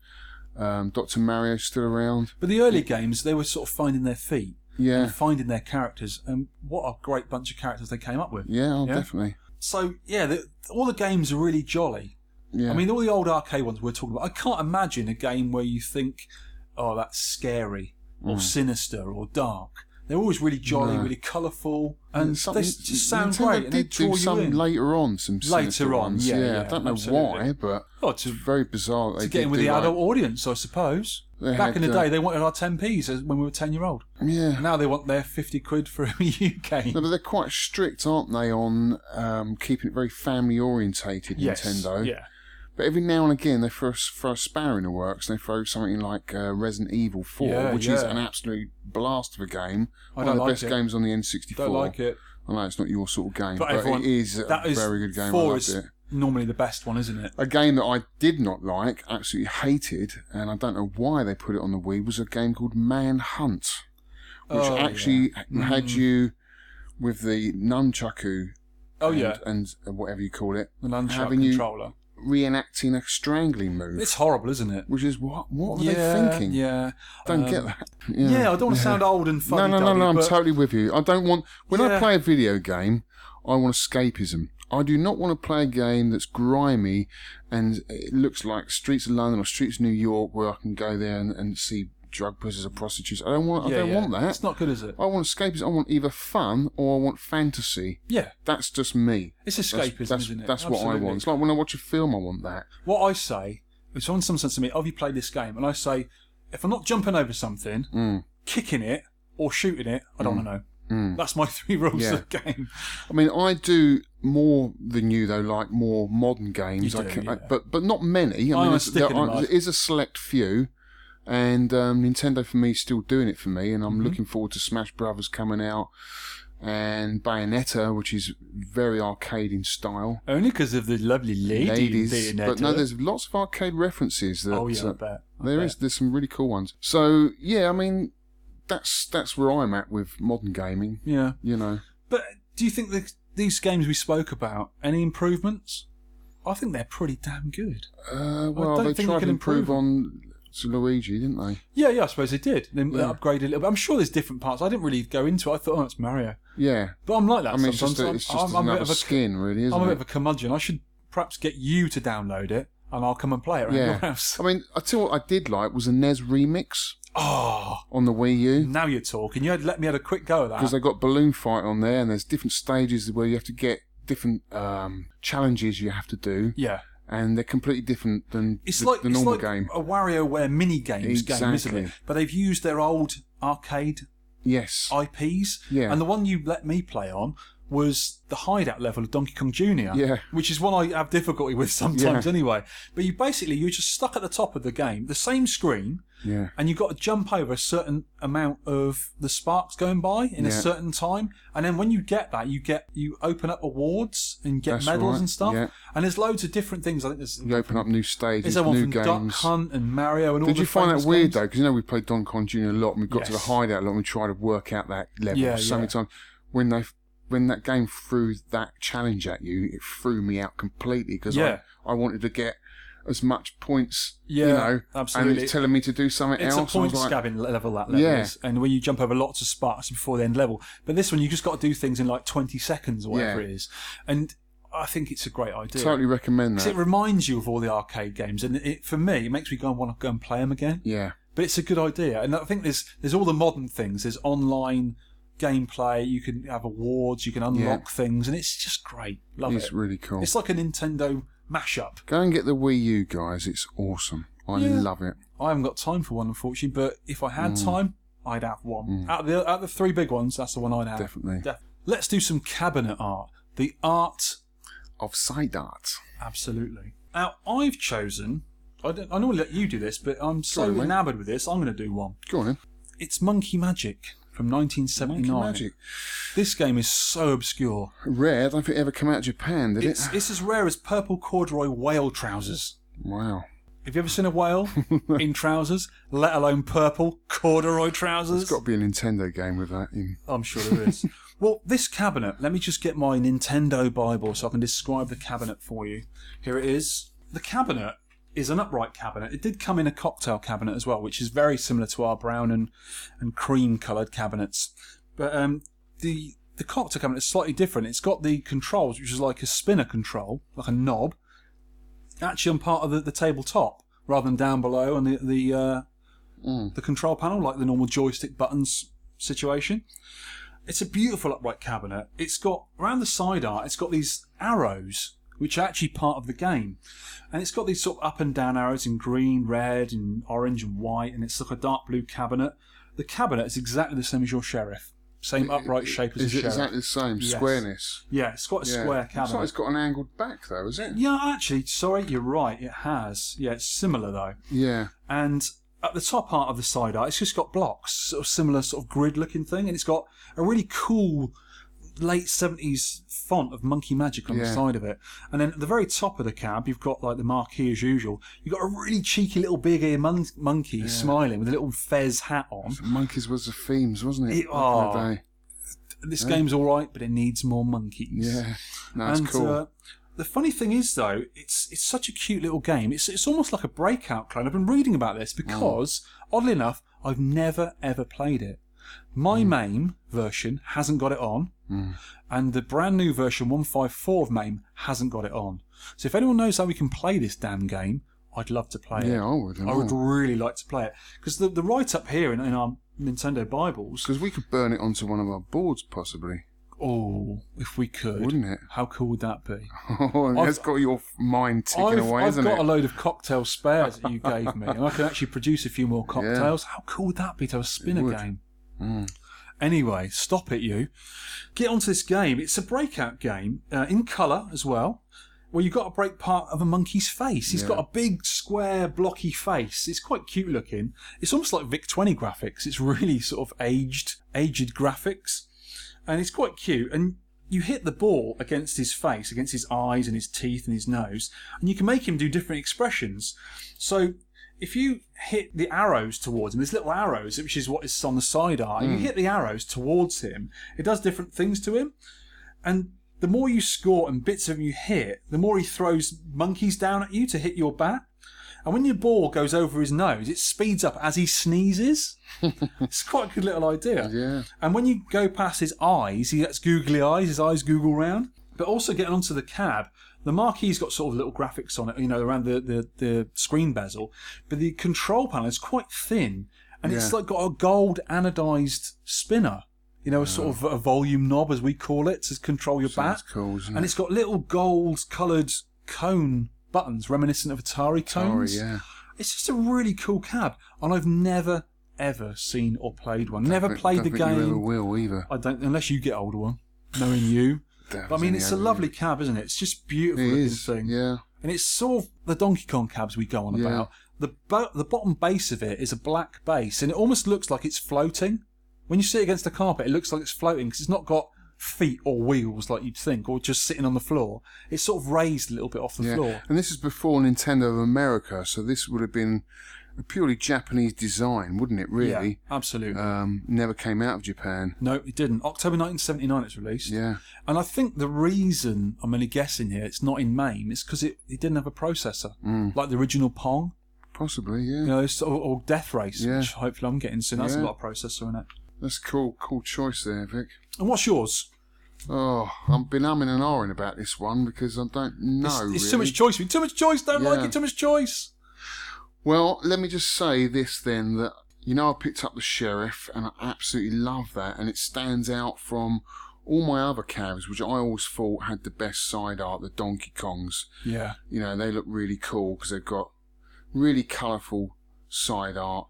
Um, Doctor Mario's still around.
But the early games, they were sort of finding their feet.
Yeah,
and finding their characters. And what a great bunch of characters they came up with.
yeah, oh,
Yeah.
definitely.
So yeah, the, all the games are really jolly.
Yeah,
I mean, all the old arcade ones we're talking about. I can't imagine a game where you think, "Oh, that's scary," or "sinister," or "dark." They're always really jolly,
Mm. No.
really colourful, and they
something-
s- just sound
Nintendo
great. And they
did
draw
do
you
some
in.
later on, some
Later
sinister
on,
ones.
yeah,
I
yeah,
don't know
absolutely.
why, but
Oh,
it's
to,
very bizarre. that They
to get in
did
with
do
the
like-
adult audience, I suppose.
They
Back
had,
in the
uh,
day, they wanted our 10p's as- when we were 10 year old.
Yeah,
Now they want their 50 quid for a Wii U game.
No, but they're quite strict, aren't they, on um, keeping it very family orientated.
Yes,
Nintendo.
Yeah.
But every now and again, they throw, throw a spanner in the works. and They throw something like uh, Resident Evil 4,
Yeah,
which
yeah.
is an absolute blast of a game.
I
One
don't
of the
like
best
it.
games on the N64.
Don't like it.
I know it's not your sort of game,
But
but,
everyone-
it is a
That is
very good game. I
Four
loved
is
it.
normally the best one, isn't it?
A game that I did not like, absolutely hated, and I don't know why they put it on the Wii, was a game called Manhunt, which
Oh,
actually
yeah.
had
Mm.
you with the nunchaku
Oh
and,
yeah,
and whatever you call it,
the nunchuck
having you-
controller.
reenacting a strangling move.
It's horrible, isn't it?
which is what? What were
yeah,
they thinking?
Yeah,
Don't
Um,
get that.
Yeah. I don't want to sound old and
No,
funny.
no, no, no. I'm
but
totally with you. I don't want. When
Yeah.
I play a video game, I want escapism. I do not want to play a game that's grimy and it looks like Streets of London or Streets of New York, where I can go there and, and see drug pushers or prostitutes. I don't want.
yeah,
I don't
yeah.
want that.
It's not good, is it?
I want escapism. I want either fun or I want fantasy.
Yeah,
That's just me.
it's
That's-
escapism,
that's,
isn't it?
That's what I
Absolutely.
want. It's like when I watch a film, I want that.
What I say, if someone someone says to me, "Oh, have you played this game?" and I say, "If I'm not jumping over something,
Mm.
kicking it or shooting it, I don't want to know." That's my three rules
Yeah.
of the game.
I mean, I do more than you though, like more modern games.
You
I
do,
can, I-
yeah.
but but not many.
I'm
I mean,
a
it's-
stick
there,
in the
are,
mud.
there is a select few, and um, Nintendo for me is still doing it for me, and I'm
Mm-hmm.
looking forward to Smash Brothers coming out and Bayonetta, which is very arcade in style.
Only because of the lovely lady
Ladies,
being there
but
to
no,
it.
there's lots of arcade references. That,
oh yeah, I
uh,
bet. I
there
bet.
is. There's some really cool ones. So yeah, I mean, that's that's where I'm at with modern gaming.
Yeah.
You know,
But do you think that these games we spoke about any improvements? I think they're pretty damn good.
Uh,
don't
well, they
think they
tried
can
to improve,
improve
on to Luigi, didn't they?
Yeah, yeah, I suppose they did. They
Yeah.
upgraded a little bit. I'm sure there's different parts. I didn't really go into it. I thought, oh, it's Mario.
Yeah.
But I'm like that
I mean, it's
sometimes.
just, a, it's
I'm-
just
I'm, I'm a
another
bit of a,
skin, really, isn't
I'm a
it?
bit of a curmudgeon. I should perhaps get you to download it and I'll come and play it around your
yeah.
house.
I mean, I tell you what I did like was a NES remix
Oh,
on the Wii U
now you're talking. You had let me had a quick go of
because
that.
they got Balloon Fight on there, and there's different stages where you have to get different um, challenges you have to do,
yeah.
and they're completely different than
It's
the,
like
the
it's
normal
like
game.
a WarioWare mini games game, isn't
Exactly.
it? But they've used their old arcade
Yes,
IPs.
Yeah.
And the one you let me play on was the hideout level of Donkey Kong Jr.
Yeah.
Which is one I have difficulty with sometimes
Yeah.
anyway. But you basically you're just stuck at the top of the game, the same screen,
yeah,
and you've got to jump over a certain amount of the sparks going by in a
Yeah.
certain time. And then when you get that, you get you open up awards and get
That's
medals
right,
and stuff.
yeah.
And there's loads of different things. I think there's
you open up new
is
stages,
there one
new
from Duck
games.
Hunt and Mario and all
Did
the
you find
famous
that weird
games?
though? Because you know we played Don Con Jr. a lot, and we got to the
Yes.
hideout a lot, and we tried to work out that level.
Yeah,
so many
yeah.
times when they when that game threw that challenge at you, it threw me out completely because
Yeah.
I, I wanted to get as much points. you
Yeah,
know, And
absolutely.
it's telling me to do something
It's
else.
a
and I
point
was like,
scabbing level that level
Yeah.
is, and when you jump over lots of sparks before the end level. But this one, you just got to do things in like twenty seconds or whatever
Yeah.
it is, and I think it's a great idea.
Totally recommend
'Cause It
that.
reminds you of all the arcade games, and it for me it makes me go and want to go and play them again.
yeah,
But it's a good idea, and I think there's there's all the modern things. There's online gameplay. You can have awards. You can unlock things, and it's just great. Love
it's
it.
really cool.
It's like a Nintendo mashup.
Go and get the Wii U, guys. It's awesome. I
Yeah.
love it.
I haven't got time for one, unfortunately. But if I
Mm.
had time, I'd have one. Out of the out of the three big ones, that's the one I'd have.
Definitely.
Def- Let's do some cabinet art. The art,
Of side art.
absolutely. Now I've chosen. I don't. I normally let you do this, but I'm so
Sorry, mate.
enamoured with this. I'm going to do one.
Go on then.
It's Monkey Magic from
Monkey
1979.
Magic.
This game is so obscure.
Rare. I don't think it ever came out of Japan, did
It's
it?
it's as rare as purple corduroy whale trousers.
Wow.
Have you ever seen a whale in trousers, let alone purple corduroy trousers?
There's got to be a Nintendo game with that in.
I'm sure there is. well, this cabinet, let me just get my Nintendo Bible so I can describe the cabinet for you. Here it is. The cabinet is an upright cabinet. It did come in a cocktail cabinet as well, which is very similar to our brown and, and cream coloured cabinets. But um, the the cocktail cabinet is slightly different. It's got the controls, which is like a spinner control, like a knob, actually on part of the, the tabletop rather than down below on the the uh,
Mm.
the control panel, like the normal joystick buttons situation. It's a beautiful upright cabinet. It's got around the side art. It's got these arrows, which are actually part of the game, and it's got these sort of up and down arrows in green, red, and orange and white, and it's like a dark blue cabinet. The cabinet is exactly the same as your sheriff, same upright shape as
Is
the
it
sheriff.
exactly the same?
Yes.
Squareness.
Yeah, it's quite a
Yeah.
square
It's like
cabinet.
it's got an angled back, though, is it?
Yeah, actually, sorry, you're right. It has. Yeah, it's similar though.
Yeah.
And at the top part of the side art, it's just got blocks, sort of similar sort of grid-looking thing, and it's got a really cool late seventies font of Monkey Magic on the
Yeah.
side of it. And then at the very top of the cab, you've got like the marquee as usual. You've got a really cheeky little big ear mon- monkey smiling with a little fez hat on.
Monkeys was the themes, wasn't it?
It-
Back in the
oh.
day.
This game's all right, but it needs more monkeys.
Yeah. No, it's
and
cool.
uh, the funny thing is, though, it's it's such a cute little game. It's it's almost like a breakout clone. I've been reading about
Mm.
this because, oddly enough, I've never ever played it. My
Mm.
MAME version hasn't got it on, and the brand new version 154 of MAME hasn't got it on. So if anyone knows how we can play this damn game, I'd love to play it.
yeah, I would.
I would really like to play it because the the write up here in, in our Nintendo Bibles.
Because we could burn it onto one of our boards, possibly.
Oh, if we could,
Wouldn't it?
How cool would that be?
Oh, and
I've-
that's got your mind ticking
I've,
away,
I've
isn't
got
it?
a load of cocktail spares that you gave me, and I can actually produce a few more cocktails. How cool would that be to have a spinner
would. Hmm.
game? Anyway, stop it, you. Get onto this game. It's a breakout game uh, in colour as well. Well, you've got to break part of a monkey's face. He's
Yeah.
got a big, square, blocky face. It's quite cute looking. It's almost like Vic 20 graphics. It's really sort of aged, aged graphics. And it's quite cute. And you hit the ball against his face, against his eyes and his teeth and his nose. And you can make him do different expressions. So if you hit the arrows towards him, these little arrows, which is what is on the side eye, you hit the arrows towards him, it does different things to him. And the more you score and bits of him you hit, the more he throws monkeys down at you to hit your bat. And when your ball goes over his nose, it speeds up as he sneezes. it's quite a good little idea.
Yeah.
And when you go past his eyes, he gets googly eyes, his eyes google round. But also getting onto the cab, the marquee's got sort of little graphics on it, you know, around the, the, the screen bezel. But the control panel is quite thin and it's
Yeah.
like got a gold anodized spinner, you know, a sort of a volume knob, as we call it, to control your
Sounds
bat.
cool, isn't
and
it?
it's got little gold coloured cone buttons reminiscent of Atari
Sorry,
cones.
yeah.
It's just a really cool cab, and I've never ever seen or played one. Never
Don't-
played
don't
the
think You ever
game.
will either.
I don't, unless you get older one. Knowing you,
Don't
but I mean,
think
it's
you
a
ever
lovely
will.
cab, isn't it? It's just beautiful
It
looking
is.
thing.
Yeah.
and it's sort of the Donkey Kong cabs we go on
Yeah.
about. The bo- the bottom base of it is a black base, and it almost looks like it's floating. When you see it against the carpet, it looks like it's floating because it's not got feet or wheels like you'd think, or just sitting on the floor. It's sort of raised a little bit off the floor.
And this is before Nintendo of America, so this would have been a purely Japanese design, wouldn't it, really?
Yeah, absolutely.
Um, never came out of Japan.
no, it didn't. October 1979, it's released.
Yeah.
And I think the reason I'm only guessing here, it's not in MAME, is because it, it didn't have a processor
Mm.
like the original Pong.
Possibly, yeah.
You know, it's- or, or Death Race,
Yeah.
which hopefully I'm getting soon. That's
Yeah.
a lot of processor in it.
That's cool, cool choice there, Vic.
And what's yours?
Oh, I've been umming and ahhing about this one because I don't know.
It's, it's
really.
too much choice. Too much choice. Don't like
Yeah.
it. Too much choice.
Well, let me just say this then that you know I picked up the sheriff and I absolutely love that and it stands out from all my other cabs, which I always thought had the best side art, the Donkey Kongs.
Yeah.
You know, they look really cool because they've got really colourful side art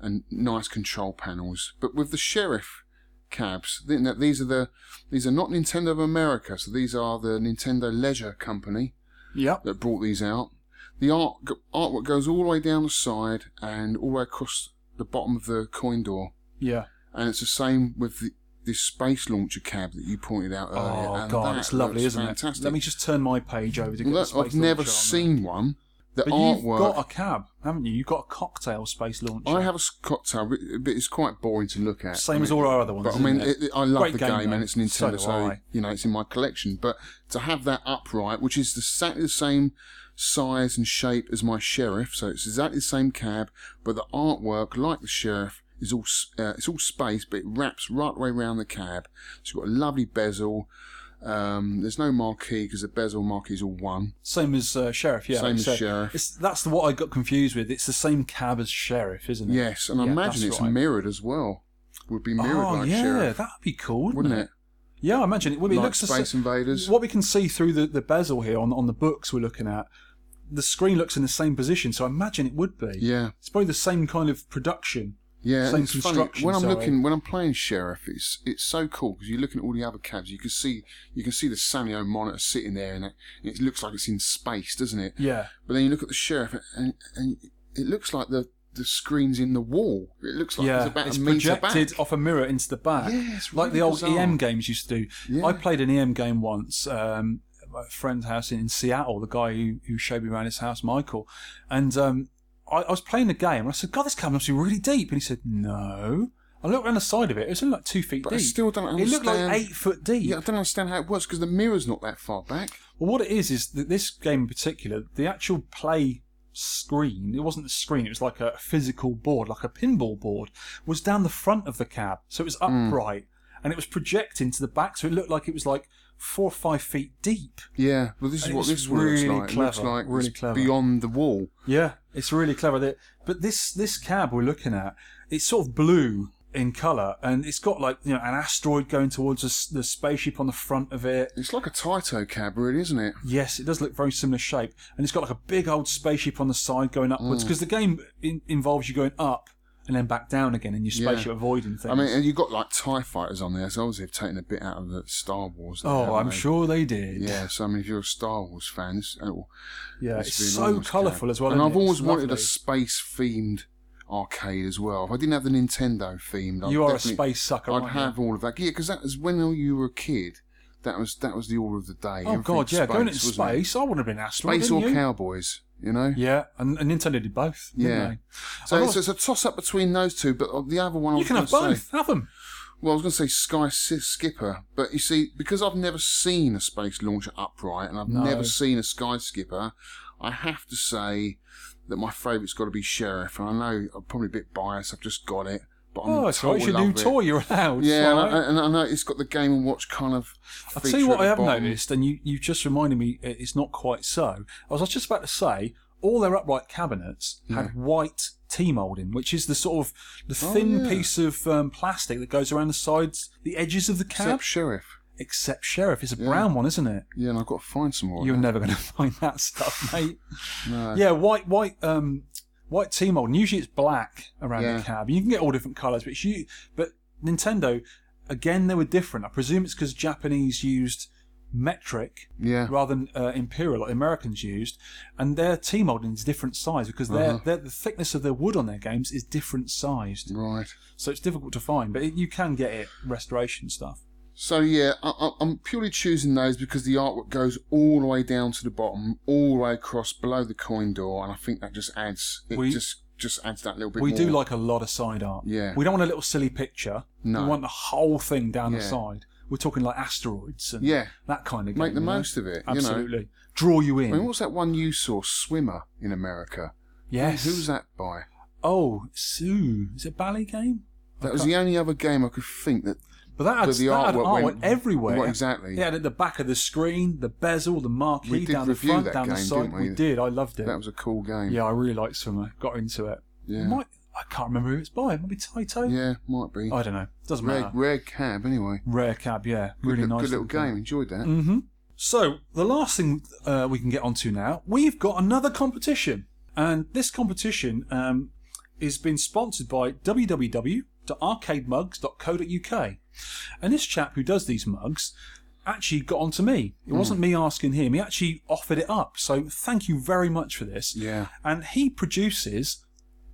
and nice control panels. But with the sheriff cabs, th- now these are the these are not Nintendo of America, so these are the Nintendo Leisure Company
Yep.
that brought these out. The art artwork goes all the way down the side and all the way across the bottom of the coin door,
Yeah.
and it's the same with the, this space launcher cab that you pointed out earlier.
Oh
Uh, and
god,
that
it's lovely,
looks
isn't
fantastic.
it? Let me just turn my page over to get
Look,
the space
I've never
launcher on
seen one. The
there. But
artwork.
you've got a cab, haven't you? You've got a cocktail space launcher.
I have a s- cocktail, but but it's quite boring to look at.
Same
I
as
mean-
all our other ones.
But I
isn't
mean,
it?
it, I love
Great
the game,
though.
and it's Nintendo, so,
do I.
you know it's in my collection. But to have that upright, which is exactly the same size and shape as my sheriff, so it's exactly the same cab, but the artwork, like the sheriff, is all s- uh, it's all space, but it wraps right the way around the cab. It's got a lovely bezel. Um, there's no marquee because the bezel marquee is all one.
Same as uh, Sheriff, yeah.
Same
like you
as
said.
Sheriff.
It's, that's the, what I got confused with. It's the same cab as Sheriff, isn't it?
Yes, and I
Yeah,
imagine
that's
it's
right.
mirrored as well. Would be mirrored
oh
like
yeah,
sheriff,
that'd be cool, wouldn't,
wouldn't it?
Yeah, I imagine it would. be. it
Like
looks the
Space
sa-
Invaders.
What we can see through the, the bezel here on on the books we're looking at, the screen looks in the same position, so I imagine it would be.
Yeah.
it's probably the same kind of production.
Yeah,
Same
and it's funny.
construction,
When I'm
sorry.
looking, when I'm playing sheriff, it's it's so cool because you look at all the other cabs. You can see you can see the Sanyo monitor sitting there, and it, it looks like it's in space, doesn't it?
Yeah,
But then you look at the sheriff, and and it looks like the the screen's in the wall. It looks like
yeah.
it's about
it's
a meter
projected
back.
off a mirror into the back.
Yeah, it's
like the
really
old
bizarre.
EM games used to do.
Yeah.
I played an EM game once. Um, at my friend's house in, in Seattle. The guy who, who showed me around his house, Michael, and um, I, I was playing the game. and I said, "God, this cabin must be really deep." And he said, "No." I looked around the side of it. It was only like two feet
But I
deep.
still don't
It looked like
understand-
eight foot deep.
Yeah, I don't understand how it works because the mirror's not that far back.
Well, what it is is that this game in particular, the actual play screen, it wasn't a screen, it was like a physical board, like a pinball board, was down the front of the cab. So it was upright and it was projecting to the back. So it looked like it was like four or five feet deep.
Yeah, well, this
And
is
it
what
was
this one looks
really
like. it looks
clever,
like
really
it's
clever.
beyond the wall.
Yeah, it's really clever. That, but this this cab we're looking at, it's sort of blue in colour and it's got like you know an asteroid going towards the s- the spaceship on the front of it.
It's like a Taito cab, really, isn't it?
Yes, it does look very similar shape, and it's got like a big old spaceship on the side going
Mm.
upwards because the game in- involves you going up and then back down again in your
Yeah.
spaceship avoiding things.
I mean, and you got like Tie Fighters on there, so obviously they've taken a bit out of the Star Wars. there,
oh,
haven't
I'm
they?
sure they did.
Yeah, so I mean, if you're a Star Wars fan, it's, oh,
yeah,
it's
it's
been
so
almost
colourful
great.
as well.
And
isn't
I've
it?
always
It's
wanted a
lovely.
space themed arcade as well. If I didn't have the Nintendo themed, I'd
You are a
definitely-
space sucker,
I'd
aren't you?
have all of that. Yeah, because that was when you were a kid. That was that was the order of the day.
Oh
Everything
god, yeah, going into
wasn't it?
space, I would have been an astronaut.
space or
didn't you?
cowboys, you know.
Yeah, and, and Nintendo did both.
Yeah.
Didn't they?
So
I've
it's, it's a toss up between those two, but the other one I
you
was
can have
gonna say-
both. Have them.
Well, I was going to say Sky Si- Skipper, but you see, because I've never seen a space launcher upright and I've
No.
never seen a Sky Skipper, I have to say that my favourite's got to be Sheriff. And I know I'm probably a bit biased, I've just got it, but I'm
Oh,
in
it's all
total
right. It's your
love
new
of it.
toy. You're allowed.
Yeah, and,
Right.
I, and I know it's got the Game and Watch kind of.
I'll tell
feature
you
at
what
the
I have
bottom.
noticed, and you, you just reminded me it- it's not quite so. I was just about to say all their upright cabinets had white tea moulding, which is the sort of the
Oh,
thin
yeah.
piece of um, plastic that goes around the sides, the edges of the cab.
Except Sheriff.
except Sheriff. It's a brown one, isn't it?
Yeah, and I've got to find some more. of
You're
that.
never going to find that stuff, mate.
No.
Yeah, white, white, um, white team mold. And usually it's black around
Yeah.
the cab. You can get all different colours, but you, but Nintendo, again, they were different. I presume it's because Japanese used metric
Yeah.
rather than uh, imperial, like the Americans used, and their team molding is different size because their
Uh-huh. Mm.
their the thickness of their wood on their games is different sized,
Right.
so it's difficult to find. But it, you can get it restoration stuff.
So yeah, I, I- I'm purely choosing those because the artwork goes all the way down to the bottom, all the way across below the coin door, and I think that just adds it
We-
just just adds that little bit.
We
more.
do like a lot of side art.
Yeah.
We don't want a little silly picture.
No.
We want the whole thing down the
Yeah.
side. We're talking like asteroids and
Yeah.
that kind of game.
make the
you know?
most of it. You know.
Absolutely. Draw you in.
I mean, what was that one you saw, Swimmer, in America?
yes.
Who was that by?
Oh, Sue. Is it Ballet Game?
That was the only other game I could think that.
But that had,
But the
that had
artwork
art
went-
everywhere.
Right, exactly.
Yeah, at the back of the screen, the bezel, the marquee,
We did
down the
review
front,
that
down the
game,
side.
didn't we?
did. I loved it.
That was a cool game.
yeah, I really liked Swimmer. Got into it.
Yeah.
Might, Oh, I can't remember who it's by. Maybe Taito?
Yeah, might be.
I don't know. Doesn't
Rare,
matter.
rare cab, anyway.
Rare cab, yeah.
Good,
really
li-
nice.
good little game. Enjoyed that.
hmm So the last thing uh, we can get onto now, we've got another competition, and this competition um, is being sponsored by www.arcademugs.co.uk, and this chap who does these mugs actually got onto me.
Hmm.
It wasn't me asking him; he actually offered it up. So thank you very much for this.
Yeah.
And he produces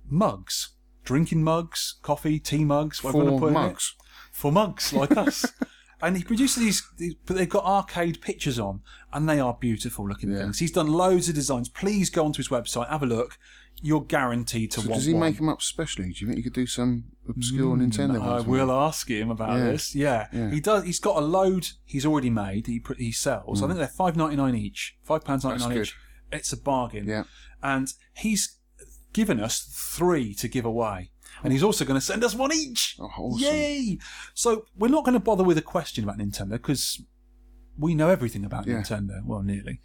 mugs, drinking mugs, coffee, tea mugs, whatever you
Four
wanna put in it
mugs.
for monks like us. and he produces these, these, but they've got arcade pictures on, and they are beautiful looking
Yeah.
things. He's done loads of designs. Please go onto his website, have a look. You're guaranteed to
So
want
does he
one. Mm,
make them up specially? Do you think you could do some obscure Nintendo
I
ones?
will ask him about
Yeah.
this. Yeah.
Yeah.
he does. He's got a load. He's already made. He put, he sells. I think they're five ninety nine each. Five pounds ninety nine
Mm. good.
each. It's a bargain.
Yeah.
And he's given us three to give away. And he's also going to send us one each.
Oh, awesome.
Yay! So we're not going to bother with a question about Nintendo because we know everything about
Yeah.
Nintendo. Well, nearly.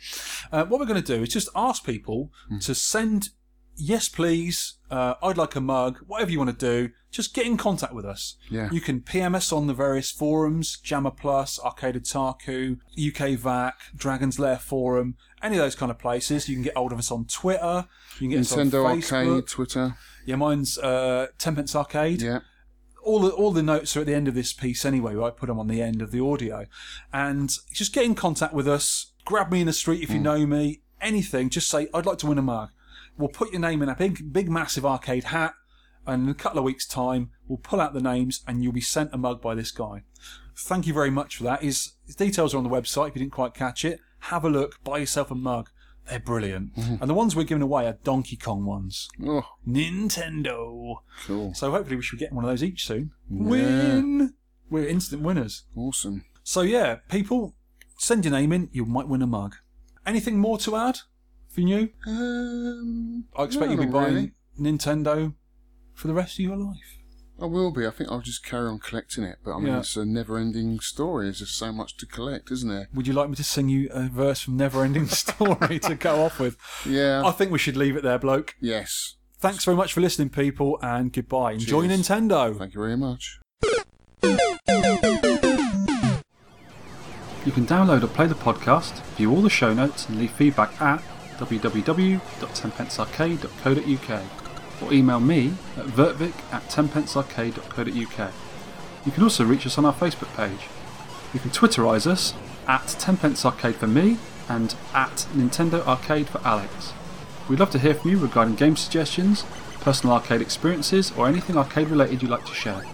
Uh, what we're going to do is just ask people
Hmm.
to send yes, please. Uh, I'd like a mug. Whatever you want to do, just get in contact with us.
Yeah.
You can PM us on the various forums: Jammer Plus, Arcade Otaku, UK Vac, Dragon's Lair Forum, any of those kind of places. You can get hold of us on Twitter. You can get
Nintendo
us on Facebook.
Arcade, Twitter.
Yeah, mine's uh, Tenpence Arcade
Yeah.
all the, all the notes are at the end of this piece anyway. I put them on the end of the audio, and just get in contact with us. Grab me in the street if you know me. Anything, just say I'd like to win a mug. We'll put your name in a big, big, massive arcade hat, and in a couple of weeks' time, we'll pull out the names, and you'll be sent a mug by this guy. Thank you very much for that. His, his details are on the website. If you didn't quite catch it, have a look. Buy yourself a mug. They're brilliant, and the ones we're giving away are Donkey Kong ones.
Oh,
Nintendo.
cool.
So hopefully we should get one of those each soon. Win! We're instant winners.
Awesome.
So yeah, people, send your name in. You might win a mug. Anything more to add for you?
Um,
I expect
no,
you'll be
not
buying
really.
Nintendo for the rest of your life.
I will be. I think I'll just carry on collecting it. But I mean,
Yeah.
it's a never-ending story. There's just so much to collect, isn't there?
Would you like me to sing you a verse from Neverending Story to go off with?
Yeah.
I think we should leave it there, bloke.
yes.
Thanks very much for listening, people, and goodbye. Enjoy
Cheers.
Nintendo.
Thank you very much.
You can download or play the podcast, view all the show notes, and leave feedback at www.tenpencearcade.co.uk or email me at vertvic at tenpencearcade.co.uk. You can also reach us on our Facebook page. You can Twitterize us at tenpencearcade for me and at Nintendo Arcade for Alex. We'd love to hear from you regarding game suggestions, personal arcade experiences, or anything arcade related you'd like to share.